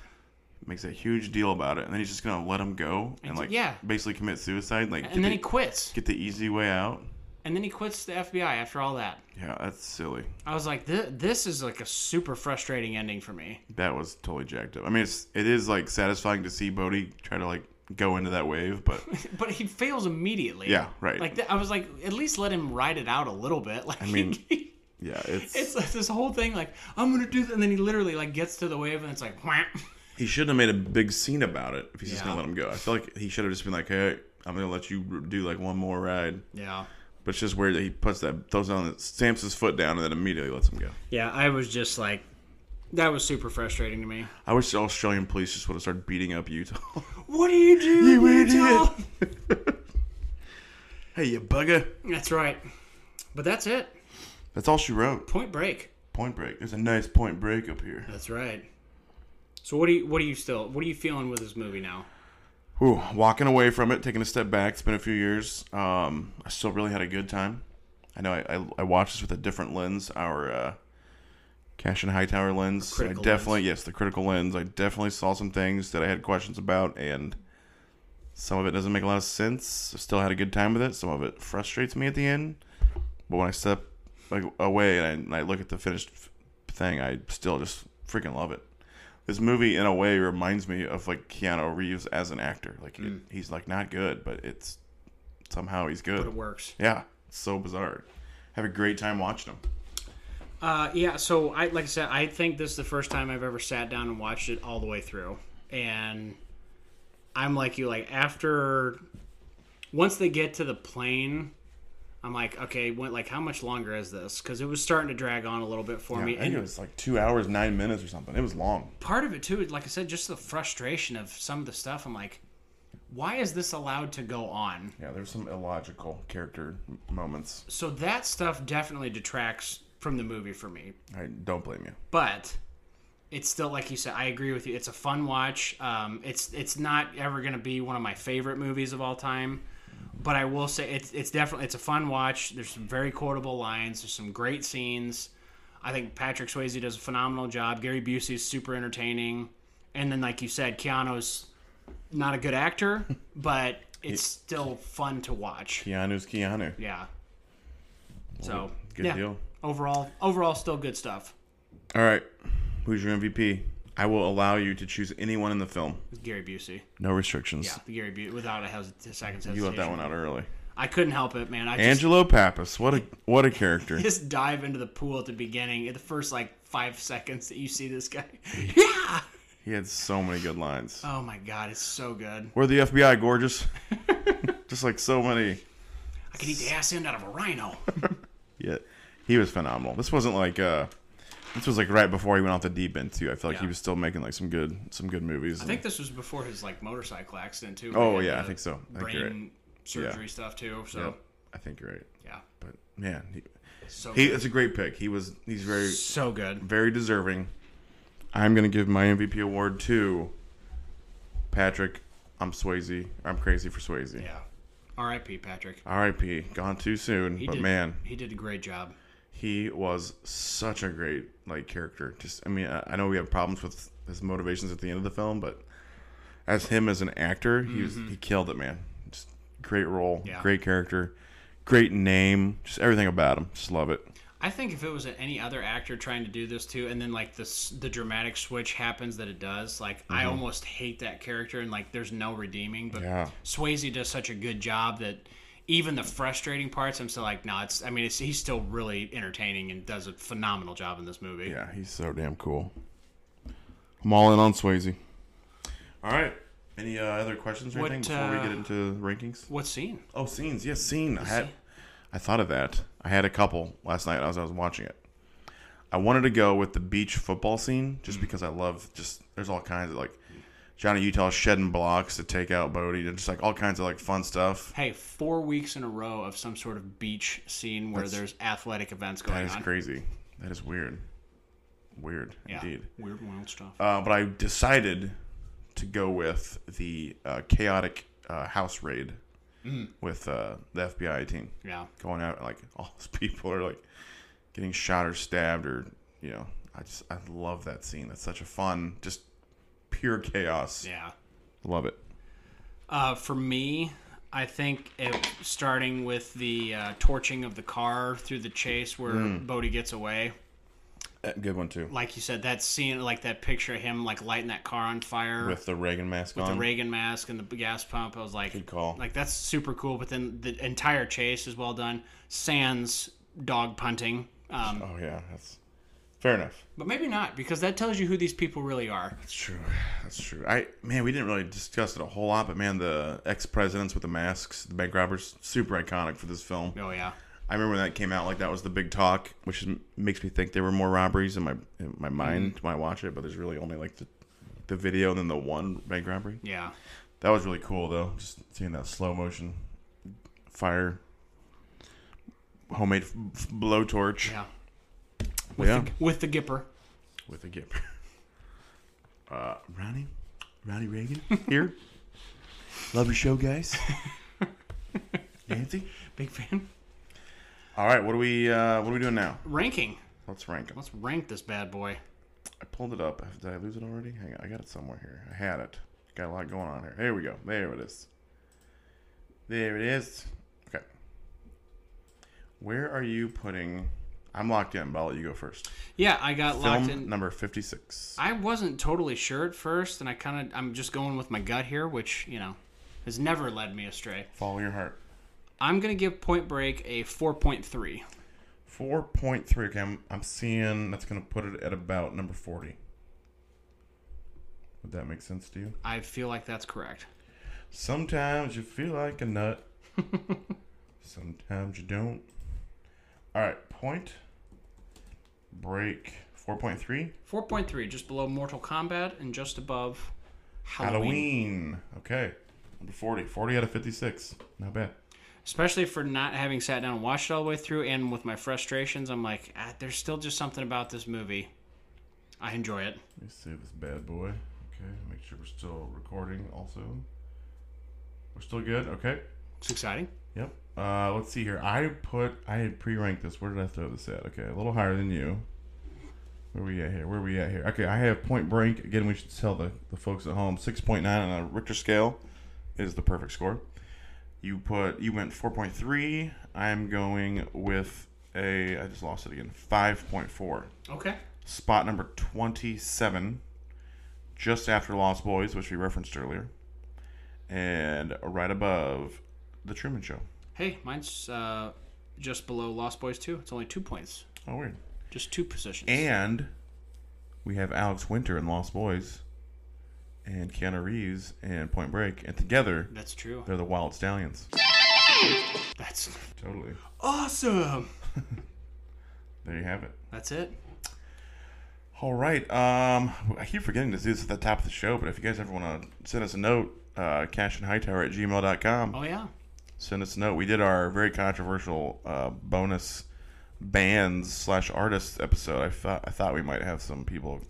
B: makes that huge deal about it, and then he's just gonna let him go and like,
C: yeah.
B: basically commit suicide. Like,
C: and then he quits
B: get the easy way out.
C: and then he quits the fbi after all that
B: Yeah, that's silly.
C: i was like this, this is like a super frustrating ending for me
B: That was totally jacked up. I mean, it's it is like satisfying to see Bodhi try to like go into that wave, but
C: but he fails immediately
B: Yeah, right.
C: like th- i was like at least let him ride it out a little bit like i
B: mean- yeah, it's,
C: it's like this whole thing like i'm gonna do this and then he literally like gets to the wave and it's like
B: he shouldn't have made a big scene about it if he's just
C: Yeah.
B: gonna let him go. I feel like he should have just been like, hey, I'm gonna let you do like one more ride.
C: yeah
B: But it's just weird that he puts that throws down stamps his foot down and then immediately lets him go.
C: yeah i was just like that was super frustrating to me
B: I wish the Australian police just would have started beating up Utah.
C: What do you do? You
B: idiot. hey, you bugger!
C: That's right. But that's it.
B: That's all she wrote.
C: Point Break.
B: Point Break. There's a nice Point Break up here.
C: That's right. So what do you what do you still what are you feeling with this movie now?
B: Whew, walking away from it, taking a step back. It's been a few years. Um, I still really had a good time. I know I, I, I watched this with a different lens, our uh, Cash and Hightower lens. I
C: critical
B: definitely, yes, the critical lens. I definitely saw some things that I had questions about, and some of it doesn't make a lot of sense. I still had a good time with it. Some of it frustrates me at the end, but when I step like away and I, and I look at the finished f- thing, I still just freaking love it this movie in a way reminds me of like Keanu Reeves as an actor. Like
C: Mm.
B: it, he's like not good, but it's somehow he's
C: But
B: good.
C: it works.
B: Yeah, it's so bizarre. Have a great time watching him.
C: Uh, yeah. So I like I said, I think this is the first time I've ever sat down and watched it all the way through, and I'm like you. Like after once they get to the plane. I'm like, okay, went like, how much longer is this? Because it was starting to drag on a little bit for
B: I,
C: me.
B: think
C: and-
B: it was like two hours nine minutes or something. It was long.
C: part of it too is like I said, just the frustration of some of the stuff. I'm like, why is this allowed to go on?
B: Yeah, there's some illogical character m- moments.
C: So that stuff definitely detracts from the movie for me.
B: I don't blame you.
C: But it's still like you said, I agree with you. It's a fun watch. Um, it's it's not ever gonna be one of my favorite movies of all time. But I will say it's it's definitely it's a fun watch. There's some very quotable lines, there's some great scenes. I think Patrick Swayze does a phenomenal job. Gary Busey's super entertaining. And then like you said, Keanu's not a good actor, but it's still fun to watch.
B: Keanu's Keanu.
C: Yeah. So
B: Good
C: yeah.
B: deal.
C: Overall overall still good stuff.
B: All right, who's your MVP? I will allow you to choose anyone in the film.
C: Gary Busey.
B: No restrictions.
C: Yeah, the Gary Busey without a, hesit- a second hesitation.
B: You let that one out early.
C: I couldn't help it, man. I just,
B: Angelo Pappas, what a what a character.
C: just dive into the pool at the beginning, at the first like five seconds that you see this guy. yeah.
B: He had so many good lines.
C: Oh my god, it's so good.
B: We're the FBI, gorgeous. Just like so many.
C: I could eat the ass end out of a rhino.
B: Yeah, he was phenomenal. This wasn't like uh, this was like right before he went off the deep end too. I feel like he
C: Yeah.
B: was still making like some good some good movies.
C: I think this was before his like motorcycle accident too.
B: Oh,
C: where he had
B: yeah, I
C: the
B: think so. I think
C: brain
B: you're
C: surgery stuff too. So
B: I think you're right.
C: yeah,
B: But man, he,
C: so
B: he
C: good.
B: it's a great pick. He was he's very
C: so good.
B: very deserving. I'm gonna give my MVP award to Patrick. I'm Swayze. I'm crazy for Swayze.
C: Yeah. R.I.P. Patrick.
B: R.I.P. Gone too soon,
C: He
B: but
C: did,
B: man,
C: he did a great job.
B: he was such a great like character. Just I mean, I, I know we have problems with his motivations at the end of the film, but as him as an actor, he was he killed it, man. Just great role,
C: Mm-hmm. Yeah.
B: great character, great name, just everything about him. Just love it.
C: I think if it was any other actor trying to do this too, and then like this, the dramatic switch happens that it does. Like I
B: Mm-hmm.
C: almost hate that character, and like there's no redeeming. But
B: Yeah.
C: Swayze does such a good job that even the frustrating parts, I'm still like, no, it's. I mean, it's, he's still really entertaining and does a phenomenal job in this movie.
B: Yeah, he's so damn cool. I'm all in on Swayze. All right. Any uh, other questions or
C: What,
B: anything before we
C: uh,
B: get into rankings?
C: What scene?
B: Oh, scenes. Yes, scene. I had, I thought of that. I had a couple last night as I was watching it. I wanted to go with the beach football scene
C: Mm.
B: just because I love just there's all kinds of like Johnny Utah shedding blocks to take out Bodie and just like all kinds of like fun stuff.
C: Hey, four weeks in a row of some sort of beach scene where there's athletic events
B: That
C: going
B: is
C: on.
B: crazy. That is weird. Weird
C: Yeah.
B: indeed.
C: Weird, wild stuff.
B: Uh, but I decided to go with the uh, chaotic uh, house raid
C: Mm.
B: with uh, the FBI team.
C: yeah.
B: going out like all those people are like getting shot or stabbed or you know i just i love that scene that's such a fun just pure chaos
C: Yeah.
B: love it
C: Uh, for me, I think it, starting with the uh, torching of the car through the chase where
B: Hmm.
C: Bodhi gets away.
B: Uh, good one too
C: Like you said, that scene, like that picture of him like lighting that car on fire
B: with the reagan mask
C: the
B: on
C: Reagan mask and the gas pump. I was like,
B: Good call.
C: Like that's super cool. But then the entire chase is well done. Sans dog punting. Um,
B: oh yeah that's fair enough
C: But maybe not because that tells you who these people really are.
B: that's true that's true i man we didn't really discuss it a whole lot but man the ex-presidents with the masks the bank robbers super iconic for this film
C: Oh yeah,
B: I remember when that came out, like that was the big talk, which is, makes me think there were more robberies in my in my mind
C: Mm-hmm.
B: when I watch it. But there's really only like the the video and then the one bank robbery.
C: yeah.
B: That was really cool though, just seeing that slow motion fire, homemade f- f- blowtorch.
C: Yeah.
B: With yeah,
C: With the Gipper.
B: with a gimp. Uh, Ronnie, Ronnie Reagan here. Love your show, guys. Nancy.
C: Big fan.
B: All right, what are we uh, what are we doing now?
C: Ranking.
B: Let's rank them.
C: Let's rank this bad boy.
B: I pulled it up. Did I lose it already? Hang on, I got it somewhere here. I had it. Got a lot going on here. Here we go. There it is. There it is. Okay. Where are you putting? I'm locked in, but I'll let you go first.
C: Yeah, I got locked in.
B: Film number fifty-six.
C: I wasn't totally sure at first, and I kind of I'm just going with my gut here, which you know has never led me astray.
B: Follow your heart.
C: I'm gonna give Point Break a 4.3.
B: Four point three. Okay, I'm, I'm seeing that's gonna put it at about number forty. Would that make sense to you?
C: I feel like that's correct.
B: Sometimes you feel like a nut. Sometimes you don't. All right, point break 4.3.
C: 4.3, just below Mortal Kombat and just above
B: Halloween.
C: Halloween.
B: Okay. Number 40. 40 out of 56. Not bad.
C: especially for not having sat down and watched it all the way through and with my frustrations i'm like ah, there's still just something about this movie i enjoy it
B: Let me save this bad boy. Okay. Make sure we're still recording also. We're still good. Okay.
C: it's exciting
B: Yep. Uh, let's see here. I put I had pre-ranked this. Where did I throw this at? Okay, a little higher than you. Where we at here? Where we at here? Okay, I have Point Break. Again, we should tell the, the folks at home. Six point nine on a Richter scale is the perfect score. You put you went four point three. I'm going with a I just lost it again. Five point four.
C: okay
B: Spot number twenty seven. Just after Lost Boys, which we referenced earlier. And right above the Truman Show.
C: hey mine's uh, just below lost boys 2 it's only two points
B: Oh, weird.
C: just two positions
B: And we have Alex Winter in Lost Boys, and Keanu Reeves in Point Break, and together
C: that's true
B: they're the Wild Stallions.
C: that's
B: Totally.
C: awesome
B: There you have it.
C: that's it
B: All right. Um, I keep forgetting to do this at the top of the show, but if you guys ever want to send us a note, uh, cashandhightower at gmail.com.
C: oh yeah
B: Send us a note. We did our very controversial uh, bonus bands slash artists episode. I thought I thought we might have some people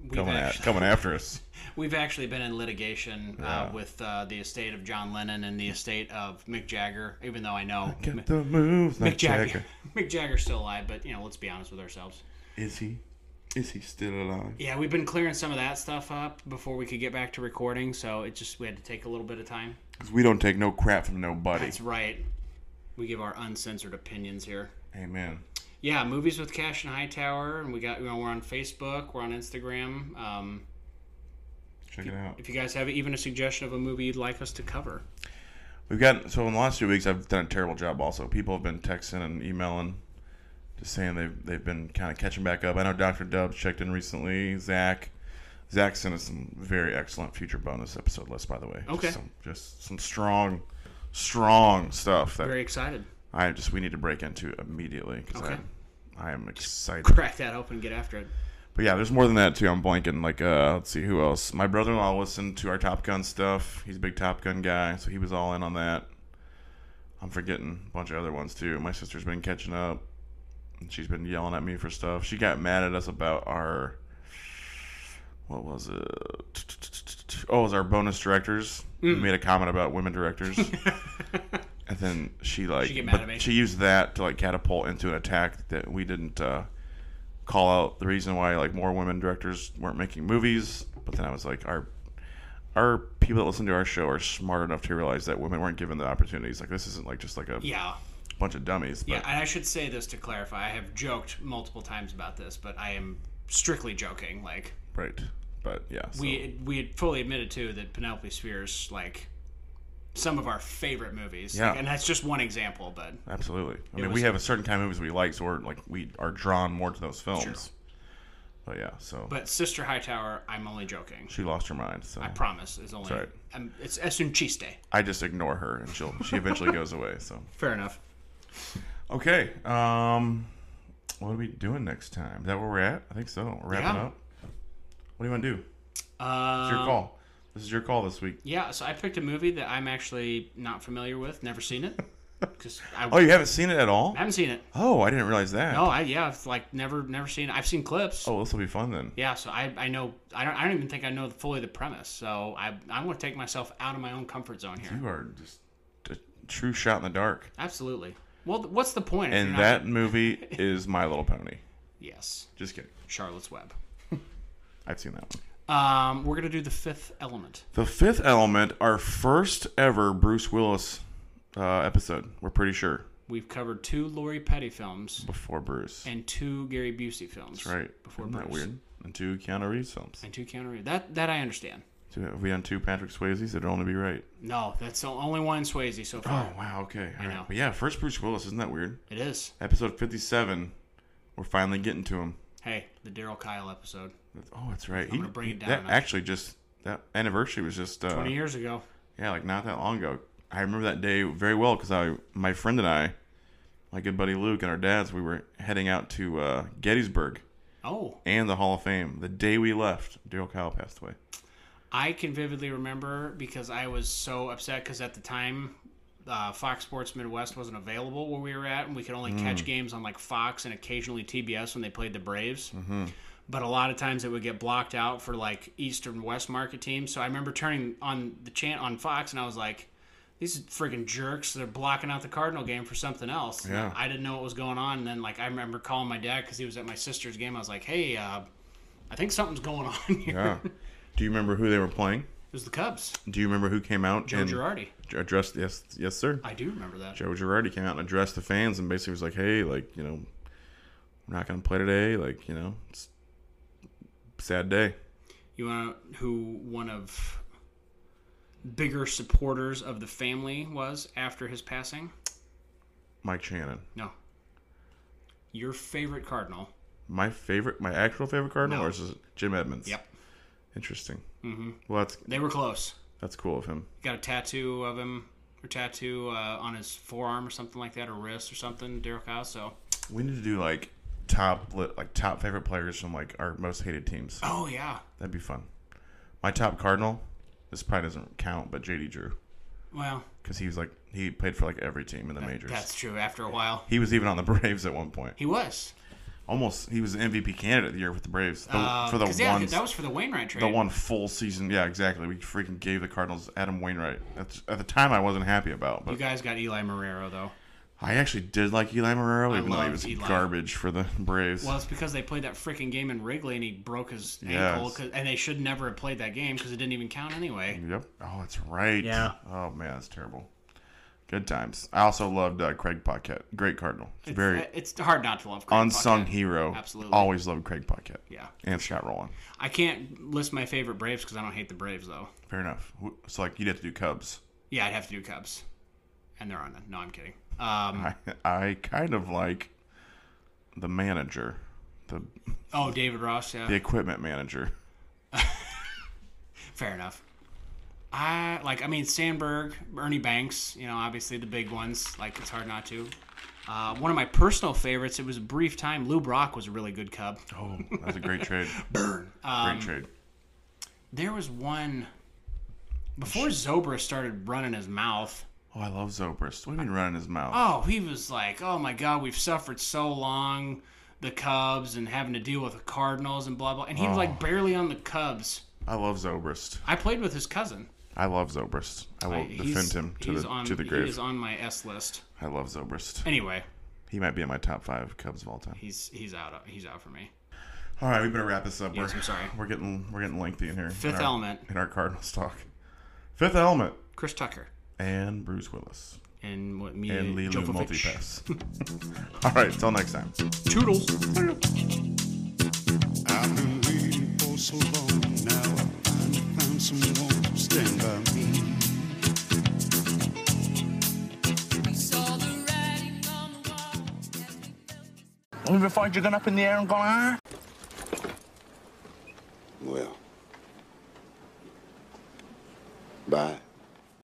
C: we've
B: coming at,
C: actually,
B: coming after us.
C: we've actually been in litigation uh, with uh, the estate of John Lennon and the estate of Mick Jagger. Even though I know
B: Get the moves, Mick
C: Mick Jagger,
B: Jagger.
C: Mick Jagger's still alive, but you know, let's be honest with ourselves.
B: Is he? Is he still alive?
C: Yeah, we've been clearing some of that stuff up before we could get back to recording, so it just we had to take a little bit of time.
B: Because we don't take no crap from nobody.
C: That's right. We give our uncensored opinions here.
B: Amen.
C: Yeah, movies with Cash and Hightower, and we got you know, we're on Facebook, we're on Instagram. Um,
B: Check it out.
C: if you guys have even a suggestion of a movie you'd like us to cover,
B: We've gotten so in the last few weeks, I've done a terrible job. Also, people have been texting and emailing, just saying they've they've been kind of catching back up. I know Doctor Dubs checked in recently. Zach, Zach sent us some very excellent future bonus episode list, by the way.
C: Okay.
B: just some, just some strong, strong stuff that
C: very excited.
B: I just we need to break into immediately because
C: Okay.
B: I, I am excited.
C: Crack that open, get after it.
B: But yeah, there's more than that too. I'm blanking. Like, uh, let's see who else. My brother-in-law listened to our Top Gun stuff. He's a big Top Gun guy, so he was all in on that. I'm forgetting a bunch of other ones too. My sister's been catching up. And she's been yelling at me for stuff. She got mad at us about our what was it? Oh, it was our bonus directors. We
C: Mm.
B: made a comment about women directors. and then she like
C: She get mad
B: but
C: at me.
B: she used that to like catapult into an attack that we didn't uh, call out the reason why like more women directors weren't making movies. But then I was like, our our people that listen to our show are smart enough to realize that women weren't given the opportunities. Like this isn't like just like a
C: Yeah.
B: bunch of dummies. But
C: Yeah, and I should say this to clarify. I have joked multiple times about this, but I am strictly joking. Like
B: right. But yeah, so
C: we we had fully admitted too that Penelope Sphere's like some of our favorite movies.
B: Yeah.
C: Like, and that's just one example, but
B: absolutely. I mean,
C: was-
B: we have a certain kind of movies we like, so we're like we are drawn more to those films. But yeah, so
C: but Sister Hightower, I'm only joking.
B: she lost her mind. So I,
C: Promise is only
B: That's right.
C: um, it's es un chiste.
B: just ignore her, and she'll she eventually goes away. So
C: Fair enough.
B: okay, um, what are we doing next time? Is that where we're at? I think so. We're wrapping
C: Yeah.
B: up. What do you want to do?
C: Uh,
B: It's your call. This is your call this week.
C: yeah, so I picked a movie that I'm actually not familiar with, never seen it, because I
B: Oh, you haven't seen it at all?
C: haven't seen it.
B: Oh, I didn't realize that.
C: No, I yeah, I've, like never never seen. it. I've seen clips.
B: Oh, this will be fun then.
C: Yeah, so I, I know I don't I don't even think I know fully the premise. So I I'm gonna take myself out of my own comfort zone here.
B: You are just a true shot in the dark.
C: Absolutely. Well, th- what's the point? if
B: And
C: you're not-
B: that movie is My Little Pony.
C: yes,
B: Just kidding.
C: Charlotte's Web.
B: I've seen that one.
C: Um, we're gonna do the Fifth Element.
B: The Fifth Element, our first ever Bruce Willis uh, episode. We're pretty sure
C: We've covered two Laurie Petty films
B: before Bruce.
C: and two Gary Busey films.
B: right
C: Before
B: Isn't that
C: Bruce.
B: weird? And two Keanu Reeves films.
C: And two Keanu Reeves. That that I understand.
B: Two, have we done two Patrick Swayze's? It'd only be right.
C: No, that's the only one Swayze so far.
B: Oh wow. Okay. All
C: know.
B: right. But yeah, first Bruce Willis. Isn't that weird?
C: It is.
B: Episode fifty-seven. We're finally getting to him.
C: Hey, the Daryl Kyle episode.
B: That's- Oh, that's right. he,
C: gonna bring it down
B: That
C: a notch.
B: actually just that anniversary was just uh,
C: Twenty years ago.
B: Yeah, like not that long ago. I remember that day very well because I, my friend and I, my good buddy Luke and our dads, we were heading out to uh, Gettysburg
C: Oh,
B: and the Hall of Fame. The day we left, Daryl Kyle passed away.
C: I can vividly remember because I was so upset because at the time, uh, Fox Sports Midwest wasn't available where we were at, and we could only
B: Mm.
C: catch games on like Fox and occasionally TBS when they played the Braves.
B: Mm-hmm.
C: But a lot of times it would get blocked out for like East and West market teams. So I remember turning on the chant on Fox, and I was like, "These freaking jerks—they're blocking out the Cardinal game for something else." And
B: Yeah.
C: I didn't know what was going on. And then like I remember calling my dad because he was at my sister's game. I was like, "Hey, uh, I think something's going on here."
B: Yeah. Do you remember who they were playing?
C: It was the Cubs.
B: Do you remember who came out
C: Joe
B: and
C: Oh, Girardi.
B: addressed? Yes, yes, sir.
C: I do remember that.
B: Joe Girardi came out and addressed the fans and basically was like, "Hey, like you know, we're not gonna play today. Like you know, it's a sad day."
C: You want to, who one of bigger supporters of the family was after his passing?
B: Mike Shannon,
C: No. Your favorite cardinal.
B: my favorite, my actual favorite Cardinal,
C: No.
B: or is it Jim Edmonds? Interesting. Mm-hmm. Well, that's
C: They were close.
B: that's cool of him.
C: Got a tattoo of him or tattoo uh, on his forearm or something like that or wrist or something, Daryl Kyle. So,
B: We need to do like top li- like top favorite players from like our most hated teams.
C: oh yeah.
B: That'd be fun. My top Cardinal. This probably doesn't count, but JD Drew
C: Well,
B: because he was like he played for like every team in the majors.
C: that's true. After a while,
B: He was even on the Braves at one point.
C: he was.
B: almost he was an MVP candidate of the year with the Braves the,
C: Uh,
B: for the
C: 'cause, yeah,
B: one
C: that was for the Wainwright trade.
B: the one full season. Yeah, exactly. We freaking gave the Cardinals Adam Wainwright. That's, at the time, I wasn't happy about,
C: You
B: but
C: guys got Eli Marrero though.
B: I actually did like Eli Marrero,
C: I
B: even though he
C: loved
B: was
C: Eli.
B: garbage for the Braves.
C: Well, it's because they played that freaking game in Wrigley and he broke his
B: Yes.
C: ankle, 'cause- and they should never have played that game because it didn't even count anyway.
B: Yep. Oh, that's right.
E: Yeah.
B: Oh man, that's terrible. Good times. I also loved uh, Craig Paquette. Great Cardinal. Very
C: Uh, It's hard not to love Craig
B: unsung
C: Buckhead.
B: hero.
C: Absolutely.
B: Always loved Craig Paquette.
C: Yeah.
B: And Scott Rowland.
C: I can't list my favorite Braves because I don't hate the Braves though.
B: Fair enough. Who- So like you'd have to do Cubs.
C: Yeah, I'd have to do Cubs, and they're on. Then. No, I'm kidding. Um,
B: I I kind of like the manager, the
C: oh, David Ross. Yeah,
B: the equipment manager.
C: fair enough. I like. I mean, Sandberg, Ernie Banks. You know, obviously the big ones. Like it's hard not to. Uh, one of my personal favorites. It was a brief time. Lou Brock was a really good Cub.
B: Oh, that was a great trade. Burn. Great
C: Um,
B: trade.
C: There was one before Zobra started running his mouth.
B: Oh, I love Zobrist. What do you mean running his mouth?
C: Oh, he was like, "Oh my God, we've suffered so long, the Cubs, and having to deal with the Cardinals and blah blah." And he was
B: Oh.
C: like barely on the Cubs.
B: I love Zobrist.
C: I played with his cousin.
B: I love Zobrist. I will
C: I-
B: defend him to
C: he's
B: the
C: on,
B: to the
C: He
B: grave.
C: is on my S list.
B: I love Zobrist.
C: Anyway,
B: He might be in my top five Cubs of all time.
C: he's he's out. He's out for me.
B: All right, we better wrap this up.
C: Yes,
B: we're,
C: I'm sorry.
B: We're getting we're getting lengthy in here.
C: Fifth
B: in our,
C: Element.
B: in our Cardinals talk. Fifth Element
C: Chris Tucker
B: and Bruce Willis
C: and what me
B: and Lilo
C: Jovovich.
B: Multipass. all right, till next time.
C: Toodles.
F: I've been waiting for so long. Now I finally found someone to stand by me.
G: We saw the writing on the wall as we felt the
H: You ever find your gun up in the air and gone, ah?
F: Well, bye.